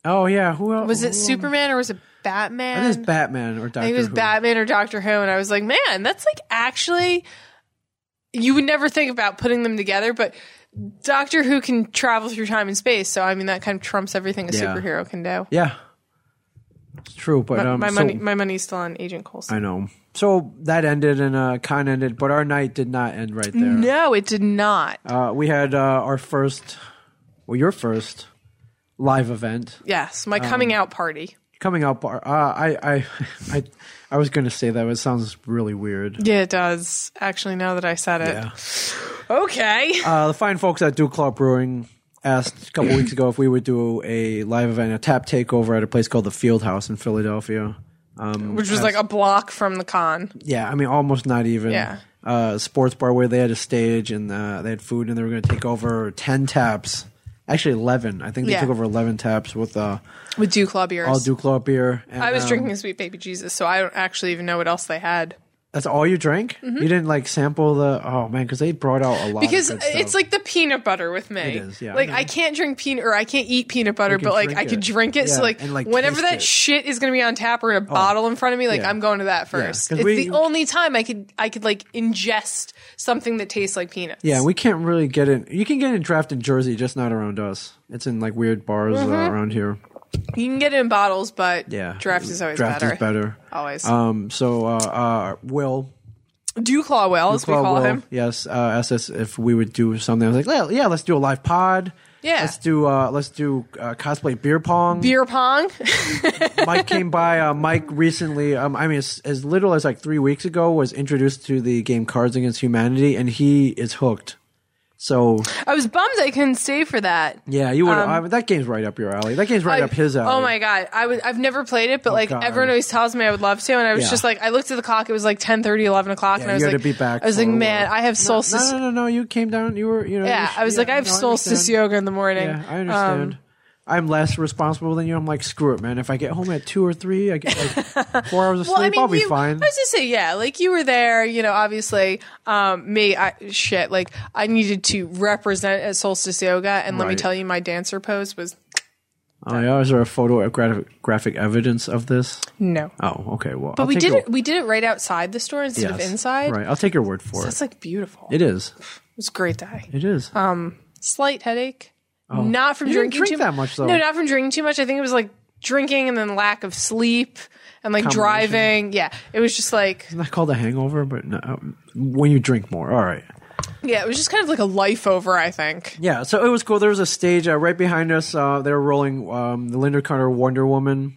Speaker 2: oh yeah, who else
Speaker 3: Was
Speaker 2: who
Speaker 3: it Superman or was it Batman?
Speaker 2: I think it's Batman or Doctor
Speaker 3: I think it was
Speaker 2: Who.
Speaker 3: Batman or Doctor Who and I was like, "Man, that's like actually you would never think about putting them together, but Doctor Who can travel through time and space, so I mean that kind of trumps everything a
Speaker 2: Yeah.
Speaker 3: superhero can do.
Speaker 2: Yeah, it's true. But um,
Speaker 3: my
Speaker 2: so-
Speaker 3: money my money's still on Agent Coulson.
Speaker 2: I know. So that ended and uh, con ended, but our night did not end right there.
Speaker 3: No, it did not.
Speaker 2: Uh, we had uh, our first, well, your first live event
Speaker 3: yes, my
Speaker 2: um,
Speaker 3: coming out party.
Speaker 2: coming up. Uh, I, I, I, I was going to say that, but it sounds really weird.
Speaker 3: Yeah, it does. Actually, now that I said it.
Speaker 2: Yeah.
Speaker 3: Okay.
Speaker 2: Uh, the fine folks at Duke Club Brewing asked a couple weeks ago if we would do a live event, a tap takeover at a place called the Field House in Philadelphia. Um,
Speaker 3: which was like a block from the con.
Speaker 2: Yeah, I mean, almost not even.
Speaker 3: Yeah.
Speaker 2: Uh, sports bar where they had a stage and uh, they had food and they were going to take over 10 taps. Actually, 11. I think they
Speaker 3: Yeah.
Speaker 2: took over 11 taps with uh,
Speaker 3: With Duke Club beers.
Speaker 2: all Duke Law beer. And,
Speaker 3: I was
Speaker 2: um,
Speaker 3: drinking Sweet Baby Jesus, so I don't actually even know what else they had.
Speaker 2: That's all you drank? You didn't like sample the. Oh, man, because they brought out a lot
Speaker 3: Mm-hmm. Because
Speaker 2: of good stuff.
Speaker 3: it's like the peanut butter with me. It
Speaker 2: is, yeah.
Speaker 3: Like
Speaker 2: Mhm.
Speaker 3: I can't drink peanut or I can't eat peanut butter,
Speaker 2: can
Speaker 3: but like
Speaker 2: drink
Speaker 3: I could
Speaker 2: it.
Speaker 3: drink it.
Speaker 2: Yeah,
Speaker 3: So like,
Speaker 2: and, like,
Speaker 3: whenever
Speaker 2: taste
Speaker 3: that
Speaker 2: it. Oh,
Speaker 3: shit is gonna be on tap or in a bottle in front of me, like
Speaker 2: yeah.
Speaker 3: I'm going to that first.
Speaker 2: 'cause
Speaker 3: it's
Speaker 2: we-
Speaker 3: the only time I could I could like ingest something that tastes like peanuts.
Speaker 2: Yeah, we can't really get it. You can get it draft in Jersey, just not around us. It's in like weird bars
Speaker 3: Mm-hmm.
Speaker 2: uh, around here.
Speaker 3: you can get it in bottles, but
Speaker 2: Yeah.
Speaker 3: draft is always
Speaker 2: draft
Speaker 3: better.
Speaker 2: is better.
Speaker 3: Always.
Speaker 2: Um, so, uh, uh, Will
Speaker 3: Dew Claw Will, as we
Speaker 2: Well,
Speaker 3: call
Speaker 2: Will,
Speaker 3: him.
Speaker 2: Yes, uh, asked us if we would do something. I was like, yeah, yeah let's do a live pod.
Speaker 3: Yeah.
Speaker 2: let's do uh, let's do uh, cosplay beer pong.
Speaker 3: Beer pong.
Speaker 2: Mike came by. Uh, Mike recently, um, I mean, as, as little as like three weeks ago, was introduced to the game Cards Against Humanity, and he is hooked. So
Speaker 3: I was bummed I couldn't stay for that.
Speaker 2: yeah, you would. I mean, that game's right up your alley. That game's right
Speaker 3: Um, I-
Speaker 2: up his alley. Oh
Speaker 3: Oh my god, I would. I've never played it, but like
Speaker 2: God.
Speaker 3: everyone always tells me I would love to, and I was
Speaker 2: Yeah.
Speaker 3: just like, I looked at the clock. It was like 10, 11 o'clock, and I
Speaker 2: you
Speaker 3: was
Speaker 2: had to
Speaker 3: like,
Speaker 2: be back
Speaker 3: I was like,
Speaker 2: for a
Speaker 3: man,
Speaker 2: while.
Speaker 3: I have
Speaker 2: No,
Speaker 3: solstice.
Speaker 2: no, no, no. You came down. You were, you know.
Speaker 3: Yeah,
Speaker 2: you-
Speaker 3: I was like, I have
Speaker 2: no,
Speaker 3: solstice
Speaker 2: understand.
Speaker 3: yoga in the morning.
Speaker 2: Yeah, I
Speaker 3: Um,
Speaker 2: understand. I'm less responsible than you. I'm like, screw it, man. If I get home at two or three, I get like four hours of
Speaker 3: well,
Speaker 2: sleep.
Speaker 3: I mean,
Speaker 2: will be
Speaker 3: you, I
Speaker 2: fine.
Speaker 3: was just say, yeah, like you were there, you know. Obviously, um, me, I, shit, like I needed to represent at solstice yoga, and let me
Speaker 2: Right.
Speaker 3: tell you, my dancer pose was
Speaker 2: Oh yeah, is there a photo of graphic, graphic evidence of this?
Speaker 3: no.
Speaker 2: Oh, okay. Well,
Speaker 3: But
Speaker 2: I'll
Speaker 3: we
Speaker 2: take
Speaker 3: did
Speaker 2: your-
Speaker 3: it. We did it right outside the store instead of
Speaker 2: Yes.
Speaker 3: inside.
Speaker 2: Right. I'll take your word for
Speaker 3: That's
Speaker 2: it.
Speaker 3: like beautiful.
Speaker 2: It is.
Speaker 3: It was a great day.
Speaker 2: It is.
Speaker 3: Um, Slight headache. Not from
Speaker 2: Oh. You didn't
Speaker 3: drinking
Speaker 2: drink
Speaker 3: too
Speaker 2: that much, though.
Speaker 3: No, not from drinking too much. I think it was like drinking and then lack of sleep and like
Speaker 2: Combination.
Speaker 3: driving. Yeah, it was just like
Speaker 2: not called a hangover, but no, um, when you drink more. All right.
Speaker 3: yeah, it was just kind of like a life over. I think.
Speaker 2: Yeah. So it was cool. There was a stage uh, right behind us. Uh, they were rolling um, the Linda Carter Wonder Woman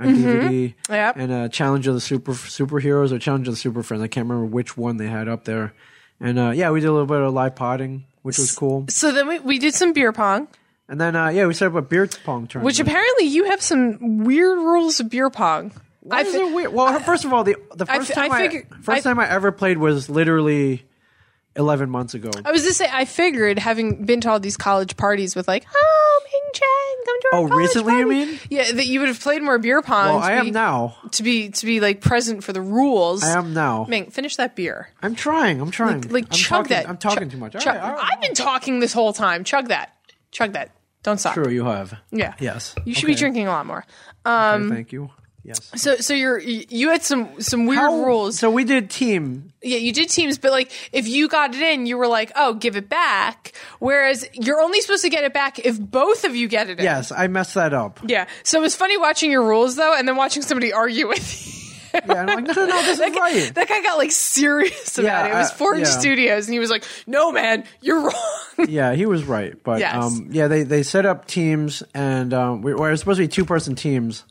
Speaker 2: on DVD.
Speaker 3: Mm-hmm. Yep.
Speaker 2: and uh, Challenge of the Super Superheroes or Challenge of the Super Friends. I can't remember which one they had up there. And uh, yeah, we did a little bit of live potting, which was cool.
Speaker 3: So then we, we did some beer pong,
Speaker 2: And then uh, yeah, we set up a beer pong tournament.
Speaker 3: which apparently you have some weird rules of beer pong.
Speaker 2: Why is it weird? Well, first of all, the the
Speaker 3: I
Speaker 2: first
Speaker 3: fi- I
Speaker 2: time I,
Speaker 3: figure-
Speaker 2: first
Speaker 3: I-
Speaker 2: time I ever played was literally eleven months ago. Oh,
Speaker 3: I was just say I figured having been to all these college parties with like oh Ming Chen come to our
Speaker 2: Oh,
Speaker 3: college
Speaker 2: recently, you
Speaker 3: party."
Speaker 2: mean?
Speaker 3: yeah that you would have played more beer pong.
Speaker 2: Well,
Speaker 3: to
Speaker 2: I
Speaker 3: be-
Speaker 2: am now.
Speaker 3: to be to be like present for the rules.
Speaker 2: I am now.
Speaker 3: Ming, finish that beer.
Speaker 2: I'm trying. I'm trying.
Speaker 3: Like
Speaker 2: Mm. I'm
Speaker 3: chug
Speaker 2: talking,
Speaker 3: that.
Speaker 2: I'm talking
Speaker 3: Chug-
Speaker 2: too much. All
Speaker 3: chug-
Speaker 2: right, all right.
Speaker 3: I've been talking this whole time. Chug that. Chug that. Don't stop.
Speaker 2: Sure, you have.
Speaker 3: Yeah.
Speaker 2: Yes.
Speaker 3: You should be
Speaker 2: Okay.
Speaker 3: drinking um, a lot more.
Speaker 2: Okay, thank you. Yes.
Speaker 3: So so you're you you had some some weird
Speaker 2: How-
Speaker 3: rules.
Speaker 2: So we did team.
Speaker 3: yeah, you did teams, but like if you got it in, you were like, "Oh, give it back." Whereas you're only supposed to get it back if both of you get it in.
Speaker 2: Yes, I messed that up.
Speaker 3: Yeah. So it was funny watching your rules though and then watching somebody argue with you.
Speaker 2: Yeah, and I'm like, no, no, no, this is right.
Speaker 3: That guy got like serious about
Speaker 2: Yeah,
Speaker 3: it. It was
Speaker 2: I-
Speaker 3: Forge
Speaker 2: yeah.
Speaker 3: Studios, and he was like, "No, man, you're wrong."
Speaker 2: Yeah, he was right. But
Speaker 3: Yes.
Speaker 2: um, yeah, they, they set up teams, and um, we, we're supposed to be two person teams.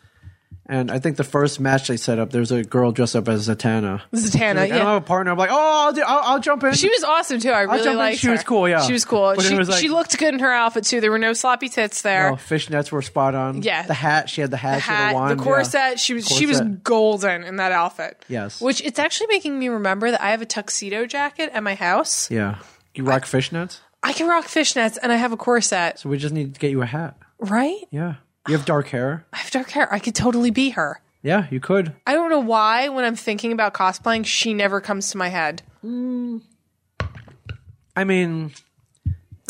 Speaker 2: And I think the first match they set up, there's a girl dressed up as Zatanna.
Speaker 3: Zatanna,
Speaker 2: Like, I
Speaker 3: yeah.
Speaker 2: don't have a partner. I'm like, oh, I'll, do, I'll, I'll jump in.
Speaker 3: She was awesome too. I really
Speaker 2: jump in.
Speaker 3: liked
Speaker 2: She
Speaker 3: her.
Speaker 2: was cool, yeah.
Speaker 3: she was cool.
Speaker 2: But it
Speaker 3: she,
Speaker 2: was like-
Speaker 3: she looked good in her outfit too. There were no sloppy tits there.
Speaker 2: Oh, fishnets were spot on.
Speaker 3: Yeah.
Speaker 2: the hat. She had the hat.
Speaker 3: the
Speaker 2: she had
Speaker 3: hat,
Speaker 2: the wand.
Speaker 3: the
Speaker 2: yeah.
Speaker 3: corset. She was she was
Speaker 2: Corset.
Speaker 3: golden in that outfit.
Speaker 2: Yes.
Speaker 3: which it's actually making me remember that I have a tuxedo jacket at my house.
Speaker 2: Yeah, you rock fishnets.
Speaker 3: I can rock fishnets and I have a corset,
Speaker 2: So we just need to get you a hat.
Speaker 3: right?
Speaker 2: Yeah. You have dark hair.
Speaker 3: I have dark hair. I could totally be her.
Speaker 2: Yeah, you could.
Speaker 3: I don't know why when I'm thinking about cosplaying, she never comes to my head.
Speaker 2: I mean,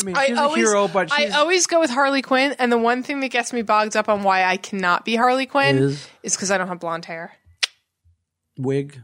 Speaker 2: I mean, she's
Speaker 3: I
Speaker 2: a
Speaker 3: always,
Speaker 2: hero, but
Speaker 3: I
Speaker 2: she's
Speaker 3: always go with Harley Quinn, and the one thing that gets me bogged up on why I cannot be Harley Quinn
Speaker 2: Is?
Speaker 3: is because I don't have blonde hair.
Speaker 2: wig.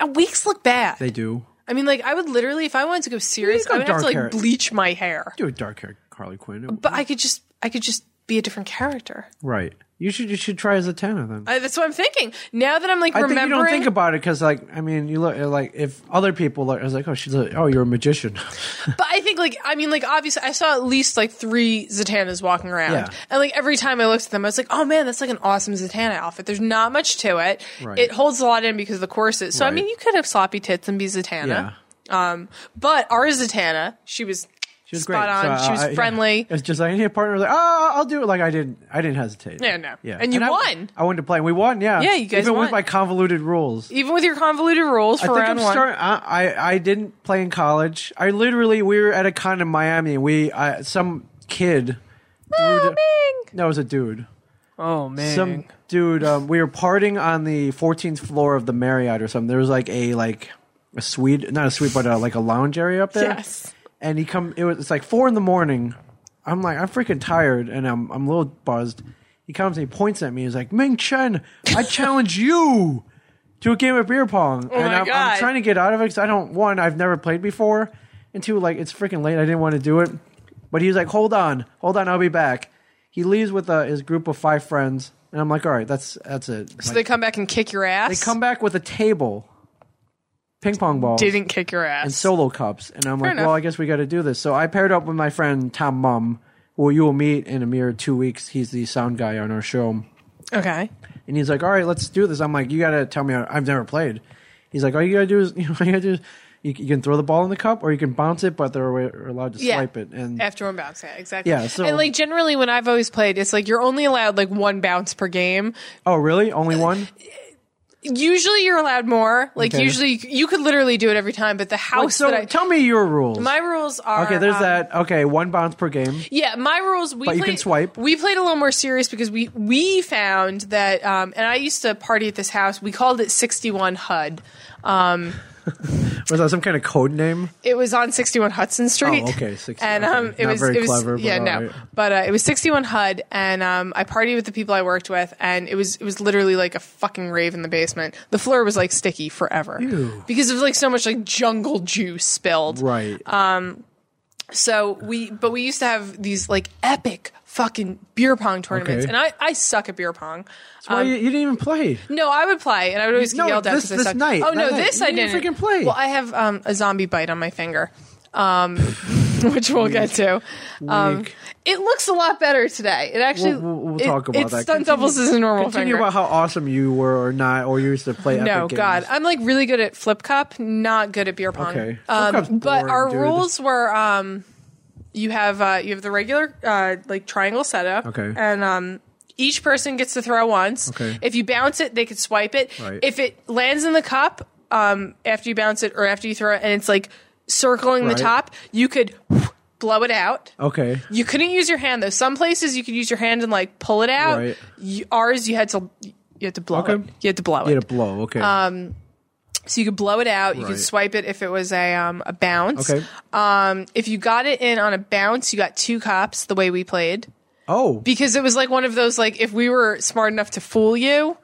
Speaker 3: And wigs look bad.
Speaker 2: They do.
Speaker 3: I mean, like I would literally, if I wanted to go serious,
Speaker 2: got
Speaker 3: I would have
Speaker 2: dark
Speaker 3: to like
Speaker 2: hair.
Speaker 3: bleach my hair.
Speaker 2: Do a dark hair Harley Quinn.
Speaker 3: But I could just, I could just be a different character.
Speaker 2: Right. You should you should try as a Tana then.
Speaker 3: I, that's what I'm thinking. Now that I'm like
Speaker 2: I think you
Speaker 3: remembering,
Speaker 2: don't think about it because, like, I mean, you look like if other people look, I was like, oh, she's a, oh, you're a magician.
Speaker 3: but I think like I mean like obviously I saw at least like three Zatanas walking around,
Speaker 2: Yeah.
Speaker 3: and like every time I looked at them, I was like, oh man, that's like an awesome Zatanna outfit. There's not much to it.
Speaker 2: Right.
Speaker 3: It holds a lot in because of the corset. So I
Speaker 2: Right.
Speaker 3: mean, you could have sloppy tits and be Zatanna.
Speaker 2: yeah,
Speaker 3: But our Zatanna, she was
Speaker 2: she was
Speaker 3: spot
Speaker 2: great.
Speaker 3: on.
Speaker 2: So,
Speaker 3: she
Speaker 2: uh,
Speaker 3: was
Speaker 2: I- yeah.
Speaker 3: friendly.
Speaker 2: It's just like I need a partner. I was Like, oh, I'll do it. Like I didn't, I didn't hesitate.
Speaker 3: Yeah, no.
Speaker 2: yeah.
Speaker 3: And you
Speaker 2: I-
Speaker 3: won.
Speaker 2: I, wanted to play, and we won. Yeah,
Speaker 3: Yeah, you guys
Speaker 2: even
Speaker 3: won.
Speaker 2: with my convoluted rules.
Speaker 3: Even with your convoluted rules
Speaker 2: I
Speaker 3: for
Speaker 2: think I'm
Speaker 3: round one,
Speaker 2: starting. I, I I didn't play in college. I literally we were at a con in Miami. and We I, some kid. threw the- no, it was a dude.
Speaker 3: Oh man!
Speaker 2: some dude um, we were partying on the 14th floor of the marriott or something there was like a like a suite not a suite but uh like a lounge area up there
Speaker 3: Yes.
Speaker 2: and he come it was it's like four in the morning i'm like i'm freaking tired and i'm, I'm a little buzzed he comes and he points at me he's like ming chen i challenge you to a game of beer pong and
Speaker 3: Oh my
Speaker 2: I'm,
Speaker 3: God.
Speaker 2: I'm trying to get out of it because i don't one i've never played before and two like it's freaking late i didn't want to do it but he's like hold on hold on i'll be back he leaves with uh, his group of five friends and i'm like all right that's that's it
Speaker 3: so
Speaker 2: Like,
Speaker 3: they come back and kick your
Speaker 2: they
Speaker 3: ass.
Speaker 2: come back with a table ping pong balls
Speaker 3: Didn't kick your ass.
Speaker 2: and solo cups. And I'm like,
Speaker 3: enough.
Speaker 2: well, I guess we got to do this. So I paired up with my friend Tom Mum, who you will meet in a mere two weeks. He's the sound guy on our show.
Speaker 3: okay.
Speaker 2: And he's like, all right, let's do this. I'm like, you got to tell me. I've never played. He's like, all you got to do is, you know, all you got to do is. You, you can throw the ball in the cup, or you can bounce it, but they're wa- are allowed to
Speaker 3: Yeah.
Speaker 2: swipe it. And
Speaker 3: After one bounce, yeah, exactly.
Speaker 2: Yeah, so-
Speaker 3: and like generally, when I've always played, it's like you're only allowed like one bounce per game.
Speaker 2: oh, really? Only one?
Speaker 3: Usually, you're allowed more. Like
Speaker 2: Okay.
Speaker 3: usually, you could literally do it every time. But the
Speaker 2: Like,
Speaker 3: house
Speaker 2: so
Speaker 3: that I,
Speaker 2: tell me your rules.
Speaker 3: my rules are
Speaker 2: okay, there's
Speaker 3: um,
Speaker 2: that. Okay, one bounce per game.
Speaker 3: Yeah, my rules. We
Speaker 2: But you
Speaker 3: played,
Speaker 2: can swipe.
Speaker 3: We played a little more serious because we we found that, um, and I used to party at this house. We called it 61 HUD.
Speaker 2: Was that some kind of code name?
Speaker 3: It was on 61 Hudson Street.
Speaker 2: Oh, okay, 61,
Speaker 3: And um,
Speaker 2: okay.
Speaker 3: it
Speaker 2: Not
Speaker 3: was
Speaker 2: very
Speaker 3: it was
Speaker 2: clever, but
Speaker 3: yeah no,
Speaker 2: alright.
Speaker 3: but uh, it was 61 HUD, and um, I partied with the people I worked with, and it was it was literally like a fucking rave in the basement. The floor was like sticky forever because of like so much like jungle juice spilled.
Speaker 2: Right.
Speaker 3: Uh, So we, but we used to have these like epic fucking beer pong tournaments,
Speaker 2: Okay.
Speaker 3: and I, I suck at beer pong.
Speaker 2: That's
Speaker 3: um,
Speaker 2: why you, you didn't even play.
Speaker 3: No, I would play, and I would always get
Speaker 2: No,
Speaker 3: yelled at
Speaker 2: this-
Speaker 3: because I
Speaker 2: this
Speaker 3: sucked.
Speaker 2: night,
Speaker 3: oh no,
Speaker 2: that night.
Speaker 3: this
Speaker 2: You
Speaker 3: I
Speaker 2: didn't
Speaker 3: didn't
Speaker 2: freaking play.
Speaker 3: Well, I have um, a zombie bite on my finger, um, which we'll get to. Um,
Speaker 2: Weak.
Speaker 3: it looks a lot better today. It actually
Speaker 2: We'll- we'll- we'll
Speaker 3: it-
Speaker 2: talk about
Speaker 3: it
Speaker 2: that.
Speaker 3: stunt
Speaker 2: Continue-
Speaker 3: doubles is a normal
Speaker 2: Continue
Speaker 3: finger.
Speaker 2: about how awesome you were or not, or you used to play.
Speaker 3: no,
Speaker 2: Epic
Speaker 3: God,
Speaker 2: games.
Speaker 3: I'm like really good at flip cup, not good at beer pong.
Speaker 2: Okay. Flip cup's
Speaker 3: Um, but
Speaker 2: boring,
Speaker 3: our
Speaker 2: dude.
Speaker 3: rules were um, you have uh, you have the regular uh, like triangle setup,
Speaker 2: Okay.
Speaker 3: and um, each person gets to throw once.
Speaker 2: Okay.
Speaker 3: If you bounce it, they could swipe it.
Speaker 2: Right.
Speaker 3: If it lands in the cup um, after you bounce it or after you throw it, and it's like circling
Speaker 2: Right.
Speaker 3: the top, you could blow it out.
Speaker 2: Okay.
Speaker 3: You couldn't use your hand though. Some places you could use your hand and like pull it out.
Speaker 2: Right.
Speaker 3: You, ours, you had to you had to blow
Speaker 2: Okay.
Speaker 3: it. You had to blow it.
Speaker 2: You had a blow. Okay. Um,
Speaker 3: So you could blow it out. You
Speaker 2: Right.
Speaker 3: could swipe it if it was a um, a bounce.
Speaker 2: okay.
Speaker 3: If you got it in on a bounce, you got two cops. The way we played,
Speaker 2: Oh,
Speaker 3: because it was like one of those like if we were smart enough to fool you,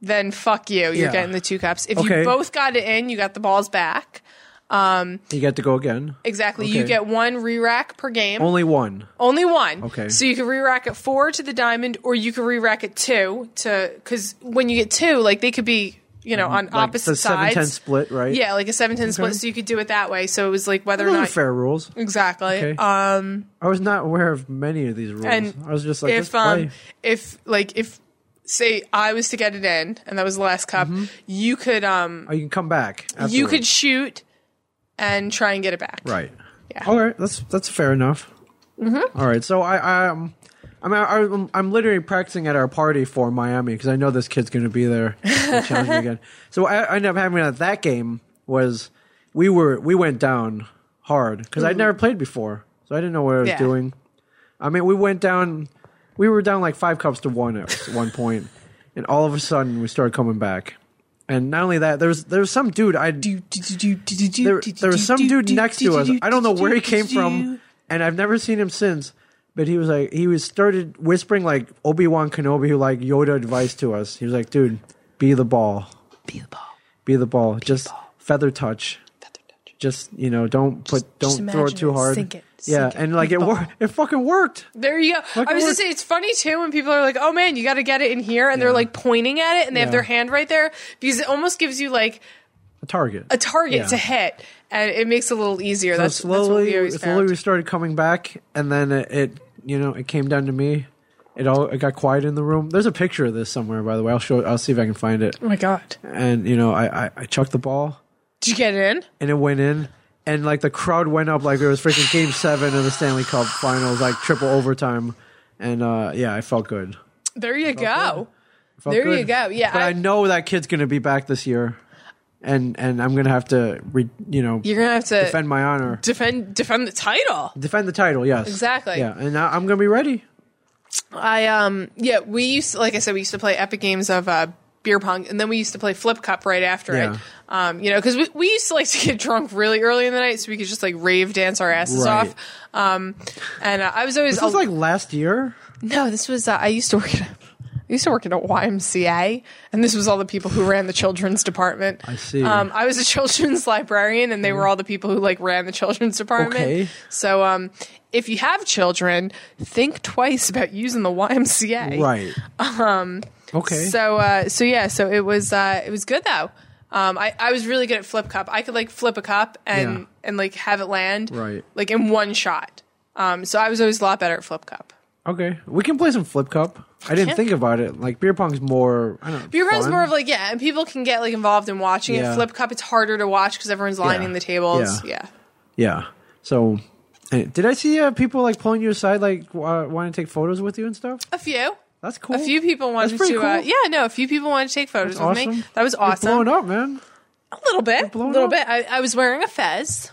Speaker 3: then fuck you. You're
Speaker 2: Yeah.
Speaker 3: getting the two cops. If
Speaker 2: Okay.
Speaker 3: you both got it in, you got the balls back.
Speaker 2: you got to go again.
Speaker 3: Exactly. You
Speaker 2: Okay.
Speaker 3: get one re rack per game.
Speaker 2: Only one.
Speaker 3: Only one.
Speaker 2: Okay.
Speaker 3: So you can re-rack at four to the diamond, or you can re-rack at two to because when you get two, like they could be you know on
Speaker 2: Mm-hmm. Like
Speaker 3: opposite
Speaker 2: the
Speaker 3: sides.
Speaker 2: 7-10 split, right?
Speaker 3: Yeah, like a seven ten split. So you could do it that way. So it was like whether or
Speaker 2: Those are
Speaker 3: not
Speaker 2: fair rules.
Speaker 3: exactly.
Speaker 2: Okay.
Speaker 3: Um,
Speaker 2: I was not aware of many of these rules.
Speaker 3: and
Speaker 2: I was just like,
Speaker 3: if
Speaker 2: just play.
Speaker 3: um if like if say I was to get it in and that was the last cup,
Speaker 2: Mm-hmm.
Speaker 3: you could um
Speaker 2: oh, you can come back.
Speaker 3: you
Speaker 2: afterward.
Speaker 3: could shoot and try and get it back.
Speaker 2: Right.
Speaker 3: Yeah.
Speaker 2: All right. That's that's fair enough. Mm-hmm. right. So I I um, I'm I'm I'm literally practicing at our party for Miami because I know this kid's going to be there. and challenge me again. So I, I ended up having at that game was we were we went down hard because I'd never played before, so I didn't know what I was
Speaker 3: Yeah.
Speaker 2: doing. I mean, we went down. we were down like five cups to one at one point, and all of a sudden we started coming back. And not only that, there was there was some dude I there, there was some dude next to us. I don't know where he came from, and I've never seen him since. But he was like, he was started whispering like Obi Wan Kenobi, like Yoda advice to us. He was like, "Dude, be the ball,
Speaker 3: Be the ball.
Speaker 2: be the ball, just feather touch,
Speaker 3: Feather touch.
Speaker 2: just you know, don't put, don't throw
Speaker 4: imagine
Speaker 2: it too
Speaker 4: it,
Speaker 2: hard."
Speaker 4: sink it,
Speaker 2: yeah,
Speaker 4: sink it,
Speaker 2: and like
Speaker 4: be
Speaker 2: it
Speaker 4: the
Speaker 2: worked. It fucking worked.
Speaker 3: There you go.
Speaker 2: Like
Speaker 3: I was
Speaker 2: it
Speaker 3: gonna
Speaker 2: worked.
Speaker 3: say it's funny too when people are like, "Oh man, you got to get it in here," and they're like pointing at it and they
Speaker 2: Yeah.
Speaker 3: have their hand right there because it almost gives you like
Speaker 2: A target.
Speaker 3: a target
Speaker 2: Yeah.
Speaker 3: to hit, and it makes it a little easier.
Speaker 2: So
Speaker 3: that's
Speaker 2: slowly,
Speaker 3: that's what we always
Speaker 2: slowly we
Speaker 3: found.
Speaker 2: started coming back, and then it, it, you know, it came down to me. It all it got quiet in the room. There's a picture of this somewhere, by the way. I'll show. I'll see if I can find it.
Speaker 3: Oh my god!
Speaker 2: And you know, I I, I chucked the ball,
Speaker 3: Did you get in?
Speaker 2: and it went in, and like the crowd went up like it was freaking Game Seven of the Stanley Cup Finals, like triple overtime. And uh yeah, I felt good.
Speaker 3: There you go.
Speaker 2: I felt
Speaker 3: There you
Speaker 2: good.
Speaker 3: go. Yeah,
Speaker 2: but I,
Speaker 3: I-
Speaker 2: know that kid's gonna be back this year, and and I'm gonna have to, re, you know,
Speaker 3: You're gonna have to defend
Speaker 2: defend my honor.
Speaker 3: defend, the title.
Speaker 2: defend the title. Yes,
Speaker 3: Exactly.
Speaker 2: Yeah, and I, I'm gonna be ready.
Speaker 3: I um yeah we used like I said we used to play epic games of uh, beer pong and then we used to play flip cup right after
Speaker 2: Yeah.
Speaker 3: it. Um, you know because we we used to like to get drunk really early in the night so we could just like rave dance our asses
Speaker 2: Right.
Speaker 3: off. Um, and uh, I was always
Speaker 2: This was like last year.
Speaker 3: no this was uh, I used to work at. a- I used to work at a YMCA, and this was all the people who ran the children's department. I
Speaker 2: see.
Speaker 3: Um, I was a children's librarian, and they were all the people who like ran the children's department.
Speaker 2: Okay.
Speaker 3: So, um, if you have children, think twice about using the YMCA.
Speaker 2: Right. Um. Okay.
Speaker 3: So uh, so yeah, so it was uh, it was good though. Um, I, I was really good at flip cup. I could like flip a cup and
Speaker 2: Yeah.
Speaker 3: and like have it land
Speaker 2: Right.
Speaker 3: like in one shot. Um, so I was always a lot better at flip cup.
Speaker 2: okay, we can play some flip cup. I didn't think about it. Like beer pong's more. I don't know,
Speaker 3: Beer pong's
Speaker 2: fun.
Speaker 3: more of like yeah, and people can get like involved in watching
Speaker 2: Yeah.
Speaker 3: it. Flip cup, it's harder to watch because everyone's lining the tables.
Speaker 2: Yeah.
Speaker 3: Yeah.
Speaker 2: yeah. So. eh, Did I see uh, people like pulling you aside, like uh, wanting to take photos with you and stuff?
Speaker 3: a few.
Speaker 2: That's cool.
Speaker 3: A few people wanted
Speaker 2: That's
Speaker 3: to,
Speaker 2: pretty
Speaker 3: uh,
Speaker 2: cool.
Speaker 3: yeah, no, a few people wanted to take photos with
Speaker 2: awesome.
Speaker 3: me. That was awesome.
Speaker 2: You're blown up, man.
Speaker 3: A little bit, a
Speaker 2: blown
Speaker 3: little
Speaker 2: up.
Speaker 3: bit. I, I was wearing a fez.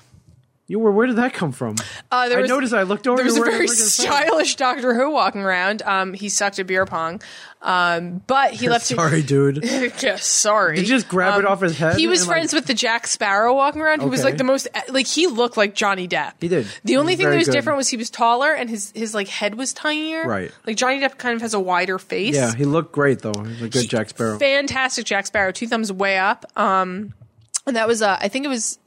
Speaker 2: You were. Where did that come from?
Speaker 3: Uh, there
Speaker 2: I
Speaker 3: was,
Speaker 2: noticed. I looked over.
Speaker 3: There was
Speaker 2: you
Speaker 3: a
Speaker 2: were
Speaker 3: very
Speaker 2: wearing fez.
Speaker 3: stylish Doctor Who walking around. Um, he sucked at beer pong, um, but he left.
Speaker 2: Sorry, dude.
Speaker 3: Yeah, sorry. Um,
Speaker 2: Did you just grab it off his head
Speaker 3: He was
Speaker 2: and,
Speaker 3: friends
Speaker 2: like-
Speaker 3: with the Jack Sparrow walking around. He was
Speaker 2: Okay.
Speaker 3: like the most like he looked like Johnny Depp.
Speaker 2: He did. He
Speaker 3: The only
Speaker 2: was
Speaker 3: thing
Speaker 2: very
Speaker 3: that was
Speaker 2: good.
Speaker 3: different was he was taller and his his like head was tinier.
Speaker 2: Right.
Speaker 3: Like Johnny Depp kind of has a wider face.
Speaker 2: Yeah, he looked great though. He was a good Jack Sparrow.
Speaker 3: Fantastic Jack Sparrow. Two thumbs way up. Um, and that was uh, I think it was,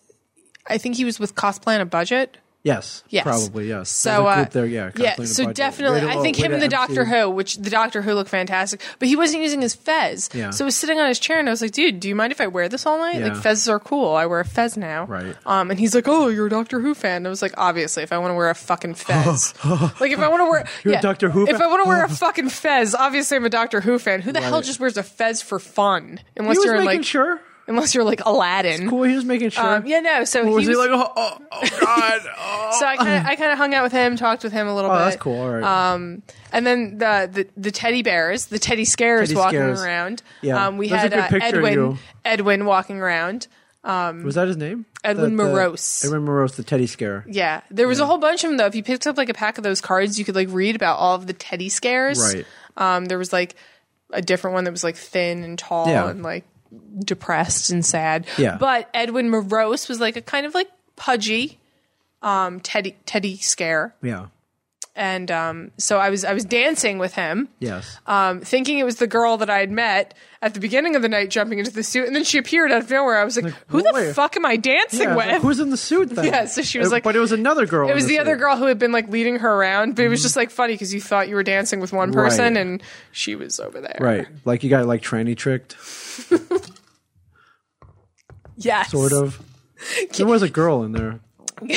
Speaker 3: I think he was with cosplay on a budget.
Speaker 2: Yes.
Speaker 3: Yes.
Speaker 2: Probably, yes.
Speaker 3: So,
Speaker 2: There's a
Speaker 3: uh,
Speaker 2: group there, yeah. Complain
Speaker 3: So
Speaker 2: about it.
Speaker 3: definitely,
Speaker 2: Way to
Speaker 3: I
Speaker 2: low-
Speaker 3: think
Speaker 2: way
Speaker 3: him
Speaker 2: to
Speaker 3: and the
Speaker 2: MC.
Speaker 3: Doctor Who, which the Doctor Who looked fantastic, but he wasn't using his fez.
Speaker 2: Yeah.
Speaker 3: So he was sitting on his chair, and I was like, dude, do you mind if I wear this all night?
Speaker 2: Yeah.
Speaker 3: Like, fezes are cool. I wear a fez now.
Speaker 2: Right.
Speaker 3: Um, and he's like, oh, you're a Doctor Who fan. And I was like, obviously, if I want to wear a fucking fez. like, if I want to wear.
Speaker 2: You're a
Speaker 3: yeah,
Speaker 2: Doctor Who
Speaker 3: If
Speaker 2: fan?
Speaker 3: I want to wear a fucking fez, obviously I'm a Doctor Who fan. Who the hell just wears a fez for fun?
Speaker 2: He
Speaker 3: Unless
Speaker 2: was
Speaker 3: you're in
Speaker 2: making
Speaker 3: like.
Speaker 2: sure.
Speaker 3: Unless you're like Aladdin.
Speaker 2: Cool, he was making sure.
Speaker 3: Um, yeah, no. So
Speaker 2: Or was he,
Speaker 3: was
Speaker 2: like, oh, oh, oh, God. Oh.
Speaker 3: so I kind of I kind of hung out with him, talked with him a little
Speaker 2: Oh,
Speaker 3: bit.
Speaker 2: that's cool. All right.
Speaker 3: Um, and then the, the the teddy bears, the teddy scares
Speaker 2: Teddy
Speaker 3: walking
Speaker 2: scares.
Speaker 3: around.
Speaker 2: Yeah.
Speaker 3: Um, we
Speaker 2: There's a
Speaker 3: had
Speaker 2: good
Speaker 3: uh,
Speaker 2: picture of you.
Speaker 3: Edwin Edwin walking around.
Speaker 2: was that his name?
Speaker 3: Edwin
Speaker 2: The- the-
Speaker 3: Morose.
Speaker 2: Edwin Morose, the teddy scare.
Speaker 3: Yeah, there was a whole bunch of them though. If you picked up like a pack of those cards, you could like read about all of the teddy scares.
Speaker 2: Right.
Speaker 3: Um, there was like a different one that was like thin and tall
Speaker 2: Yeah.
Speaker 3: and like depressed and sad.
Speaker 2: Yeah.
Speaker 3: But Edwin Morose was like a kind of like pudgy um, teddy teddy scare.
Speaker 2: Yeah.
Speaker 3: and um, so I was I was dancing with him,
Speaker 2: Yes.
Speaker 3: um, thinking it was the girl that I had met at the beginning of the night jumping into the suit, and then she appeared out of nowhere. I was like, "Who the
Speaker 2: wait.
Speaker 3: fuck am I dancing
Speaker 2: Yeah,
Speaker 3: with?"
Speaker 2: who's in the suit then?
Speaker 3: Yeah, so she was
Speaker 2: Uh,
Speaker 3: like-
Speaker 2: But it was another girl.
Speaker 3: it
Speaker 2: in
Speaker 3: was the
Speaker 2: suit.
Speaker 3: other girl who had been like leading her around, but it was just like funny because you thought you were dancing with one person
Speaker 2: Mm-hmm. Right.
Speaker 3: and she was over there.
Speaker 2: Right. Like, you got, like, tranny tricked,
Speaker 3: Yes.
Speaker 2: sort of. there was a girl in there.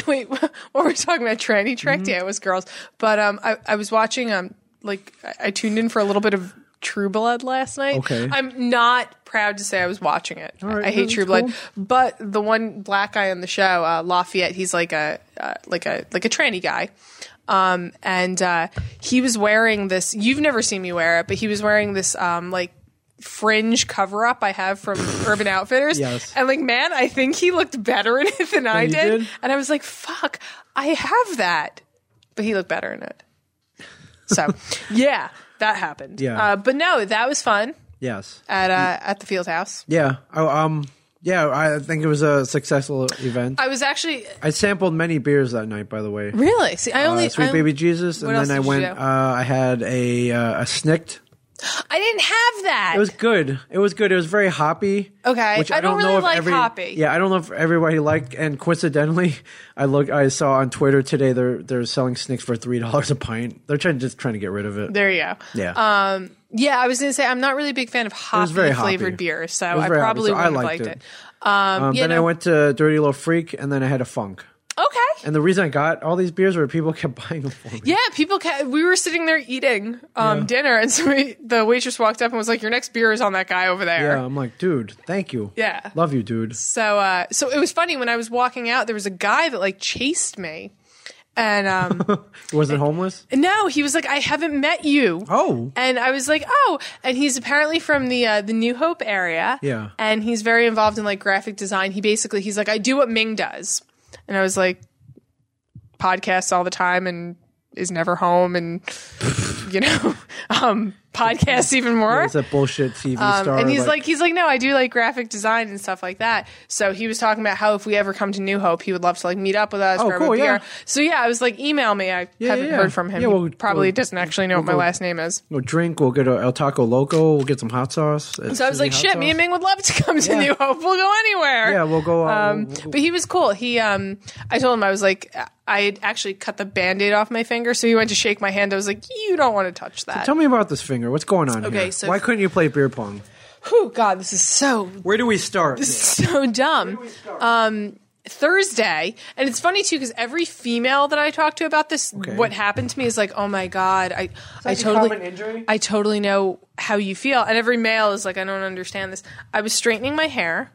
Speaker 3: Wait, what were we talking about? Tranny track?
Speaker 2: Mm-hmm.
Speaker 3: Yeah, it was girls. But um, I, I was watching um, like I, I tuned in for a little bit of True Blood last night.
Speaker 2: Okay.
Speaker 3: I'm not proud to say I was watching it.
Speaker 2: right,
Speaker 3: I hate
Speaker 2: that's
Speaker 3: True Blood,
Speaker 2: cool.
Speaker 3: but the one black guy on the show, uh, Lafayette, he's like a uh, like a like a tranny guy. Um, and uh, he was wearing this. You've never seen me wear it, but he was wearing this um like fringe cover up I have from Urban Outfitters.
Speaker 2: Yes.
Speaker 3: And like, man, I think he looked better in it than I
Speaker 2: you
Speaker 3: did.
Speaker 2: did?
Speaker 3: And I was like, fuck, I have that. But he looked better in it. So yeah, that happened.
Speaker 2: Yeah.
Speaker 3: Uh, but no, that was fun
Speaker 2: Yes.
Speaker 3: at uh, at the field house.
Speaker 2: Yeah. Oh, um. Yeah, I think it was a successful event. I,
Speaker 3: I was actually
Speaker 2: sampled many beers that night, by the way.
Speaker 3: really see. I only
Speaker 2: Uh, Sweet
Speaker 3: I,
Speaker 2: Baby Jesus,
Speaker 3: what
Speaker 2: and
Speaker 3: else
Speaker 2: then I
Speaker 3: did you
Speaker 2: went.
Speaker 3: do?
Speaker 2: Uh, I had a uh, a snicked.
Speaker 3: I didn't have that.
Speaker 2: It was good. It was good. It was very hoppy.
Speaker 3: Okay. I don't really like
Speaker 2: every,
Speaker 3: hoppy.
Speaker 2: Yeah, I don't know if everybody liked. And coincidentally, I look. I saw on Twitter today they're they're selling snicks for three dollars a pint. They're trying just trying to get rid of it.
Speaker 3: there you go.
Speaker 2: yeah.
Speaker 3: um, Yeah, I was gonna say I'm not really a big fan of
Speaker 2: was
Speaker 3: hoppy
Speaker 2: very
Speaker 3: flavored
Speaker 2: hoppy.
Speaker 3: beer, so
Speaker 2: It was
Speaker 3: I
Speaker 2: very hoppy,
Speaker 3: probably
Speaker 2: so
Speaker 3: would
Speaker 2: I
Speaker 3: have
Speaker 2: liked
Speaker 3: liked
Speaker 2: it.
Speaker 3: it. Um,
Speaker 2: Um,
Speaker 3: you
Speaker 2: then I
Speaker 3: know-
Speaker 2: went to Dirty Little Freak, and then I had a funk.
Speaker 3: okay.
Speaker 2: And the reason I got all these beers were people kept buying them for me.
Speaker 3: Yeah, people. Ca- we were sitting there eating um, dinner, and somebody, the waitress walked up and was like, "Your next beer is on that guy over there."
Speaker 2: Yeah, I'm like, dude, thank you.
Speaker 3: Yeah.
Speaker 2: love you, dude.
Speaker 3: So, uh, so it was funny when I was walking out. There was a guy that like chased me, and um,
Speaker 2: Was it homeless?
Speaker 3: no, he was like, "I haven't met you."
Speaker 2: Oh,
Speaker 3: And I was like, oh, and he's apparently from the uh, the New Hope area.
Speaker 2: Yeah.
Speaker 3: And he's very involved in like graphic design. He basically he's like, I do what Ming does, and I was like, podcasts all the time and is never home, and you know, um, podcasts even more.
Speaker 2: it's a bullshit TV star.
Speaker 3: Um, and he's like, he's like, no, I do like graphic design and stuff like that. So he was talking about how if we ever come to New Hope, he would love to like meet up with us,
Speaker 2: Oh,
Speaker 3: grab a
Speaker 2: cool, yeah.
Speaker 3: beer. So yeah, I was like, email me. I haven't
Speaker 2: yeah, yeah.
Speaker 3: heard from him.
Speaker 2: Yeah,
Speaker 3: He
Speaker 2: we'll-
Speaker 3: probably
Speaker 2: we'll-
Speaker 3: doesn't actually know what my
Speaker 2: we'll-
Speaker 3: last name is.
Speaker 2: we'll drink. We'll get a El Taco Loco. We'll get some hot sauce.
Speaker 3: So I was like, shit, me and Ming would love to come to
Speaker 2: Yeah.
Speaker 3: New Hope. We'll go anywhere.
Speaker 2: Yeah, we'll go. Uh,
Speaker 3: Um, but he was cool. He, um, I told him I was like, I had actually cut the band-aid off my finger, so he went to shake my hand. I was like, you don't want to touch that.
Speaker 2: Tell me about this finger. What's going on
Speaker 3: Okay,
Speaker 2: here?
Speaker 3: so-
Speaker 2: Why couldn't you play beer pong?
Speaker 3: Whew, God, this is so
Speaker 2: Where do we start?
Speaker 3: so dumb. Um, Thursday, and it's funny too because every female that I talk to about this, what happened to me is like, oh my god, I, I
Speaker 2: a common injury?
Speaker 3: totally, I totally know how you feel, and every male is like, I don't understand this. I was straightening my hair.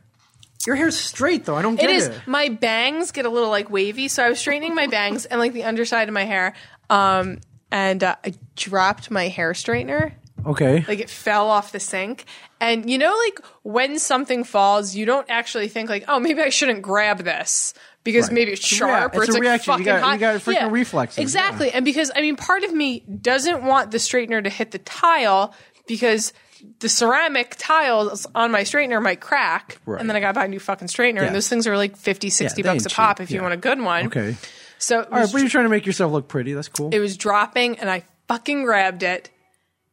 Speaker 2: Your hair's straight though. I don't get
Speaker 3: It
Speaker 2: it.
Speaker 3: is. My bangs get a little like wavy, so I was straightening my bangs and like the underside of my hair. Um, and uh, I dropped my hair straightener.
Speaker 2: Okay.
Speaker 3: Like it fell off the sink. And you know, like when something falls, you don't actually think like, oh, maybe I shouldn't grab this because
Speaker 2: Right.
Speaker 3: maybe it's
Speaker 2: It's a
Speaker 3: sharp
Speaker 2: rea-
Speaker 3: or
Speaker 2: it's
Speaker 3: it's,
Speaker 2: a
Speaker 3: like
Speaker 2: reaction. You
Speaker 3: fucking
Speaker 2: got-
Speaker 3: hot.
Speaker 2: you got freaking reflexes, yeah.
Speaker 3: Exactly. And because I mean, part of me doesn't want the straightener to hit the tile because the ceramic tiles on my straightener might crack.
Speaker 2: Right.
Speaker 3: And then I got to buy a new fucking straightener.
Speaker 2: Yeah.
Speaker 3: And those things are like 50, 60
Speaker 2: Yeah, they
Speaker 3: bucks a
Speaker 2: ain't
Speaker 3: pop
Speaker 2: cheap.
Speaker 3: if you
Speaker 2: Yeah.
Speaker 3: want a good one.
Speaker 2: okay.
Speaker 3: So it
Speaker 2: All right,
Speaker 3: was,
Speaker 2: but you're trying to make yourself look pretty. That's cool.
Speaker 3: it was dropping and I fucking grabbed it.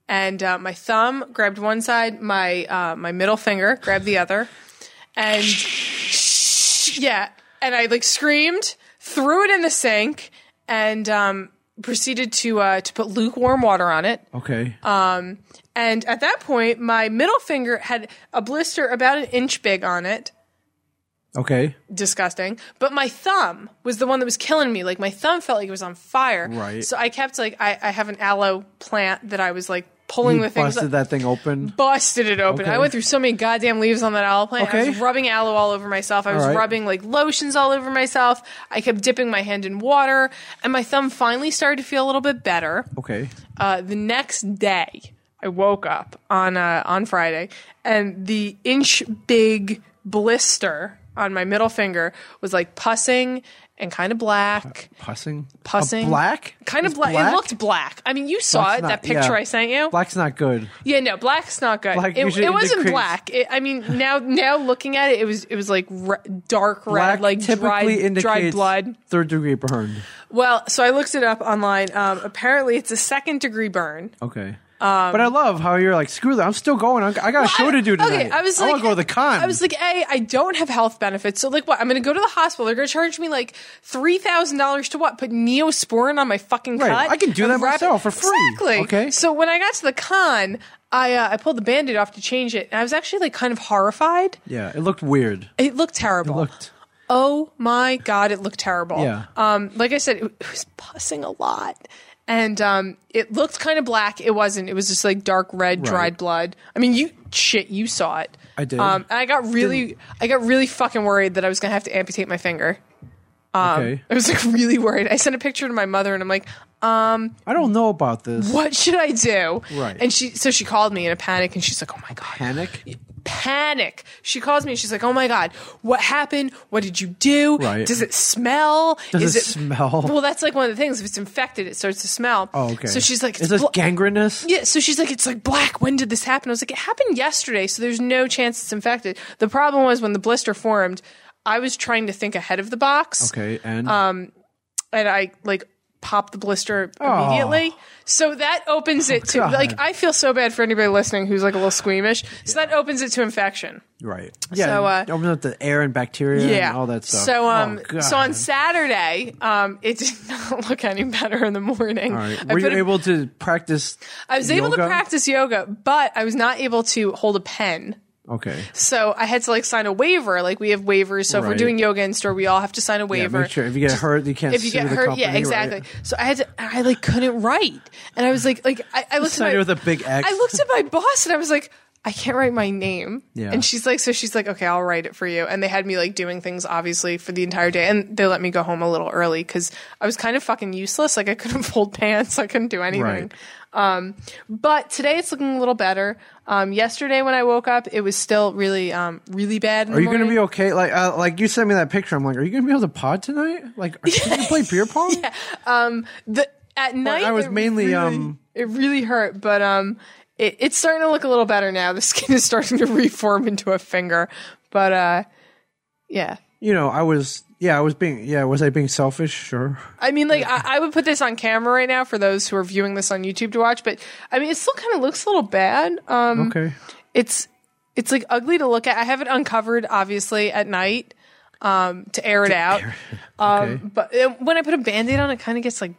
Speaker 3: And uh, my thumb grabbed one side, my uh, my middle finger grabbed the other. And yeah, and I like screamed, threw it in the sink, and um, proceeded to uh, to put lukewarm water on it.
Speaker 2: okay.
Speaker 3: Um, And at that point, my middle finger had a blister about an inch big on it.
Speaker 2: okay.
Speaker 3: Disgusting. But my thumb was the one that was killing me. Like my thumb felt like it was on fire.
Speaker 2: Right.
Speaker 3: So I kept like I, I have an aloe plant that I was like pulling
Speaker 2: You
Speaker 3: the things.
Speaker 2: busted that thing open.
Speaker 3: busted it open.
Speaker 2: Okay.
Speaker 3: I went through so many goddamn leaves on that aloe plant. I was
Speaker 2: Okay.
Speaker 3: rubbing aloe all over myself. I was
Speaker 2: All right.
Speaker 3: rubbing like lotions all over myself. I kept dipping my hand in water, and my thumb finally started to feel a little bit better.
Speaker 2: Okay.
Speaker 3: Uh, the next day, I woke up on uh, on Friday, and the inch big blister on my middle finger was like pussing and kind of black,
Speaker 2: Pussing. A
Speaker 3: Pussing.
Speaker 2: black.
Speaker 3: kind of
Speaker 2: It's
Speaker 3: bla- It looked black. I mean, you saw
Speaker 2: Black's
Speaker 3: it
Speaker 2: not-
Speaker 3: that picture
Speaker 2: yeah.
Speaker 3: I sent you.
Speaker 2: Black's not good.
Speaker 3: Yeah, no, black's not good.
Speaker 2: Black
Speaker 3: it,
Speaker 2: usually
Speaker 3: it wasn't
Speaker 2: decreases.
Speaker 3: black. It, I mean, now now looking at it, it was it was like re- dark red,
Speaker 2: Black
Speaker 3: like
Speaker 2: typically
Speaker 3: dried, dried
Speaker 2: indicates
Speaker 3: blood.
Speaker 2: third degree burn.
Speaker 3: Well, so I looked it up online. Um, apparently, it's a second degree burn.
Speaker 2: Okay. but I love how you're like, screw that. I'm still going. I I got a show
Speaker 3: Um, I-
Speaker 2: to do tonight.
Speaker 3: Okay, I was like,
Speaker 2: want to go to the con.
Speaker 3: I was like, hey, I don't have health benefits, so like, what? I'm going to go to the hospital. They're going to charge me like three thousand dollars to what? Put Neosporin on my fucking
Speaker 2: Right,
Speaker 3: cut?
Speaker 2: I can do
Speaker 3: and
Speaker 2: that myself for free.
Speaker 3: Exactly.
Speaker 2: Okay.
Speaker 3: So when I got to the con, I uh, I pulled the band-aid off to change it, and I was actually like kind of horrified.
Speaker 2: yeah, it looked weird. It
Speaker 3: It looked terrible.
Speaker 2: looked.
Speaker 3: Oh my god, it looked terrible.
Speaker 2: Yeah.
Speaker 3: Um, like I said, it, it was pussing a lot, and um, it looked kind of black. It wasn't. It was just like dark red, dried blood. I mean, you shit, you saw it.
Speaker 2: I did.
Speaker 3: Um, and I got really, I got really fucking worried that I was gonna have to amputate my finger.
Speaker 2: okay.
Speaker 3: I was like really worried. I sent a picture to my mother, and I'm like,
Speaker 2: I don't know about this.
Speaker 3: "What should I do?"
Speaker 2: Right.
Speaker 3: And she, so she called me in a panic, and she's like, "Oh my god,
Speaker 2: Panic?
Speaker 3: panic. She calls me. She's like, "Oh my god, what happened? What did you do?
Speaker 2: Right.
Speaker 3: Does it smell?
Speaker 2: Does it smell?
Speaker 3: Well, that's like one of the things. If it's infected, it starts to smell.
Speaker 2: Oh, okay.
Speaker 3: So she's like,
Speaker 2: is this
Speaker 3: blo-
Speaker 2: gangrenous?
Speaker 3: yeah, so she's like, it's like black. When did this happen? I was like, it happened yesterday, so there's no chance it's infected. The problem was when the blister formed, I was trying to think ahead of the box
Speaker 2: Okay, and
Speaker 3: Um, and I like popped the blister immediately. So that opens it to
Speaker 2: Oh. God.
Speaker 3: like I feel so bad for anybody listening who's like a little squeamish. So that opens it to infection.
Speaker 2: right, yeah,
Speaker 3: so, uh,
Speaker 2: it opens up the air and bacteria
Speaker 3: Yeah,
Speaker 2: and all that stuff.
Speaker 3: So um,
Speaker 2: Oh, God.
Speaker 3: so on Saturday, um, it did not look any better in the morning.
Speaker 2: all right,
Speaker 3: I
Speaker 2: were you
Speaker 3: put a-
Speaker 2: able to practice?
Speaker 3: I was able to
Speaker 2: yoga?
Speaker 3: practice yoga, but I was not able to hold a pen.
Speaker 2: Okay,
Speaker 3: So I had to like sign a waiver. Like we have waivers. So if we're
Speaker 2: Right.
Speaker 3: doing yoga in store, we all have to sign a
Speaker 2: yeah,
Speaker 3: waiver.
Speaker 2: make sure if you get hurt, you can't.
Speaker 3: if you
Speaker 2: sue
Speaker 3: get
Speaker 2: the
Speaker 3: hurt,
Speaker 2: company,
Speaker 3: yeah,
Speaker 2: right?
Speaker 3: exactly. So I had to, I like couldn't write, and I was like, like I, I looked at
Speaker 2: Sign
Speaker 3: my,
Speaker 2: it with a big X.
Speaker 3: I looked at my boss, and I was like, I can't write my name.
Speaker 2: Yeah.
Speaker 3: And she's like, so she's like, okay, I'll write it for you. And they had me like doing things obviously for the entire day, and they let me go home a little early because I was kind of fucking useless. Like I couldn't fold pants, I couldn't do anything.
Speaker 2: Right.
Speaker 3: Um, but today it's looking a little better. Um, yesterday when I woke up, it was still really, um, really bad. in the
Speaker 2: Are you going to
Speaker 3: morning.
Speaker 2: be okay? Like, uh, like you sent me that picture. I'm like, are you going to be able to pod tonight? Like, are, can you play beer pong?
Speaker 3: the at night
Speaker 2: I was
Speaker 3: it
Speaker 2: mainly,
Speaker 3: really-
Speaker 2: um,
Speaker 3: it really hurt but um it, it's starting to look a little better now the skin is starting to reform into a finger but uh yeah
Speaker 2: You know, I was. Yeah, I was being. Yeah, was I being selfish? Sure.
Speaker 3: I mean, like, I, I would put this on camera right now for those who are viewing this on YouTube to watch, but I mean, it still kind of looks a little bad. Um,
Speaker 2: Okay.
Speaker 3: It's it's like ugly to look at. I have it uncovered, obviously, at night um, to air it out.
Speaker 2: Okay.
Speaker 3: But uh, when I put a band aid on, it kind of gets like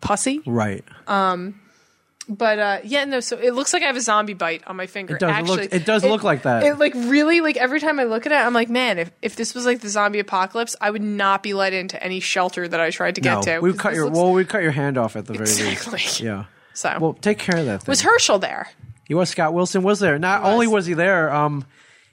Speaker 3: pussy.
Speaker 2: right.
Speaker 3: But uh, yeah, no. So it looks like I have a zombie bite on my finger.
Speaker 2: It does
Speaker 3: Actually,
Speaker 2: look- it does look like that.
Speaker 3: It like really like every time I look at it, I'm like, man, if, if this was like the zombie apocalypse, I would not be let into any shelter that I tried to
Speaker 2: no,
Speaker 3: get to.
Speaker 2: we
Speaker 3: 'cause
Speaker 2: cut
Speaker 3: this
Speaker 2: your.
Speaker 3: looks-
Speaker 2: well, we cut your hand off at the very least.
Speaker 3: exactly.
Speaker 2: Yeah.
Speaker 3: So
Speaker 2: Well, take care of that. Thing.
Speaker 3: was Herschel there?
Speaker 2: He was Scott Wilson was there. Not only was he there, um,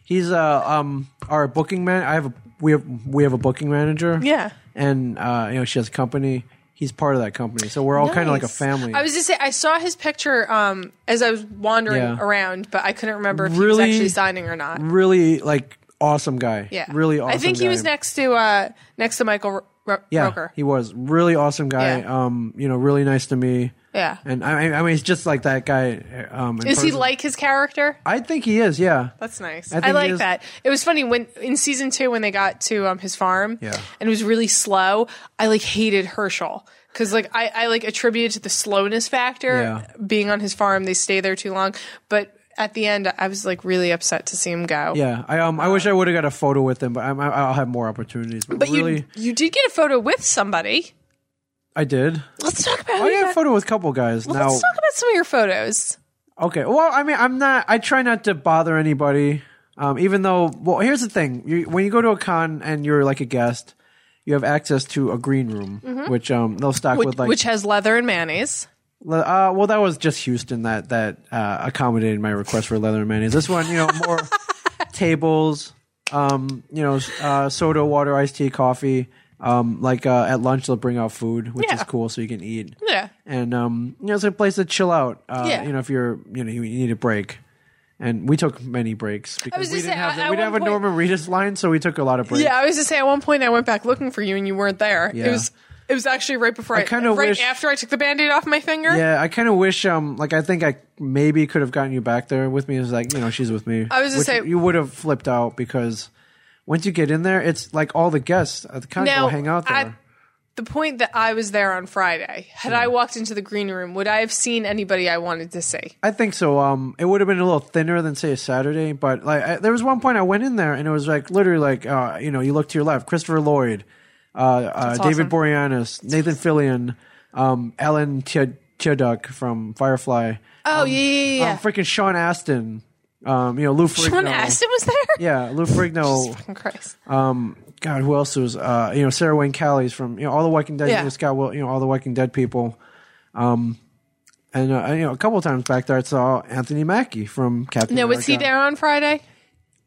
Speaker 2: he's uh um our booking man. I have a we have we have a booking manager.
Speaker 3: Yeah.
Speaker 2: and uh, you know she has a company. He's part of that company, so we're all kind of like a
Speaker 3: Nice.
Speaker 2: family.
Speaker 3: I was just say I saw his picture um, as I was wandering
Speaker 2: Yeah.
Speaker 3: around, but I couldn't remember if he was
Speaker 2: Really-
Speaker 3: actually signing or not.
Speaker 2: really like awesome guy.
Speaker 3: Yeah,
Speaker 2: really awesome.
Speaker 3: I think he was
Speaker 2: guy.
Speaker 3: next to uh, next to Michael Ro- Ro-
Speaker 2: Yeah,
Speaker 3: Roker.
Speaker 2: he was really awesome guy.
Speaker 3: Yeah.
Speaker 2: Um, you know, really nice to me.
Speaker 3: Yeah.
Speaker 2: and I, I mean, he's just like that guy. Um, in
Speaker 3: Is he
Speaker 2: person.
Speaker 3: like his character?
Speaker 2: I think he is. Yeah,
Speaker 3: That's nice.
Speaker 2: I
Speaker 3: I,
Speaker 2: think
Speaker 3: like
Speaker 2: it is-
Speaker 3: that. It was funny when in season two when they got to um, his farm,
Speaker 2: Yeah.
Speaker 3: and it was really slow. I like hated Herschel because like I, I like attributed to the slowness factor
Speaker 2: Yeah.
Speaker 3: being on his farm. They stay there too long, but at the end, I was like really upset to see him go.
Speaker 2: yeah. I um, I wish I would have got a photo with him, but I'm, I- I'll have more opportunities. But,
Speaker 3: but
Speaker 2: really,
Speaker 3: you you did get a photo with somebody.
Speaker 2: I did.
Speaker 3: Let's talk about.
Speaker 2: I got
Speaker 3: your-
Speaker 2: a photo with a couple guys
Speaker 3: well,
Speaker 2: Oh, now.
Speaker 3: Let's talk about some of your photos.
Speaker 2: Okay. Well, I mean, I'm not. I try not to bother anybody. Um, even though, well, here's the thing: you, when you go to a con and you're like a guest, you have access to a green room, which um they'll stock
Speaker 3: Mm-hmm. Which,
Speaker 2: with like.
Speaker 3: which has leather and mayonnaise.
Speaker 2: le- uh, well, that was just Houston that that uh, accommodated my request for leather and mayonnaise. This one, you know, more tables, um, you know, uh, soda, water, iced tea, coffee. Um, like uh, at lunch, they'll bring out food, which
Speaker 3: Yeah.
Speaker 2: is cool, so you can eat
Speaker 3: Yeah.
Speaker 2: and um, you know, it's a place to chill out. Uh,
Speaker 3: Yeah.
Speaker 2: You know, if you're, you know, you you need a break. And we took many breaks because
Speaker 3: was
Speaker 2: we
Speaker 3: just
Speaker 2: didn't
Speaker 3: saying,
Speaker 2: have
Speaker 3: at- at
Speaker 2: we didn't
Speaker 3: one
Speaker 2: have a Norman Reedus line, so we took a lot of breaks.
Speaker 3: Yeah, I was just saying. At one point, I went back looking for you, and you weren't there. It
Speaker 2: Yeah.
Speaker 3: was it was actually right before I,
Speaker 2: kinda
Speaker 3: right
Speaker 2: wish-
Speaker 3: after I took the band-aid off my finger.
Speaker 2: Yeah, I kind of wish, um, like I think I maybe could have gotten you back there with me. It was like you know she's with me.
Speaker 3: I was gonna
Speaker 2: Which
Speaker 3: say-
Speaker 2: you would have flipped out because once you get in there, it's like all the guests at the con
Speaker 3: Now,
Speaker 2: go hang out there.
Speaker 3: at the point that I was there on Friday, had I walked into the green room, would I have seen anybody I wanted to see?
Speaker 2: I think so. Um, it would have been a little thinner than say a Saturday, but like I, there was one point I went in there and it was like literally like uh, you know you look to your left, Christopher Lloyd, uh, uh, David
Speaker 3: awesome.
Speaker 2: Boreanaz, Nathan Fillion, um, Alan Tia- Tiaduck from Firefly,
Speaker 3: Oh yeah, yeah, yeah.
Speaker 2: um, freaking Sean Astin, um, you know Lou Ferrigno.
Speaker 3: Sean Astin was there.
Speaker 2: Yeah, Lou Ferrigno.
Speaker 3: Fucking Christ.
Speaker 2: God, who else was uh, you know Sarah Wayne Callies from you know all the Walking Dead.
Speaker 3: Yeah.
Speaker 2: You know, Scott, Wil- you know all the Walking Dead people. Um, and uh, you know a couple times back there, I saw Anthony Mackie from Captain.
Speaker 3: no, was he
Speaker 2: America.
Speaker 3: there on Friday?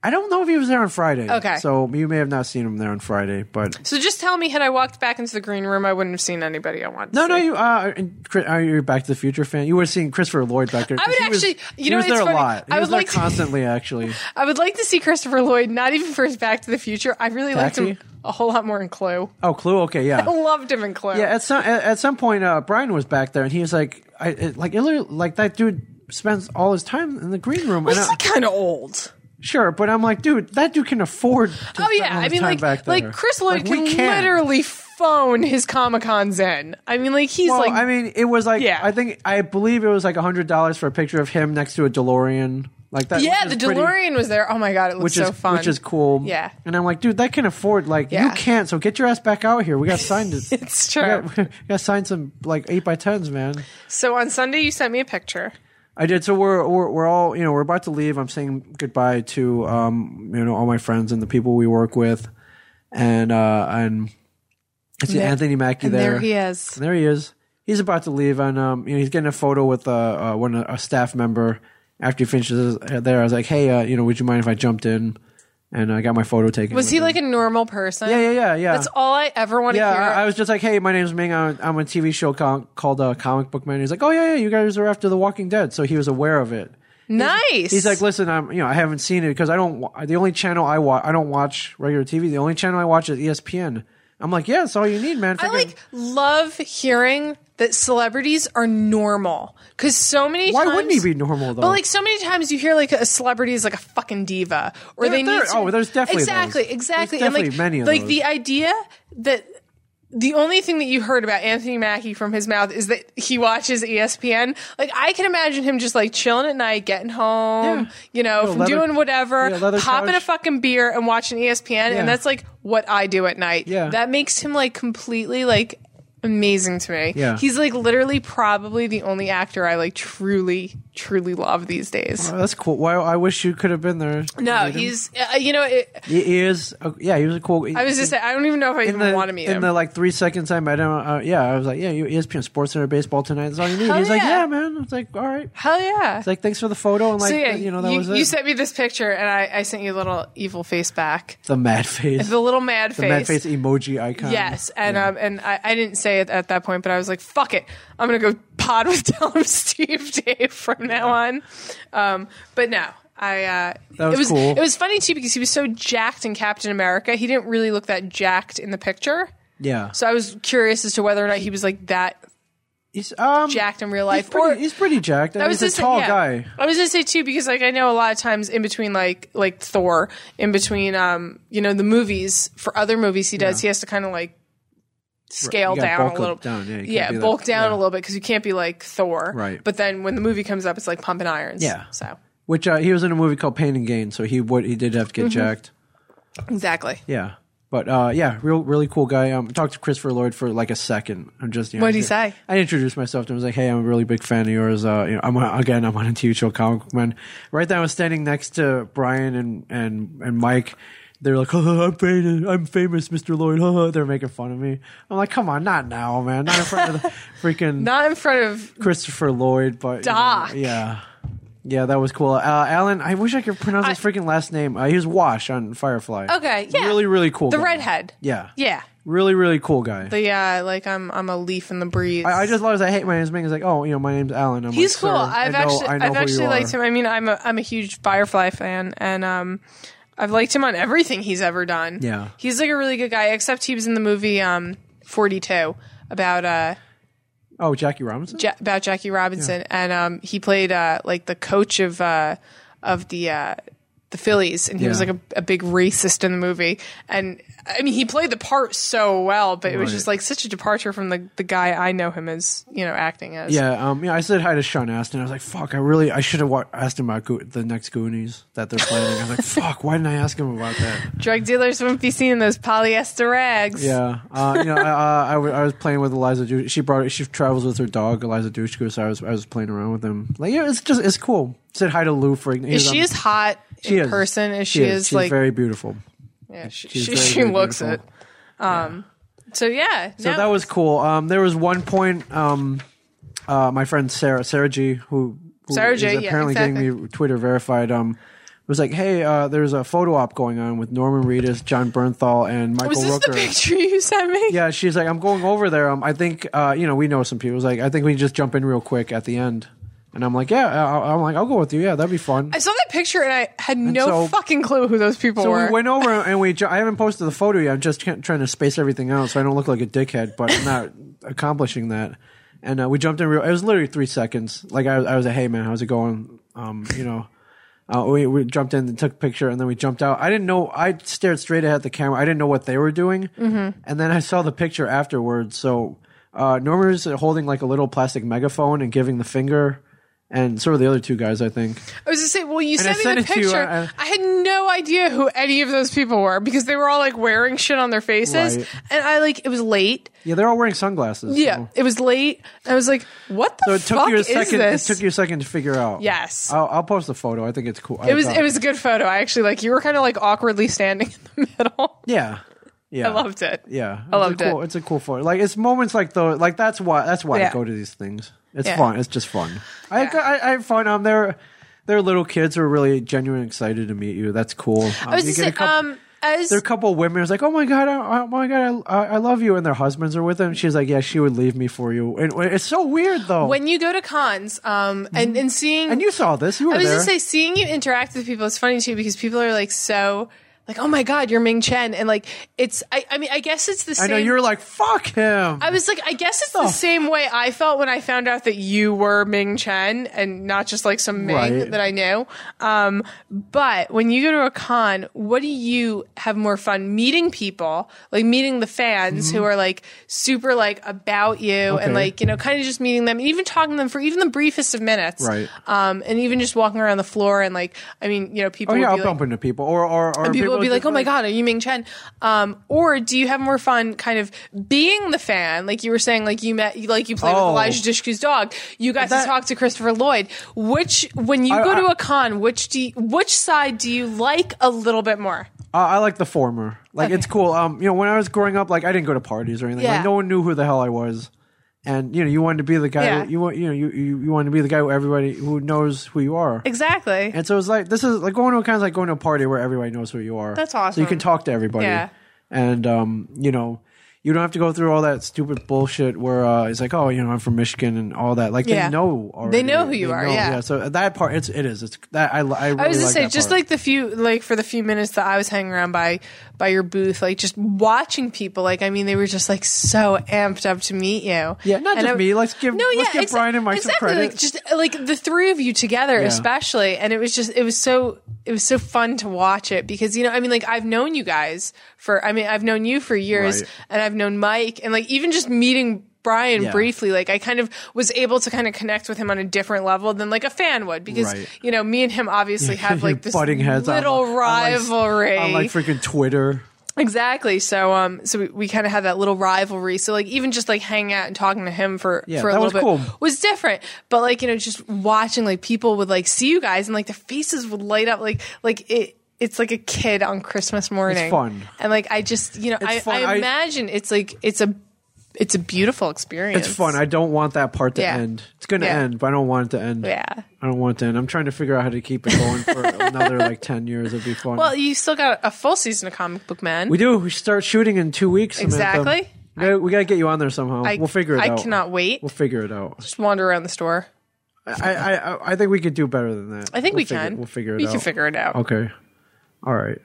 Speaker 2: I don't know if he was there on Friday.
Speaker 3: Okay.
Speaker 2: So you may have not seen him there on Friday, but
Speaker 3: So just tell me, had I walked back into the green room, I wouldn't have seen anybody I wanted.
Speaker 2: no,
Speaker 3: to
Speaker 2: no,
Speaker 3: see.
Speaker 2: you uh, and Chri- are you a Back to the Future fan? You were seeing Christopher Lloyd back there.
Speaker 3: I would
Speaker 2: He was-
Speaker 3: actually- you
Speaker 2: he
Speaker 3: know,
Speaker 2: was
Speaker 3: it's
Speaker 2: there
Speaker 3: funny.
Speaker 2: a lot. He
Speaker 3: I
Speaker 2: was
Speaker 3: would
Speaker 2: there
Speaker 3: like to-
Speaker 2: constantly, actually.
Speaker 3: I would like to see Christopher Lloyd, not even for his Back to the Future. I really liked
Speaker 2: Taxi?
Speaker 3: him a whole lot more in Clue.
Speaker 2: Oh, Clue. Okay, yeah.
Speaker 3: Loved him in Clue.
Speaker 2: Yeah, at some at, at some point, uh, Brian was back there, and he was like, "I it, like it, literally- like that dude spends all his time in the green room."
Speaker 3: Well,
Speaker 2: and
Speaker 3: he's
Speaker 2: I-
Speaker 3: like kind of old.
Speaker 2: sure, but I'm like, dude, that dude can afford. To
Speaker 3: Oh
Speaker 2: spend
Speaker 3: yeah,
Speaker 2: all
Speaker 3: I
Speaker 2: his
Speaker 3: mean
Speaker 2: time
Speaker 3: like
Speaker 2: back there.
Speaker 3: like Chris Lloyd
Speaker 2: we
Speaker 3: can,
Speaker 2: can't.
Speaker 3: literally phone his Comic Cons in. I mean like he's
Speaker 2: Well,
Speaker 3: like
Speaker 2: I mean, it was like
Speaker 3: Yeah.
Speaker 2: I think I believe it was like hundred dollars for a picture of him next to a DeLorean, like that.
Speaker 3: yeah, the
Speaker 2: which is pretty-
Speaker 3: DeLorean was there. Oh my god, it looked
Speaker 2: which
Speaker 3: so
Speaker 2: is
Speaker 3: fun.
Speaker 2: which is cool.
Speaker 3: Yeah.
Speaker 2: and I'm like, dude, that can afford. Like, you
Speaker 3: Yeah.
Speaker 2: can't. So get your ass back out here. We got signed.
Speaker 3: It's
Speaker 2: We
Speaker 3: true.
Speaker 2: got, we got signed some like eight by tens, man.
Speaker 3: So on Sunday you sent me a picture.
Speaker 2: I did. So we're, we're we're all you know we're about to leave. I'm saying goodbye to um you know all my friends and the people we work with, and uh and I see
Speaker 3: And there-
Speaker 2: Anthony Mackie
Speaker 3: And
Speaker 2: there.
Speaker 3: there he is.
Speaker 2: And there he is. He's about to leave, and um you know he's getting a photo with uh, uh one a staff member. After he finishes there, I was like, hey, uh, you know, would you mind if I jumped in? And I got my photo taken.
Speaker 3: Was
Speaker 2: with
Speaker 3: he
Speaker 2: him.
Speaker 3: like a normal person?
Speaker 2: Yeah, yeah, yeah, yeah.
Speaker 3: That's all I ever want to
Speaker 2: Yeah,
Speaker 3: hear.
Speaker 2: I, I was just like, "Hey, my name's Ming. I'm, I'm on a TV show co- called uh, Comic Book Man." He's like, "Oh yeah, yeah, you guys are after The Walking Dead," so he was aware of it.
Speaker 3: nice.
Speaker 2: He's like, "Listen, I'm you know I haven't seen it because I don't. wa- The only channel I watch, I don't watch regular TV. The only channel I watch is E ESPN." I'm like, "Yeah, that's all you need, man."
Speaker 3: I
Speaker 2: Freaking-
Speaker 3: like love hearing that celebrities are normal because so many.
Speaker 2: Why
Speaker 3: times,
Speaker 2: wouldn't he be normal, though?
Speaker 3: But like so many times, you hear like a celebrity is like a fucking diva, or
Speaker 2: There-
Speaker 3: they
Speaker 2: there-
Speaker 3: need. To,
Speaker 2: oh, there's definitely
Speaker 3: exactly,
Speaker 2: those.
Speaker 3: exactly,
Speaker 2: There's
Speaker 3: and like
Speaker 2: definitely many of
Speaker 3: like
Speaker 2: those.
Speaker 3: the idea that. The only thing that you heard about Anthony Mackie from his mouth is that he watches E ESPN. Like I can imagine him just like chilling at night, getting home,
Speaker 2: Yeah.
Speaker 3: you know,
Speaker 2: Little
Speaker 3: from
Speaker 2: leather-
Speaker 3: doing whatever,
Speaker 2: yeah, leather
Speaker 3: popping a
Speaker 2: couch.
Speaker 3: fucking beer and watching E ESPN,
Speaker 2: Yeah.
Speaker 3: and that's like what I do at night.
Speaker 2: Yeah.
Speaker 3: That makes him like completely like amazing to me.
Speaker 2: Yeah.
Speaker 3: He's like literally probably the only actor I like truly, truly love these days.
Speaker 2: Oh, that's cool. Why? I wish you could have been there.
Speaker 3: No, he's, uh, you know, it,
Speaker 2: He, he is. uh, yeah, he was a cool.
Speaker 3: I was just, saying, I don't even know if I
Speaker 2: in
Speaker 3: even
Speaker 2: the
Speaker 3: want to meet
Speaker 2: in
Speaker 3: him.
Speaker 2: the like three seconds I met him. Uh, yeah, I was like, "Yeah, you ESPN Sports Center baseball tonight. That's all you need."
Speaker 3: Hell
Speaker 2: he's like,
Speaker 3: yeah.
Speaker 2: "Yeah, man." I was like, "All right."
Speaker 3: Hell yeah.
Speaker 2: It's like, thanks for the photo, and like,
Speaker 3: so yeah,
Speaker 2: you know, that
Speaker 3: you,
Speaker 2: was it.
Speaker 3: you sent me this picture and I, I sent you a little evil face back.
Speaker 2: the mad face,
Speaker 3: The little mad
Speaker 2: the
Speaker 3: face.
Speaker 2: mad face emoji icon.
Speaker 3: Yes, and um, and I, I didn't say it at that point, but I was like, "Fuck it, I'm gonna go pod with Tom Steve Dave from now on." Um, but no, I uh,
Speaker 2: That was
Speaker 3: it was
Speaker 2: cool.
Speaker 3: it was funny too because he was so jacked in Captain America. He didn't really look that jacked in the picture,
Speaker 2: yeah.
Speaker 3: so I was curious as to whether or not he was like that
Speaker 2: he's um,
Speaker 3: jacked in real life.
Speaker 2: He's pretty,
Speaker 3: or
Speaker 2: he's pretty jacked. I
Speaker 3: I
Speaker 2: mean,
Speaker 3: was
Speaker 2: he's
Speaker 3: just
Speaker 2: a tall
Speaker 3: yeah.
Speaker 2: guy.
Speaker 3: I was gonna say too because like I know a lot of times in between like like Thor in between um you know the movies for other movies he does he has to kind of like scale
Speaker 2: You gotta
Speaker 3: down
Speaker 2: bulk
Speaker 3: a
Speaker 2: up
Speaker 3: little
Speaker 2: down. Yeah, you can't be like-
Speaker 3: bulk down
Speaker 2: yeah.
Speaker 3: a little bit because you can't be like Thor
Speaker 2: Right.
Speaker 3: but then when the movie comes up it's like pumping irons
Speaker 2: Yeah.
Speaker 3: so
Speaker 2: Which uh, he was in a movie called Pain and Gain, so he would he did have to get
Speaker 3: Mm-hmm.
Speaker 2: jacked.
Speaker 3: exactly
Speaker 2: Yeah, but uh, yeah, real really cool guy. Um, I talked to Christopher Lloyd for like a second. I'm just you know,
Speaker 3: What'd he
Speaker 2: intro-
Speaker 3: say?
Speaker 2: I introduced myself to him. I was like, hey, I'm a really big fan of yours. Uh, you know, I'm on, again, I'm on a TV show, Comic Book Man. Right then, I was standing next to Brian and and and Mike. They're like, oh, I'm famous, I'm famous, Mr. Lloyd. Oh, they're making fun of me. I'm like, come on, not now, man, not in front of the freaking
Speaker 3: not in front of
Speaker 2: Christopher Lloyd, but you know,
Speaker 3: Doc.
Speaker 2: yeah, yeah, that was cool. Uh, Alan, I wish I could pronounce his freaking last name. Uh, he was Wash on Firefly.
Speaker 3: Okay, yeah.
Speaker 2: really, really cool.
Speaker 3: the
Speaker 2: guy.
Speaker 3: redhead
Speaker 2: Yeah,
Speaker 3: yeah
Speaker 2: really, really cool guy.
Speaker 3: but yeah like I'm I'm a leaf in the breeze
Speaker 2: I, I just love that. Hey, my name's Ming. He's like, oh, you know, my name's Alan. I'm
Speaker 3: He's
Speaker 2: like,
Speaker 3: cool.
Speaker 2: "Sir,
Speaker 3: I've
Speaker 2: I know,
Speaker 3: actually
Speaker 2: I know
Speaker 3: I've
Speaker 2: who you
Speaker 3: actually
Speaker 2: are."
Speaker 3: liked him. I mean, I'm a I'm a huge Firefly fan and um I've liked him on everything he's ever done.
Speaker 2: Yeah.
Speaker 3: He's like a really good guy except he was in the movie um 42 about uh
Speaker 2: Oh, Jackie Robinson.
Speaker 3: ja- about Jackie Robinson and um he played uh like the coach of uh of the uh the Phillies, and he was
Speaker 2: Yeah.
Speaker 3: like a, a big racist in the movie, and I mean he played the part so well, but it was
Speaker 2: Right.
Speaker 3: just like such a departure from the the guy I know him as, you know, acting as.
Speaker 2: yeah, um, yeah. I said hi to Sean Astin. I was like, "Fuck, I really, I should have wa- asked him about Go- the next Goonies that they're planning." I was like, "Fuck, why didn't I ask him about that?"
Speaker 3: Drug dealers wouldn't be seen in those polyester rags.
Speaker 2: Yeah, uh, you know, I, uh, I, w- I was playing with Eliza. Du- she brought she travels with her dog Eliza Dushku, so I was I was playing around with him. Like, yeah, it's just it's cool. Said hi to Lou for
Speaker 3: Is she as hot in person as she, is,
Speaker 2: She's
Speaker 3: like
Speaker 2: very beautiful.
Speaker 3: yeah, she,
Speaker 2: she's
Speaker 3: she,
Speaker 2: very,
Speaker 3: she
Speaker 2: very
Speaker 3: looks it.
Speaker 2: beautiful.
Speaker 3: Um so yeah.
Speaker 2: So that was cool. Um, there was one point. Um, uh, my friend Sarah Sarah G, who, who
Speaker 3: Sarah
Speaker 2: is
Speaker 3: G, yeah,
Speaker 2: apparently
Speaker 3: exactly.
Speaker 2: getting me Twitter verified. Um, was like, hey, uh, there's a photo op going on with Norman Reedus, John Bernthal, and Michael
Speaker 3: Was this
Speaker 2: Rooker.
Speaker 3: the picture you sent me?
Speaker 2: Yeah, she's like, I'm going over there. Um, I think, uh, you know, we know some people. It's like, I think we just jump in real quick at the end. And I'm like, yeah, I- I'm like, I'll go with you. Yeah, that'd be fun.
Speaker 3: I saw that picture and I had no
Speaker 2: so-
Speaker 3: fucking clue who those people
Speaker 2: so
Speaker 3: were.
Speaker 2: we went over and we. ju- I haven't posted the photo yet. I'm just trying trying to space everything out so I don't look like a dickhead, but I'm not accomplishing that. And uh, we jumped in real. It was literally three seconds. Like I, I was like, "Hey man, how's it going?" Um, you know, uh, we we jumped in and took a picture, and then we jumped out. I didn't know. I stared straight at the camera. I didn't know what they were doing. Mm-hmm. And then I saw the picture afterwards. So uh, Norman's holding like a little plastic megaphone and giving the finger, and so are the other two guys. I think.
Speaker 3: I was just saying, well, you
Speaker 2: And I
Speaker 3: sent me the
Speaker 2: sent it to you,
Speaker 3: picture.
Speaker 2: uh,
Speaker 3: I had no idea who any of those people were because they were all like wearing shit on their faces,
Speaker 2: Right.
Speaker 3: and I like it was late.
Speaker 2: Yeah, they're all wearing sunglasses.
Speaker 3: Yeah,
Speaker 2: so-
Speaker 3: it was late. I was like, what the
Speaker 2: So it took
Speaker 3: fuck
Speaker 2: you a
Speaker 3: is
Speaker 2: second. It
Speaker 3: this?
Speaker 2: took you a second to figure out.
Speaker 3: Yes.
Speaker 2: I'll, I'll post the photo. I think it's cool.
Speaker 3: it was it was a good photo. I actually like you were kind of like awkwardly standing in the middle.
Speaker 2: Yeah. Yeah.
Speaker 3: I loved it.
Speaker 2: Yeah.
Speaker 3: I
Speaker 2: It's a
Speaker 3: loved it.
Speaker 2: cool- It's a cool photo. Like it's moments like though. Like that's why. That's why I
Speaker 3: Yeah.
Speaker 2: go to these things. It's
Speaker 3: Yeah.
Speaker 2: fun. It's just fun. I, I I have fun. Um, they're they're little kids who are really genuine, excited to meet you. That's cool. Um,
Speaker 3: I was
Speaker 2: you
Speaker 3: just
Speaker 2: get a
Speaker 3: saying,
Speaker 2: couple-
Speaker 3: um, as
Speaker 2: there are a couple of women who's like, oh my god, I, oh my god, I, I love you, and their husbands are with them. She's like, yeah, she would leave me for you, and it's so weird though.
Speaker 3: when you go to cons, um, and and seeing
Speaker 2: Mm-hmm. and you saw this, you were
Speaker 3: I was
Speaker 2: there.
Speaker 3: gonna say, seeing you interact with people is funny too because people are like so, like, oh my god, you're Ming Chen, and like, it's. I, I mean, I guess it's the
Speaker 2: I
Speaker 3: same.
Speaker 2: know you were like, fuck him.
Speaker 3: I was like, I guess it's the
Speaker 2: Oh.
Speaker 3: same way I felt when I found out that you were Ming Chen and not just like some Ming
Speaker 2: Right.
Speaker 3: that I knew. Um, but when you go to a con, what do you have more fun meeting people, like meeting the fans who are like super like about you
Speaker 2: Mm-hmm. Okay.
Speaker 3: and like you know kind of just meeting them, and even talking to them for even the briefest of minutes,
Speaker 2: Right.
Speaker 3: Um, and even just walking around the floor and like, I mean, you know, people.
Speaker 2: Oh yeah,
Speaker 3: would
Speaker 2: I'll
Speaker 3: be like,
Speaker 2: bump into people, or or, or
Speaker 3: people would be like,
Speaker 2: just
Speaker 3: "Oh my god, are you Ming Chen?" Um, or do you have more fun, kind of being the fan, like you were saying, like you met, like you played
Speaker 2: Oh.
Speaker 3: with Elijah Dishku's dog. You got
Speaker 2: That-
Speaker 3: to talk to Christopher Lloyd. Which, when you
Speaker 2: I-
Speaker 3: go to
Speaker 2: I-
Speaker 3: a con, which do you, which side do you like a little bit more?
Speaker 2: I, I like the former. Like it's cool. Um, you know, when I was growing up, like I didn't go to parties or anything.
Speaker 3: Yeah.
Speaker 2: Like no one knew who the hell I was, and you know, you wanted to be the guy.
Speaker 3: Yeah.
Speaker 2: Who, you want, you know, you, you you wanted to be the guy who everybody who knows who you are.
Speaker 3: Exactly.
Speaker 2: And so it's like this is like going to a kind of like going to a party where everybody knows who you are.
Speaker 3: That's
Speaker 2: So you can
Speaker 3: awesome.
Speaker 2: talk to everybody.
Speaker 3: Yeah.
Speaker 2: And um, you know, you don't have to go through all that stupid bullshit where uh, it's like, oh, you know, I'm from Michigan and all that. Like
Speaker 3: Yeah.
Speaker 2: they know already.
Speaker 3: They know who you are, yeah.
Speaker 2: So that part, it's it is. It's that I I, really
Speaker 3: I was gonna
Speaker 2: like
Speaker 3: say,
Speaker 2: that
Speaker 3: just
Speaker 2: part.
Speaker 3: like the few, like for the few minutes that I was hanging around by by your booth, like just watching people, like I mean, they were just like so amped up to meet you.
Speaker 2: Yeah, not
Speaker 3: And
Speaker 2: just
Speaker 3: I-
Speaker 2: me. Let's give- let's give Brian and Mike some
Speaker 3: exactly,
Speaker 2: credit.
Speaker 3: Like just like the three of you together, especially, and it was just it was so it was so fun to watch it because you know I mean like I've known you guys for I mean I've known you for years
Speaker 2: Right.
Speaker 3: and I've known Mike and like even just meeting. Brian
Speaker 2: Yeah.
Speaker 3: briefly, like I kind of was able to kind of connect with him on a different level than like a fan would because
Speaker 2: Right.
Speaker 3: you know me and him obviously have
Speaker 2: You're
Speaker 3: like this
Speaker 2: butting heads on,
Speaker 3: little
Speaker 2: on, like,
Speaker 3: rivalry.
Speaker 2: on like freaking Twitter.
Speaker 3: exactly. So um, so we, we kind of had that little rivalry. So like even just like hanging out and talking to him for
Speaker 2: Yeah,
Speaker 3: for a
Speaker 2: that
Speaker 3: little
Speaker 2: was
Speaker 3: bit
Speaker 2: cool.
Speaker 3: was different. But like you know just watching like people would like see you guys and like their faces would light up like like it. It's like a kid on Christmas morning.
Speaker 2: fun.
Speaker 3: and like I just you know I,
Speaker 2: fun. I-
Speaker 3: I imagine it's like it's a it's a beautiful experience.
Speaker 2: It's fun. I don't want that part to
Speaker 3: Yeah.
Speaker 2: end. It's going to
Speaker 3: Yeah.
Speaker 2: end, but I don't want it to end.
Speaker 3: Yeah.
Speaker 2: I don't want it to end. I'm trying to figure out how to keep it going for another like 10 years. It'd be fun.
Speaker 3: well, you still got a full season of Comic Book Man.
Speaker 2: we do. We start shooting in two weeks. Samantha.
Speaker 3: Exactly.
Speaker 2: We gotta- We got to get you on there somehow.
Speaker 3: I-
Speaker 2: we'll figure it
Speaker 3: I
Speaker 2: out.
Speaker 3: cannot wait.
Speaker 2: We'll figure it out.
Speaker 3: just wander around the store.
Speaker 2: I, I, I- I think we could do better than that.
Speaker 3: I think
Speaker 2: We'll
Speaker 3: we
Speaker 2: figure-
Speaker 3: can.
Speaker 2: We'll figure it
Speaker 3: we
Speaker 2: out.
Speaker 3: can figure it out.
Speaker 2: Okay. All right.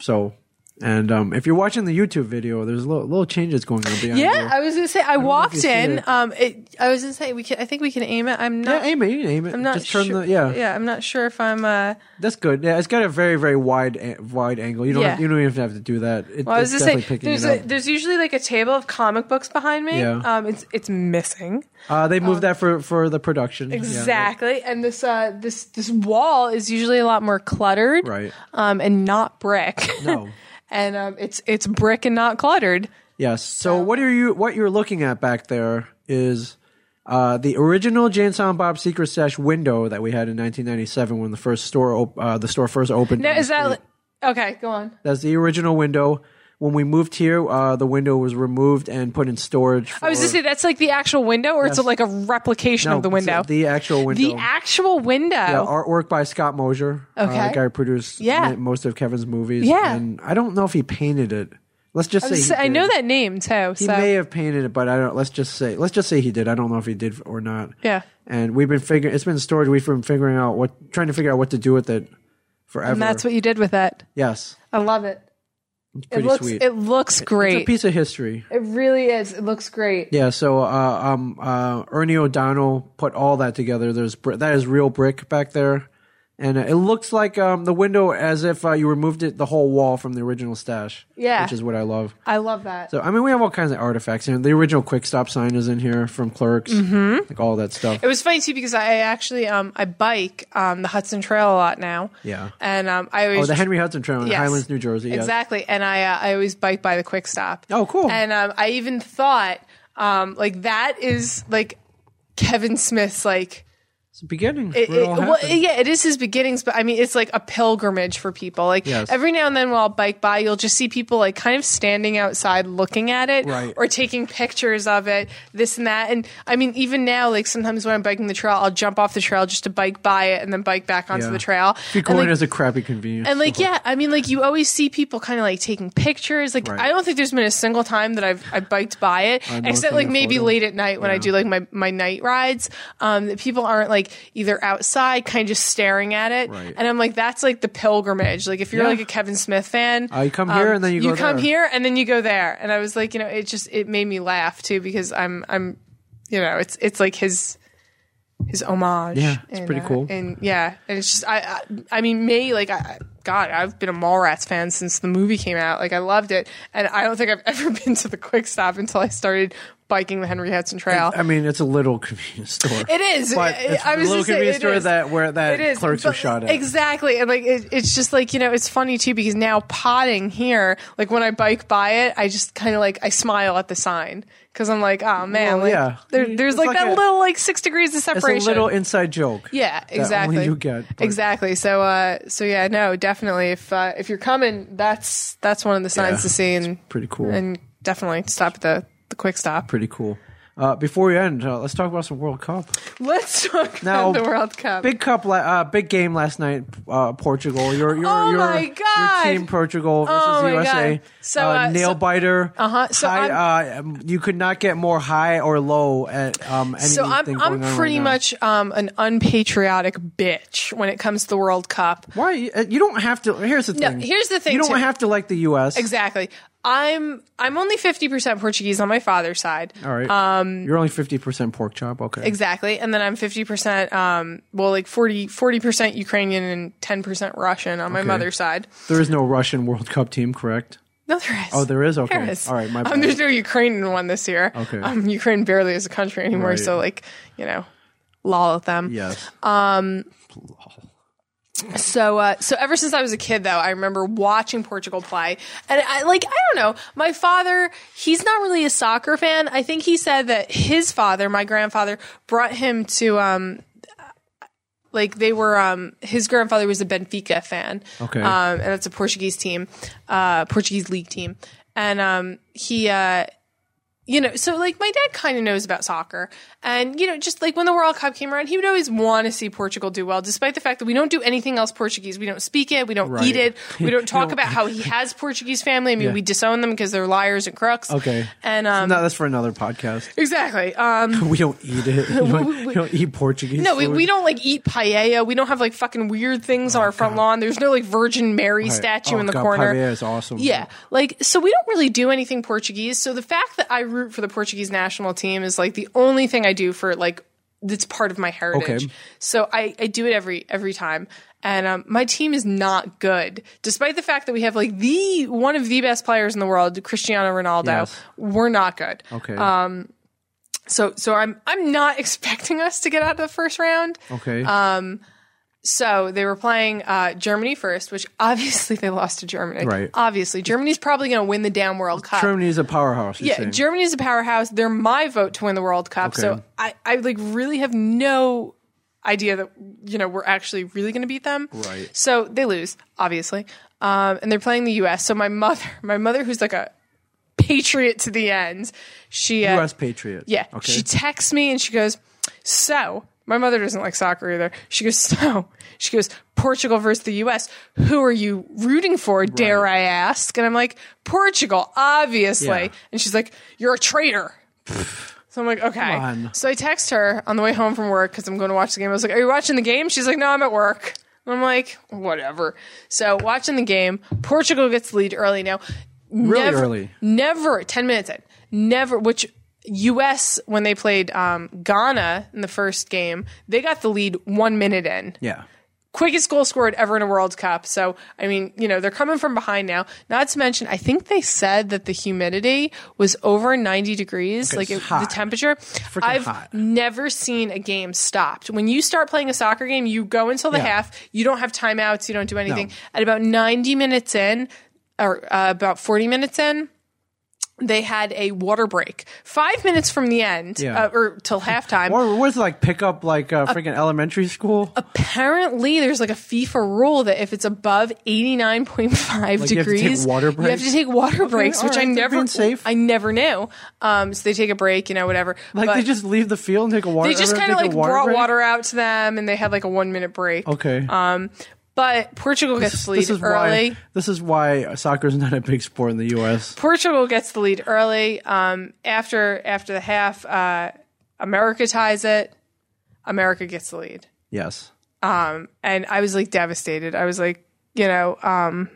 Speaker 2: So, and um, if you're watching the YouTube video, there's little, little changes going on behind
Speaker 3: Yeah,
Speaker 2: you.
Speaker 3: I was gonna say I, walked
Speaker 2: you see
Speaker 3: in.
Speaker 2: it.
Speaker 3: Um, it, I was gonna say we can. I think we can aim it. I'm not.
Speaker 2: Yeah, aim it. You can aim it.
Speaker 3: I'm not
Speaker 2: Just turn
Speaker 3: sure.
Speaker 2: the yeah.
Speaker 3: yeah. I'm not sure if I'm. Uh,
Speaker 2: That's good. Yeah, it's got a very very wide a- wide angle. You don't
Speaker 3: Yeah.
Speaker 2: have, you don't even have to do that. It,
Speaker 3: well, I was
Speaker 2: it's
Speaker 3: gonna say
Speaker 2: definitely picking
Speaker 3: there's
Speaker 2: it
Speaker 3: a,
Speaker 2: up.
Speaker 3: there's usually like a table of comic books behind me.
Speaker 2: Yeah.
Speaker 3: Um, it's it's missing
Speaker 2: uh, they
Speaker 3: Oh.
Speaker 2: moved that for for the production. Yeah,
Speaker 3: exactly, and this uh this this wall is usually a lot more cluttered.
Speaker 2: Right.
Speaker 3: Um, and not brick.
Speaker 2: No.
Speaker 3: and um, it's it's brick and not cluttered.
Speaker 2: yes. So what are you what you're looking at back there is uh, the original Jane Silent Bob Secret Stash window that we had in 1997 when the first store op- uh, the store first opened.
Speaker 3: Now,
Speaker 2: on the
Speaker 3: is that
Speaker 2: street.
Speaker 3: okay? Go on.
Speaker 2: That's the original window. when we moved here, uh, the window was removed and put in storage. For,
Speaker 4: I was just saying that's like the actual window, or
Speaker 2: Yes.
Speaker 4: it's like a replication
Speaker 2: No,
Speaker 4: of the window.
Speaker 2: it's uh, The actual window.
Speaker 4: The actual window.
Speaker 2: Yeah, artwork by Scott Mosier. Uh,
Speaker 4: Okay.
Speaker 2: the guy who produced
Speaker 4: Yeah.
Speaker 2: ma- most of Kevin's movies.
Speaker 4: Yeah.
Speaker 2: And I don't know if he painted it. Let's just
Speaker 4: I,
Speaker 2: say
Speaker 4: was-
Speaker 2: he
Speaker 4: I
Speaker 2: did.
Speaker 4: know that name too.
Speaker 2: He
Speaker 4: so
Speaker 2: may have painted it, but I don't. Let's just say, let's just say he did. I don't know if he did or not.
Speaker 3: Yeah.
Speaker 2: And we've been figuring. It's been storage. We've been figuring out what, trying to figure out what to do with it forever.
Speaker 4: and that's what you did with it.
Speaker 2: Yes.
Speaker 4: I love it.
Speaker 2: It's
Speaker 4: It
Speaker 2: pretty
Speaker 4: looks
Speaker 2: sweet.
Speaker 4: it looks
Speaker 2: it's a
Speaker 4: great.
Speaker 2: piece of history.
Speaker 4: It really is. It looks great.
Speaker 2: Yeah. So, uh, um, uh, Ernie O'Donnell put all that together. There's br- that is real brick back there, and uh, it looks like um the window as if uh, you removed it the whole wall from the original stash.
Speaker 4: Yeah.
Speaker 2: Which is what I love.
Speaker 4: I love that.
Speaker 2: So I mean, we have all kinds of artifacts. You know, the original Quick Stop sign is in here from Clerks, mm-hmm. like all that stuff.
Speaker 3: It was funny too because I actually um I bike um the Hudson Trail a lot now.
Speaker 2: Yeah.
Speaker 3: And um I always
Speaker 2: Oh, the Henry Hudson Trail in
Speaker 3: Yes.
Speaker 2: Highlands, New Jersey. Yes.
Speaker 3: Exactly. And I uh, I always bike by the quick stop.
Speaker 2: Oh, cool.
Speaker 3: And um, I even thought um like that is like Kevin Smith's like
Speaker 2: It's the beginning.
Speaker 3: it,
Speaker 2: where it all
Speaker 3: it- well,
Speaker 2: happened.
Speaker 3: yeah, it is his beginnings, but I mean, it's like a pilgrimage for people. Like
Speaker 2: Yes.
Speaker 3: every now and then, while I bike by, you'll just see people like kind of standing outside, looking at it,
Speaker 2: Right.
Speaker 3: or taking pictures of it, this and that. And I mean, even now, like sometimes when I'm biking the trail, I'll jump off the trail just to bike by it and then bike back onto
Speaker 2: Yeah.
Speaker 3: the trail.
Speaker 2: Three
Speaker 3: And, like,
Speaker 2: corners is a crappy convenience.
Speaker 3: and like, yeah, I mean, like you always see people kind of like taking pictures. Like,
Speaker 2: Right.
Speaker 3: I don't think there's been a single time that I've I biked by it,
Speaker 2: know
Speaker 3: except
Speaker 2: taking
Speaker 3: like
Speaker 2: a
Speaker 3: maybe
Speaker 2: photo.
Speaker 3: late at night when I do like my my night rides. Um, that people aren't like either outside, kind of just staring at it.
Speaker 2: Right.
Speaker 3: And I'm like, that's like the pilgrimage. Like, if you're
Speaker 2: Yeah.
Speaker 3: like a Kevin Smith fan, um,
Speaker 2: Uh, you come here and then you go
Speaker 3: come
Speaker 2: there.
Speaker 3: here and then you go there. And I was like, you know, it just it made me laugh too because I'm I'm, you know, it's it's like his. His homage,
Speaker 2: Yeah, it's pretty cool.
Speaker 3: and yeah, and it's just I, I, I mean, me like I, I- God, I've been a Mallrats fan since the movie came out. Like I loved it, and I don't think I've ever been to the Quick Stop until I started biking the Henry Hudson Trail.
Speaker 2: I mean, it's a little convenience store.
Speaker 3: It is.
Speaker 2: But
Speaker 3: I-
Speaker 2: it's
Speaker 3: I was
Speaker 2: a little
Speaker 3: just saying,
Speaker 2: convenience
Speaker 3: it
Speaker 2: store
Speaker 3: is.
Speaker 2: that where that
Speaker 3: it is
Speaker 2: clerks were
Speaker 3: but-
Speaker 2: shot at.
Speaker 3: exactly, and like it, it's just like you know, it's funny too because now potting here, like when I bike by it, I just kind of like I smile at the sign because I'm like, oh man,
Speaker 2: Well,
Speaker 3: like
Speaker 2: yeah.
Speaker 3: there, there's
Speaker 2: It's
Speaker 3: like,
Speaker 2: like
Speaker 3: that
Speaker 2: a-
Speaker 3: little like six degrees of
Speaker 2: It's a
Speaker 3: separation.
Speaker 2: little inside joke.
Speaker 3: Yeah,
Speaker 2: only
Speaker 3: exactly.
Speaker 2: you get, but-
Speaker 3: exactly. So, uh, so yeah, no, definitely. If uh, if you're coming, that's that's one of the signs
Speaker 2: Yeah,
Speaker 3: to see, and
Speaker 2: pretty cool.
Speaker 3: and definitely stop at the the quick stop.
Speaker 2: Pretty cool. Uh, before we end, uh, let's talk about some World Cup.
Speaker 3: Let's talk
Speaker 2: Now,
Speaker 3: about the World Cup.
Speaker 2: Big cup, la- uh, big game last night. Uh, Portugal. Your your
Speaker 3: Oh
Speaker 2: your,
Speaker 3: my
Speaker 2: your
Speaker 3: God.
Speaker 2: team Portugal versus
Speaker 3: Oh my
Speaker 2: USA.
Speaker 3: God. So,
Speaker 2: uh,
Speaker 3: uh,
Speaker 2: nail
Speaker 3: so-
Speaker 2: biter.
Speaker 3: Uh-huh. So
Speaker 2: high, uh, you could not get more high or low at um. Anything
Speaker 3: so I'm
Speaker 2: going
Speaker 3: I'm
Speaker 2: on right
Speaker 3: pretty
Speaker 2: now.
Speaker 3: much um, an unpatriotic bitch when it comes to the World Cup.
Speaker 2: Why uh, you don't have to? Here's the
Speaker 3: No,
Speaker 2: thing.
Speaker 3: here's the thing,
Speaker 2: You don't
Speaker 3: too.
Speaker 2: have to like the U.S.
Speaker 3: Exactly. I'm I'm only fifty percent Portuguese on my father's side.
Speaker 2: All right. Um, You're only fifty percent pork chop. Okay.
Speaker 3: Exactly. And then I'm 50%, um, well, like 40, percent Ukrainian and 10% Russian on my mother's side.
Speaker 2: There is no Russian World Cup team, correct?
Speaker 3: No, there is.
Speaker 2: Oh, there is. Okay.
Speaker 3: There is.
Speaker 2: All right. My
Speaker 3: Um, there's
Speaker 2: bad.
Speaker 3: no Ukrainian one this year.
Speaker 2: Okay.
Speaker 3: Um, Ukraine barely is a country anymore.
Speaker 2: Right.
Speaker 3: So, like, you know, lol at them.
Speaker 2: Yes.
Speaker 3: So, uh, so ever since I was a kid, though, I remember watching Portugal play, and I like I don't know. My father, he's not really a soccer fan. I think he said that his father, my grandfather, brought him to um, like they were um, his grandfather was a Benfica fan.
Speaker 2: Okay.
Speaker 3: um, and that's a Portuguese team, uh, Portuguese league team, and um, he. Uh, you know, so like my dad kind of knows about soccer. And, you know, just like when the World Cup came around, he would always want to see Portugal do well, despite the fact that we don't do anything else Portuguese. We don't speak it. We don't
Speaker 2: Right.
Speaker 3: eat it. We don't talk
Speaker 2: No.
Speaker 3: about how he has Portuguese family. I mean,
Speaker 2: Yeah.
Speaker 3: we disown them because they're liars and crooks.
Speaker 2: Okay.
Speaker 3: And, um,
Speaker 2: no, that's for another podcast.
Speaker 3: exactly. Um,
Speaker 2: We don't eat it. You don't,
Speaker 3: we-
Speaker 2: you don't eat Portuguese.
Speaker 3: no, we,
Speaker 2: food.
Speaker 3: we don't like eat paella. We don't have like fucking weird things on our front lawn. There's no like Virgin Mary
Speaker 2: Right.
Speaker 3: statue
Speaker 2: Oh,
Speaker 3: in the
Speaker 2: God,
Speaker 3: corner.
Speaker 2: Paella is awesome.
Speaker 3: Yeah. Like, so we don't really do anything Portuguese. So the fact that I root for the Portuguese national team is like the only thing I do for like, that's part of my heritage.
Speaker 2: Okay.
Speaker 3: So I, I do it every, every time. And um, my team is not good. Despite the fact that we have like the, one of the best players in the world, Cristiano Ronaldo,
Speaker 2: Yes.
Speaker 3: we're not good.
Speaker 2: Okay.
Speaker 3: Uh, So, so I'm, I'm not expecting us to get out of the first round.
Speaker 2: okay.
Speaker 3: Uh, So they were playing uh, Germany first, which obviously they lost to Germany.
Speaker 2: Right.
Speaker 3: Obviously, Germany's probably going to win the damn World Cup.
Speaker 2: Germany is a powerhouse. You're
Speaker 3: Yeah,
Speaker 2: saying.
Speaker 3: Germany's a powerhouse. They're my vote to win the World Cup.
Speaker 2: Okay.
Speaker 3: So I, I like really have no idea that you know we're actually really going to beat them.
Speaker 2: Right.
Speaker 3: So they lose, obviously. um, and they're playing the U.S. So my mother, my mother, who's like a patriot to the end, she uh,
Speaker 2: U.S. Patriot.
Speaker 3: yeah,
Speaker 2: Okay.
Speaker 3: she texts me and she goes, "So my mother doesn't like soccer either." She goes, "So she goes Portugal versus the U.S. Who are you rooting for? Dare I ask?" And I'm like, "Portugal, obviously."
Speaker 2: Yeah.
Speaker 3: And she's like, "You're a traitor." So I'm like, okay.
Speaker 2: on.
Speaker 3: So I text her on the way home from work because I'm going to watch the game. I was like, are you watching the game? She's like, no, I'm at work. And I'm like, whatever. So watching the game, Portugal gets the lead early now.
Speaker 2: Really
Speaker 3: never,
Speaker 2: early.
Speaker 3: Never, 10 minutes in. Never, which U.S., when they played um, Ghana in the first game, they got the lead one minute in
Speaker 2: yeah.
Speaker 3: quickest goal scored ever in a World Cup. So, I mean, you know, they're coming from behind now. Not to mention, I think they said that the humidity was over 90 degrees, like it, the
Speaker 2: hot.
Speaker 3: temperature. I've
Speaker 2: hot.
Speaker 3: never seen a game stopped. When you start playing a soccer game, you go until the
Speaker 2: Yeah.
Speaker 3: half, you don't have timeouts, you don't do anything. At about 90 minutes in, or uh, about 40 minutes in, they had a water break. Five minutes from the end,
Speaker 2: Yeah.
Speaker 3: uh, or till halftime.
Speaker 2: Or was it like pick up like uh, freaking elementary school?
Speaker 3: uh, apparently there's like a FIFA rule that if it's above 89.5
Speaker 2: Like, you have to take
Speaker 3: degrees,
Speaker 2: water
Speaker 3: you have to
Speaker 2: breaks?
Speaker 3: take water breaks,
Speaker 2: all
Speaker 3: which I
Speaker 2: right, they're
Speaker 3: never
Speaker 2: being safe.
Speaker 3: I never knew. Um, so they take a break, you know, whatever.
Speaker 2: like
Speaker 3: But
Speaker 2: they just leave the field and take a water.
Speaker 3: they just
Speaker 2: everyone
Speaker 3: kind of
Speaker 2: take a
Speaker 3: like brought
Speaker 2: break?
Speaker 3: water out to them, and they had like a one minute break.
Speaker 2: Okay.
Speaker 3: But Portugal gets the lead early.
Speaker 2: why this is why soccer is not a big sport in the U.S.
Speaker 3: Portugal gets the lead early. Um, after after the half, uh, America ties it. America gets the lead.
Speaker 2: Yes.
Speaker 3: and I was like devastated. I was like, you know, um,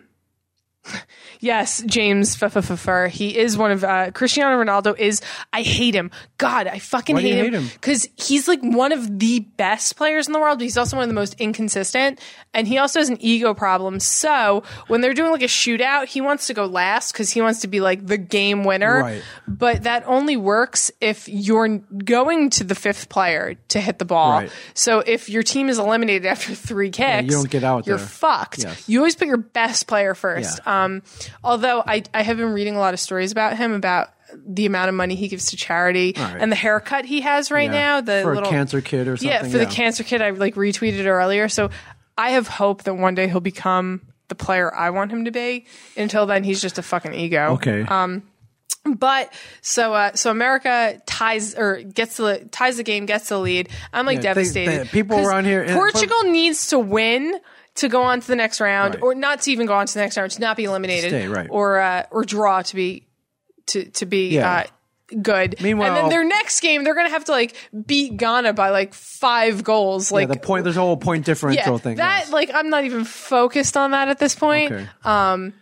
Speaker 3: yes, James Fafafafar. He is one of uh, Cristiano Ronaldo. Is I hate him. God, I fucking
Speaker 2: Why do
Speaker 3: hate,
Speaker 2: you hate
Speaker 3: him
Speaker 2: him?
Speaker 3: because he's like one of the best players in the world. But he's also one of the most inconsistent, and he also has an ego problem. So when they're doing like a shootout, he wants to go last because he wants to be like the game winner.
Speaker 2: Right.
Speaker 3: But that only works if you're going to the fifth player to hit the ball.
Speaker 2: Right.
Speaker 3: So if your team is eliminated after three kicks,
Speaker 2: you don't get out
Speaker 3: You're
Speaker 2: there.
Speaker 3: fucked.
Speaker 2: Yes.
Speaker 3: You always put your best player first. Um, although I, I have been reading a lot of stories about him about the amount of money he gives to charity
Speaker 2: All right.
Speaker 3: and the haircut he has
Speaker 2: Yeah.
Speaker 3: right now. The
Speaker 2: for
Speaker 3: little
Speaker 2: a cancer kid or something.
Speaker 3: yeah for the cancer kid I like retweeted earlier. So I have hope that one day he'll become the player I want him to be. Until then, he's just a fucking ego.
Speaker 2: Okay.
Speaker 3: um, But so uh, so America ties or gets the ties the game, gets the lead. I'm like
Speaker 2: Yeah, they-
Speaker 3: devastated.
Speaker 2: they- people
Speaker 3: 'Cause
Speaker 2: around here-
Speaker 3: Portugal needs to win to go on to the next round,
Speaker 2: Right.
Speaker 3: or not to even go on to the next round, to not be eliminated,
Speaker 2: Stay, right.
Speaker 3: or uh, or draw to be to to be.
Speaker 2: Yeah.
Speaker 3: Uh, Good. and then
Speaker 2: Meanwhile-
Speaker 3: their next game, they're gonna have to like beat Ghana by like five goals.
Speaker 2: yeah,
Speaker 3: Like
Speaker 2: the point. There's a whole point differential
Speaker 3: yeah,
Speaker 2: thing.
Speaker 3: that
Speaker 2: yes.
Speaker 3: like I'm not even focused on that at this point.
Speaker 2: okay. Um,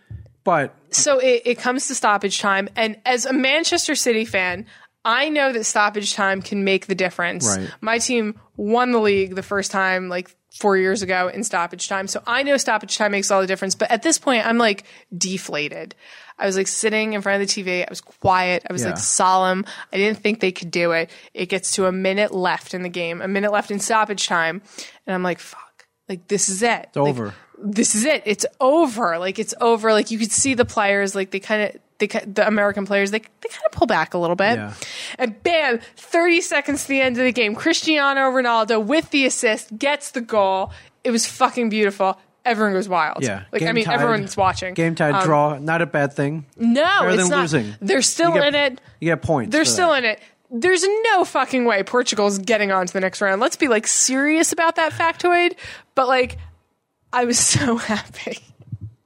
Speaker 2: but
Speaker 3: So it, it comes to stoppage time. And as a Manchester City fan, I know that stoppage time can make the difference.
Speaker 2: Right.
Speaker 3: My team won the league the first time, like four years ago, in stoppage time. So I know stoppage time makes all the difference. But at this point, I'm like deflated. I was like sitting in front of the TV. I was quiet. I was
Speaker 2: Yeah.
Speaker 3: like solemn. I didn't think they could do it. It gets to a minute left in the game, a minute left in stoppage time. And I'm like, fuck. Like, this is it. It's
Speaker 2: over.
Speaker 3: this is it. It's over. Like it's over. Like you could see the players. Like they kind of they ki- the American players. They they kind of pull back a little bit.
Speaker 2: Yeah.
Speaker 3: And bam, thirty seconds to the end of the game. Cristiano Ronaldo with the assist gets the goal. It was fucking beautiful. Everyone goes wild.
Speaker 2: yeah,
Speaker 3: Like I
Speaker 2: game
Speaker 3: mean,
Speaker 2: tied-
Speaker 3: everyone's watching. Um,
Speaker 2: Game tied draw. Not a bad thing.
Speaker 3: No,
Speaker 2: Better
Speaker 3: it's
Speaker 2: than
Speaker 3: not.
Speaker 2: losing.
Speaker 3: They're still
Speaker 2: You get-
Speaker 3: in it.
Speaker 2: You get points.
Speaker 3: They're
Speaker 2: for
Speaker 3: still
Speaker 2: that.
Speaker 3: in it. There's no fucking way Portugal's getting on to the next round. Let's be like serious about that factoid. But like, I was so happy.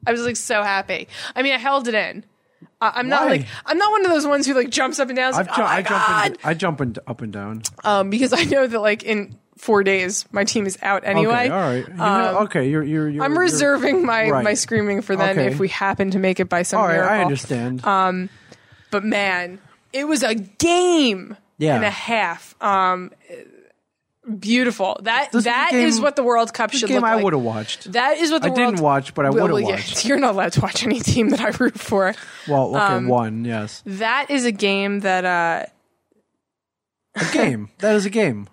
Speaker 3: I was like so happy. I mean, I held it in. I I'm not
Speaker 2: Why?
Speaker 3: like I'm not one of those ones who like jumps up and down. is
Speaker 2: I've
Speaker 3: Like,
Speaker 2: ju-
Speaker 3: oh my
Speaker 2: I jump.
Speaker 3: god!
Speaker 2: and- I jump and up and down.
Speaker 3: um, because I know that like in four days my team is out anyway. um,
Speaker 2: okay, all right. You know- okay, you're, you're, you're.
Speaker 3: I'm
Speaker 2: you're-
Speaker 3: reserving my
Speaker 2: right.
Speaker 3: my screaming for then
Speaker 2: Okay.
Speaker 3: if we happen to make it by some
Speaker 2: All right,
Speaker 3: miracle. Uh,
Speaker 2: I understand.
Speaker 3: but man, it was a game
Speaker 2: Yeah.
Speaker 3: and a half. Um, beautiful. That that
Speaker 2: This is
Speaker 3: is
Speaker 2: the game-
Speaker 3: what the World Cup
Speaker 2: this
Speaker 3: should
Speaker 2: game
Speaker 3: look
Speaker 2: I
Speaker 3: like.
Speaker 2: would have watched.
Speaker 3: That is what the
Speaker 2: I
Speaker 3: World-
Speaker 2: didn't watch, but I
Speaker 3: Well,
Speaker 2: would've
Speaker 3: yeah,
Speaker 2: watched.
Speaker 3: You're not allowed to watch any team that I root for.
Speaker 2: well, okay,
Speaker 3: Um,
Speaker 2: one yes.
Speaker 3: That is a game that uh,
Speaker 2: A game. that is a game.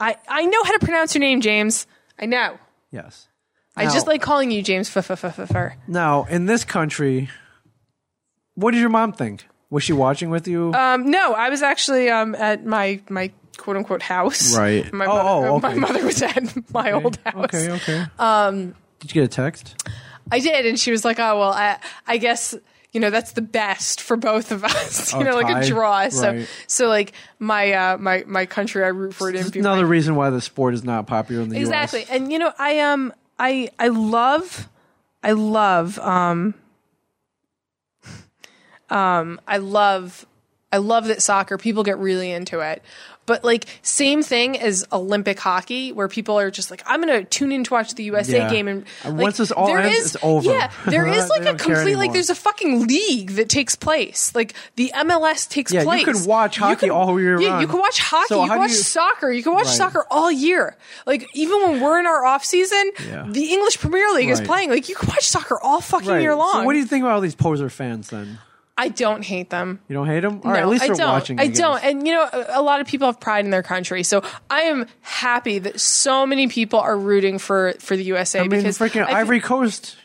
Speaker 3: I I know how to pronounce your name, James. I know.
Speaker 2: Yes.
Speaker 3: I just
Speaker 2: Now-
Speaker 3: like calling you James. Fuffer.
Speaker 2: Now, in this country, what did your mom think? Was she watching with you?
Speaker 3: Um, no, I was actually um at my my quote unquote house.
Speaker 2: Right.
Speaker 3: My
Speaker 2: Oh,
Speaker 3: mother,
Speaker 2: oh,
Speaker 3: my
Speaker 2: okay.
Speaker 3: mother was at my old house.
Speaker 2: okay, okay. Um, did you get a text?
Speaker 3: I did, and she was like, "Oh well, I, I guess you know that's the best for both of us, you
Speaker 2: Oh,
Speaker 3: know, like
Speaker 2: tie?
Speaker 3: a draw." So,
Speaker 2: Right.
Speaker 3: so like my uh, my my country, I root for it in. people.
Speaker 2: Another reason why the sport is not popular in the
Speaker 3: exactly
Speaker 2: U.S.
Speaker 3: and you know i um i i love i love um um i love i love that soccer people get really into it but like same thing as olympic hockey where people are just like i'm gonna tune in to watch the usa
Speaker 2: Yeah.
Speaker 3: game and
Speaker 2: And
Speaker 3: like,
Speaker 2: once this all
Speaker 3: there
Speaker 2: ends,
Speaker 3: is-
Speaker 2: it's over.
Speaker 3: yeah there is
Speaker 2: They
Speaker 3: like a
Speaker 2: don't care
Speaker 3: complete like
Speaker 2: anymore.
Speaker 3: there's a fucking league that takes place like the mls takes
Speaker 2: Yeah, you
Speaker 3: place
Speaker 2: could watch hockey all year
Speaker 3: yeah you
Speaker 2: round.
Speaker 3: could watch hockey
Speaker 2: So
Speaker 3: you
Speaker 2: how
Speaker 3: could
Speaker 2: do
Speaker 3: watch
Speaker 2: you-
Speaker 3: soccer you could watch
Speaker 2: Right.
Speaker 3: soccer all year. Like even when we're in our off season,
Speaker 2: Yeah.
Speaker 3: the English Premier League is
Speaker 2: Right.
Speaker 3: playing. Like you can watch soccer all fucking
Speaker 2: Right.
Speaker 3: year long.
Speaker 2: So what do you think about all these poser fans then?
Speaker 3: I don't hate them.
Speaker 2: You don't hate them? All right,
Speaker 3: No,
Speaker 2: at least
Speaker 3: I
Speaker 2: they're
Speaker 3: don't.
Speaker 2: watching.
Speaker 3: I
Speaker 2: guess.
Speaker 3: don't. And you know, a- a lot of people have pride in their country, so I am happy that so many people are rooting for for the USA
Speaker 2: I mean,
Speaker 3: because
Speaker 2: freaking
Speaker 3: I, fe-
Speaker 2: Ivory Coast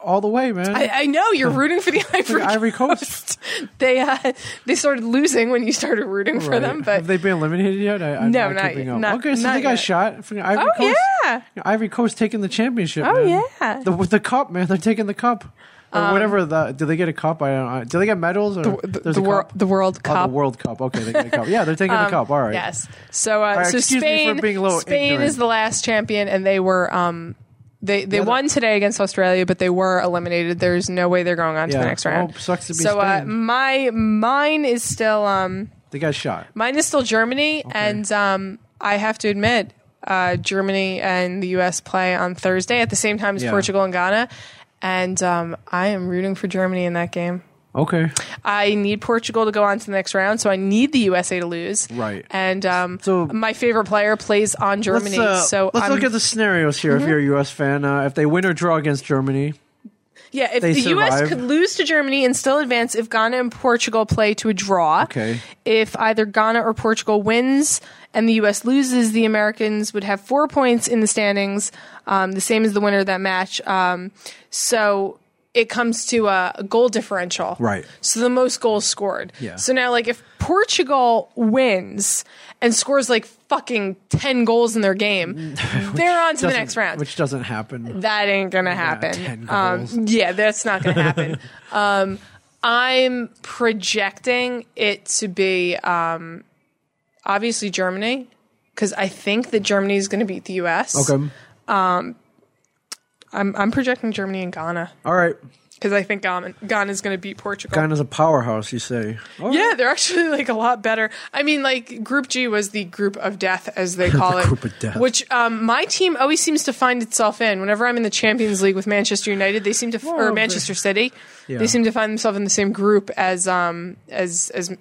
Speaker 2: all the way, man.
Speaker 3: I, I know you're rooting for the Ivory,
Speaker 2: Ivory Coast.
Speaker 3: they uh, they started losing when you started rooting for
Speaker 2: Right.
Speaker 3: them, but
Speaker 2: have they been eliminated yet? I, I'm
Speaker 3: No,
Speaker 2: not,
Speaker 3: not
Speaker 2: keeping
Speaker 3: yet.
Speaker 2: up.
Speaker 3: Not-
Speaker 2: okay, so
Speaker 3: not
Speaker 2: they got
Speaker 3: yet.
Speaker 2: shot from Ivory
Speaker 3: Oh,
Speaker 2: Coast.
Speaker 3: yeah.
Speaker 2: Ivory Coast taking the championship.
Speaker 3: Oh,
Speaker 2: man.
Speaker 3: yeah. Um,
Speaker 2: the with the cup, man. They're taking the cup or whatever. The do they get a cup? I don't. know. Do they get medals or
Speaker 3: the,
Speaker 2: there's
Speaker 3: the,
Speaker 2: a
Speaker 3: wor-
Speaker 2: cup?
Speaker 3: the World
Speaker 2: Oh,
Speaker 3: Cup. Um,
Speaker 2: the World Cup. Okay, they get a cup. Yeah, they're taking the cup. All right.
Speaker 3: Yes. So, uh,
Speaker 2: right,
Speaker 3: so
Speaker 2: excuse me for
Speaker 3: Spain,
Speaker 2: being a little
Speaker 3: Spain
Speaker 2: ignorant.
Speaker 3: is the last champion, and they were um, they they
Speaker 2: Yeah, the-
Speaker 3: won today against Australia, but they were eliminated. There's no way they're going on to
Speaker 2: Yeah.
Speaker 3: the next round.
Speaker 2: Oh, sucks to be
Speaker 3: so uh,
Speaker 2: Spain.
Speaker 3: my mine is still um,
Speaker 2: They got shot.
Speaker 3: mine is still Germany, and um, I have to admit. Uh, Germany and the U.S. play on Thursday at the same time as
Speaker 2: Yeah.
Speaker 3: Portugal and Ghana, and um, I am rooting for Germany in that game.
Speaker 2: Okay.
Speaker 3: I need Portugal to go on to the next round, so I need the USA to lose.
Speaker 2: Right.
Speaker 3: And um,
Speaker 2: So-
Speaker 3: my favorite player plays on Germany,
Speaker 2: Let's, uh,
Speaker 3: so
Speaker 2: let's
Speaker 3: I'm- Mm-hmm.
Speaker 2: look at the scenarios here. If you're a U.S. fan, uh, if they win or draw against Germany,
Speaker 3: yeah. If
Speaker 2: they
Speaker 3: the
Speaker 2: survive.
Speaker 3: U.S. could lose to Germany and still advance, if Ghana and Portugal play to a draw,
Speaker 2: Okay.
Speaker 3: If either Ghana or Portugal wins and the U.S. loses, the Americans would have four points in the standings, um, the same as the winner of that match. Um, so it comes to a a goal differential,
Speaker 2: Right.
Speaker 3: So the most goals scored.
Speaker 2: Yeah.
Speaker 3: So now, like, if Portugal wins and scores like fucking ten goals in their game, they're on to the
Speaker 2: doesn't-
Speaker 3: next round.
Speaker 2: which doesn't happen.
Speaker 3: that ain't gonna happen.
Speaker 2: 10
Speaker 3: um,
Speaker 2: goals.
Speaker 3: yeah, that's not gonna happen. um, I'm projecting it to be um, obviously Germany because I think that Germany is gonna beat the U.S.
Speaker 2: Okay.
Speaker 3: I'm, I'm projecting Germany and Ghana
Speaker 2: All right.
Speaker 3: because I think Ghana is gonna beat Portugal.
Speaker 2: Ghana's a powerhouse, you say. Oh, All right.
Speaker 3: Yeah, they're actually like a lot better. I mean, like Group G was the group of death, as they call it.
Speaker 2: group of death.
Speaker 3: Which um, my team always seems to find itself in. Whenever I'm in the Champions League with Manchester United, they seem to,
Speaker 2: Well,
Speaker 3: or
Speaker 2: they-
Speaker 3: Manchester City,
Speaker 2: Yeah.
Speaker 3: they seem to find themselves in the same group as um as as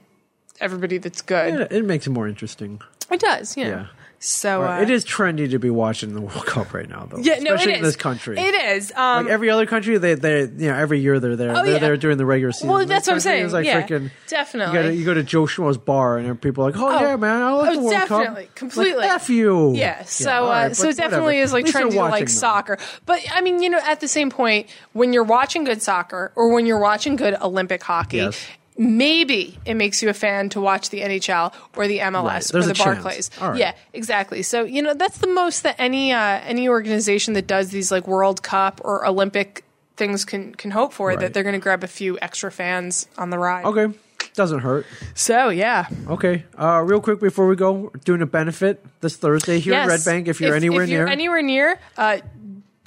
Speaker 3: everybody that's good.
Speaker 2: It, it makes it more interesting.
Speaker 3: It does, yeah.
Speaker 2: Yeah.
Speaker 3: So
Speaker 2: All right.
Speaker 3: uh,
Speaker 2: It is trendy to be watching the World Cup right now, though.
Speaker 3: Yeah,
Speaker 2: especially
Speaker 3: no, it is
Speaker 2: in this country.
Speaker 3: It is. Um,
Speaker 2: Like every other country, they they you know every year they're there. they're
Speaker 3: Oh, yeah.
Speaker 2: there during the regular season.
Speaker 3: Well,
Speaker 2: This
Speaker 3: that's what I'm
Speaker 2: country
Speaker 3: saying.
Speaker 2: is like
Speaker 3: Yeah,
Speaker 2: freaking-
Speaker 3: definitely.
Speaker 2: You, gotta- you go to Joe Schmo's bar and people are like, oh,
Speaker 3: Oh.
Speaker 2: yeah, man, I like
Speaker 3: Oh,
Speaker 2: the World
Speaker 3: definitely.
Speaker 2: Cup.
Speaker 3: Completely.
Speaker 2: Like, F you.
Speaker 3: Yeah, so
Speaker 2: all right,
Speaker 3: uh, so
Speaker 2: but
Speaker 3: it definitely
Speaker 2: whatever.
Speaker 3: is like
Speaker 2: At least
Speaker 3: trying
Speaker 2: they're
Speaker 3: to like
Speaker 2: watching them.
Speaker 3: soccer. But I mean, you know, at the same point, when you're watching good soccer or when you're watching good Olympic hockey,
Speaker 2: Yes.
Speaker 3: maybe it makes you a fan to watch the NHL or the MLS
Speaker 2: Right,
Speaker 3: or
Speaker 2: there's
Speaker 3: the
Speaker 2: a chance.
Speaker 3: Barclays.
Speaker 2: All right.
Speaker 3: Yeah, exactly. So you know, that's the most that any uh, any organization that does these like World Cup or Olympic things can can hope for
Speaker 2: Right.
Speaker 3: that they're going to grab a few extra fans on the ride.
Speaker 2: Okay. Doesn't hurt.
Speaker 3: So yeah.
Speaker 2: Okay. Uh, real quick before we go, we're doing a benefit this Thursday here in
Speaker 3: Yes.
Speaker 2: Red Bank. If you're anywhere
Speaker 3: if you're
Speaker 2: near
Speaker 3: anywhere near uh,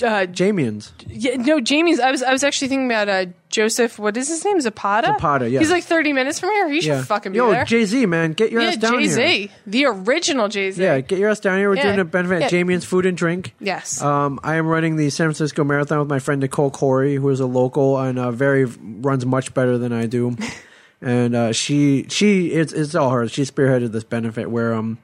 Speaker 3: uh,
Speaker 2: Jamian's.
Speaker 3: Yeah, no, Jamie's. I was I was actually thinking about uh, Joseph. What is his name? Zapata.
Speaker 2: Zapata, yes.
Speaker 3: He's like thirty minutes from here. He should
Speaker 2: Yeah.
Speaker 3: fucking be
Speaker 2: Yo,
Speaker 3: there.
Speaker 2: Jay Z, man, get your
Speaker 3: yeah,
Speaker 2: ass down
Speaker 3: Jay
Speaker 2: here.
Speaker 3: Z, the original Jay Z.
Speaker 2: Yeah, get your ass down here. We're
Speaker 3: Yeah.
Speaker 2: doing a benefit at
Speaker 3: Yeah.
Speaker 2: Jamie's Food and Drink.
Speaker 3: Yes.
Speaker 2: Um, I am running the San Francisco Marathon with my friend Nicole Corey, who is a local and uh, very runs much better than I do. and uh, she she it's it's all her. She spearheaded this benefit where um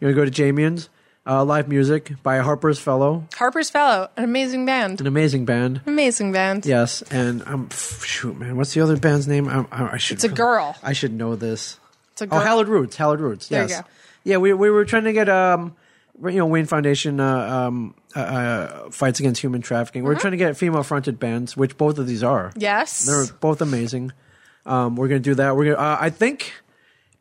Speaker 2: you're gonna go to Jamie's uh, live music by Harper's Fellow,
Speaker 3: Harper's Fellow, an amazing band.
Speaker 2: an amazing band.
Speaker 3: Amazing band.
Speaker 2: Yes, and um, pff, shoot, man, what's the other band's name? I, I, I should.
Speaker 3: It's a girl.
Speaker 2: I should know this.
Speaker 3: It's a
Speaker 2: Oh,
Speaker 3: girl.
Speaker 2: Hallowed Roots. Hallowed Roots.
Speaker 3: There you
Speaker 2: yes.
Speaker 3: go.
Speaker 2: Yeah, we we were trying to get um, you know, Wayne Foundation uh, um, uh, uh, fights against human trafficking. We're trying to get female fronted bands, which both of these are.
Speaker 3: Mm-hmm. Yes.
Speaker 2: They're both amazing. Um, we're gonna do that. We're gonna. Uh, I think,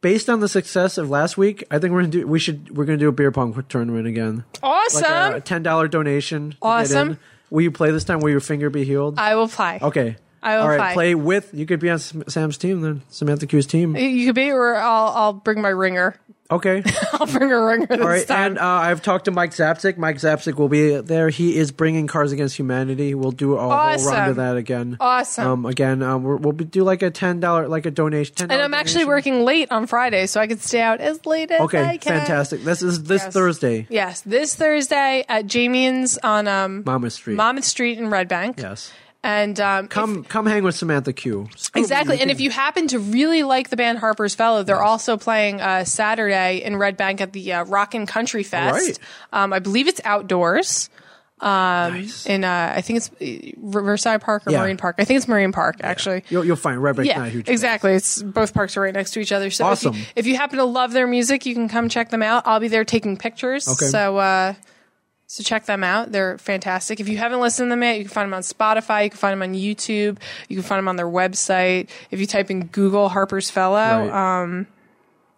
Speaker 2: based on the success of last week, I think we're gonna do. We should. We're gonna do a beer pong tournament again.
Speaker 3: awesome.
Speaker 2: Like a ten dollar donation. to get in.
Speaker 3: Awesome.
Speaker 2: Will you play this time? Will your finger be healed?
Speaker 3: I will play.
Speaker 2: okay.
Speaker 3: I will
Speaker 2: All right,
Speaker 3: play.
Speaker 2: play with. You could be on Sam- Sam's team then, Samantha Q's team.
Speaker 3: You could be, or I'll I'll bring my ringer.
Speaker 2: Okay.
Speaker 3: I'll bring a ringer this
Speaker 2: All right,
Speaker 3: time.
Speaker 2: and uh, I've talked to Mike Zapsik. Mike Zapsik will be there. He is bringing Cars Against Humanity. We'll do a whole run
Speaker 3: Awesome.
Speaker 2: to that again.
Speaker 3: Awesome.
Speaker 2: Um, again, um, we're, we'll be, do like a ten dollar, like a donation. $10
Speaker 3: and I'm actually
Speaker 2: donation.
Speaker 3: working late on Friday, so I could stay out as late as
Speaker 2: Okay,
Speaker 3: I can.
Speaker 2: fantastic. This is this Thursday,
Speaker 3: Yes, this Thursday at Jamie's on um,
Speaker 2: Mama Street.
Speaker 3: Monmouth Street in Red Bank.
Speaker 2: Yes,
Speaker 3: And um, if-
Speaker 2: come come hang with Samantha Q. Scooby,
Speaker 3: Exactly.
Speaker 2: you
Speaker 3: And
Speaker 2: can-
Speaker 3: if you happen to really like the band Harper's Fellow, they're also playing uh, Saturday in Red Bank at the uh, Rockin' Country Fest.
Speaker 2: right.
Speaker 3: Um, I believe it's outdoors. Um,
Speaker 2: Nice.
Speaker 3: In uh, I think it's uh, Riverside Park or
Speaker 2: Yeah.
Speaker 3: Marine Park. I think it's Marine Park actually.
Speaker 2: you'll, you'll find Red Bank's
Speaker 3: Yeah,
Speaker 2: not a huge.
Speaker 3: exactly. It's both parks are right next to each other. So if,
Speaker 2: Awesome.
Speaker 3: you, if you happen to love their music, you can come check them out. I'll be there taking pictures.
Speaker 2: Okay.
Speaker 3: So uh, so check them out. They're fantastic. If you haven't listened to them yet, you can find them on Spotify. You can find them on YouTube. You can find them on their website. If you type in Google Harper's Fellow,
Speaker 2: Right.
Speaker 3: um,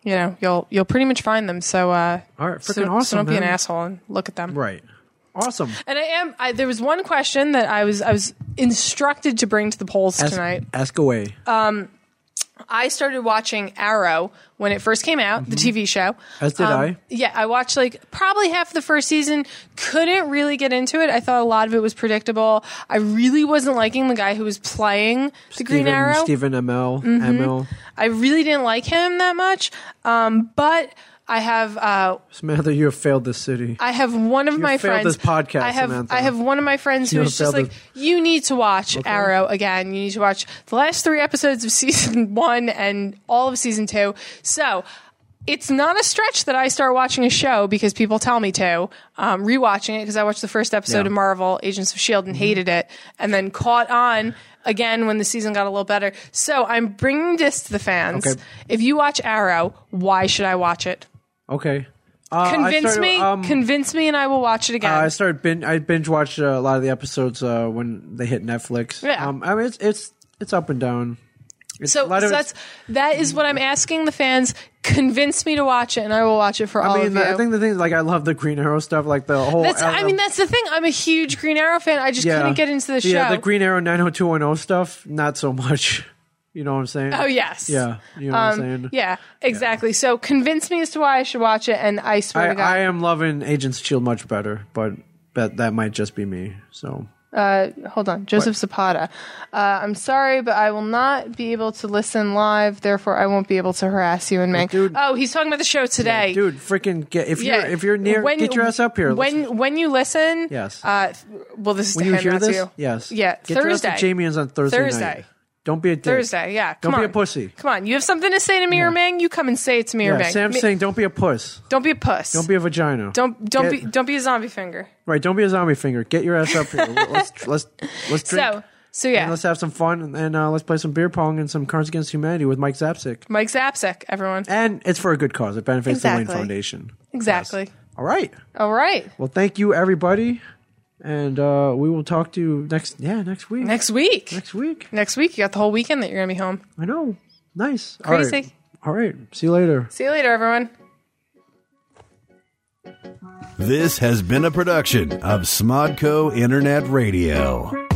Speaker 3: you know you'll you'll pretty much find them. So uh,
Speaker 2: All right,
Speaker 3: so,
Speaker 2: freaking awesome,
Speaker 3: So don't be an
Speaker 2: man.
Speaker 3: asshole and look at them.
Speaker 2: Right. Awesome.
Speaker 3: And I am. I, there was one question that I was I was instructed to bring to the polls
Speaker 2: Ask,
Speaker 3: tonight. Uh,
Speaker 2: ask away.
Speaker 3: I started watching Arrow when it first came out, the TV show.
Speaker 2: Mm-hmm. As
Speaker 3: um,
Speaker 2: did I.
Speaker 3: Yeah, I watched like probably half the first season. Couldn't really get into it. I thought a lot of it was predictable. I really wasn't liking the guy who was playing the Green
Speaker 2: Stephen-
Speaker 3: Arrow. Mm-hmm.
Speaker 2: Stephen ML. ML.
Speaker 3: I really didn't like him that much. Um, but I have uh,
Speaker 2: Samantha, you have failed this city.
Speaker 3: I have one of my
Speaker 2: failed
Speaker 3: friends.
Speaker 2: this podcast,
Speaker 3: I have
Speaker 2: Samantha.
Speaker 3: I have one of my friends
Speaker 2: You
Speaker 3: who's
Speaker 2: have
Speaker 3: just
Speaker 2: failed
Speaker 3: like, you need to watch Arrow again. You need to watch the last three episodes of season one and all of season two. So. It's not a stretch that I start watching a show because people tell me to. Um, rewatching it because I watched the first episode
Speaker 2: Yeah. Mm-hmm.
Speaker 3: of Marvel Agents of Shield E and hated it, and then caught on again when the season got a little better. So I'm bringing this to the fans.
Speaker 2: Okay.
Speaker 3: If you watch Arrow, why should I watch it?
Speaker 2: Okay. Uh, I
Speaker 3: Convince
Speaker 2: started,
Speaker 3: me,
Speaker 2: um,
Speaker 3: convince me, and I will watch it
Speaker 2: Uh,
Speaker 3: again.
Speaker 2: I started bin- I binge watched uh, a lot of the episodes uh, when they hit Netflix.
Speaker 3: Yeah.
Speaker 2: Um, I mean it's it's it's up and down. It's
Speaker 3: so
Speaker 2: a lot
Speaker 3: so
Speaker 2: of it's-
Speaker 3: that's that is what I'm asking the fans. Convince me to watch it, and I will watch it for all
Speaker 2: I
Speaker 3: of
Speaker 2: mean
Speaker 3: you.
Speaker 2: I think the thing is, like I love the Green Arrow stuff like the whole
Speaker 3: that's, I mean, that's the thing. I'm a huge Green Arrow fan. I just couldn't get into the show.
Speaker 2: Yeah, the Green Arrow 90210 stuff not so much. You know what I'm saying?
Speaker 3: oh yes,
Speaker 2: Yeah, you know what I'm saying?
Speaker 3: yeah, exactly. So convince me as to why I should watch it, and I swear
Speaker 2: I,
Speaker 3: to God,
Speaker 2: I am loving Agents of Shield E much better, but that that might just be me. So
Speaker 3: uh, hold on, Joseph Zapata. Uh, I'm sorry, but I will not be able to listen live. Therefore, I won't be able to harass you and Meg.
Speaker 2: dude-
Speaker 3: oh, he's talking about the show today.
Speaker 2: dude, freaking get if you're if you're near
Speaker 3: When-
Speaker 2: get your ass up here.
Speaker 3: When when you listen,
Speaker 2: Yes.
Speaker 3: Uh, th- well, this is
Speaker 2: when
Speaker 3: to
Speaker 2: you
Speaker 3: him,
Speaker 2: hear
Speaker 3: not to
Speaker 2: this,
Speaker 3: you.
Speaker 2: yes,
Speaker 3: Yeah,
Speaker 2: Get your ass to
Speaker 3: Thursday.
Speaker 2: Jamie's on Thursday. night.
Speaker 3: Thursday.
Speaker 2: Don't be a dick.
Speaker 3: Thursday, yeah.
Speaker 2: Don't
Speaker 3: come
Speaker 2: be
Speaker 3: on.
Speaker 2: a pussy.
Speaker 3: Come on, you have something to say to me or Ming? You come and say it to me
Speaker 2: Yeah,
Speaker 3: or Ming.
Speaker 2: Sam's
Speaker 3: Mi-
Speaker 2: saying don't be a puss.
Speaker 3: don't be a puss.
Speaker 2: Don't be a vagina.
Speaker 3: don't
Speaker 2: Get-
Speaker 3: don't be don't be a zombie finger.
Speaker 2: right. Don't be a zombie finger. Get your ass up here. let's let's let's drink.
Speaker 3: So so
Speaker 2: and
Speaker 3: yeah,
Speaker 2: let's have some fun and, and uh, let's play some beer pong and some Cards Against Humanity with Mike Zapsik.
Speaker 3: Mike Zapsik, everyone.
Speaker 2: And it's for a good cause. It benefits the
Speaker 3: Exactly.
Speaker 2: Lane Foundation.
Speaker 3: Exactly.
Speaker 2: All right.
Speaker 3: All right.
Speaker 2: Well, thank you everybody, and uh, we will talk to you next. Yeah, next week.
Speaker 3: Next week.
Speaker 2: next week.
Speaker 3: Next week, you got the whole weekend that you're gonna be home.
Speaker 2: I know. Nice. All right.
Speaker 3: Crazy.
Speaker 2: All right. See you later.
Speaker 3: See you later, everyone.
Speaker 5: This has been a production of Smodco Internet Radio.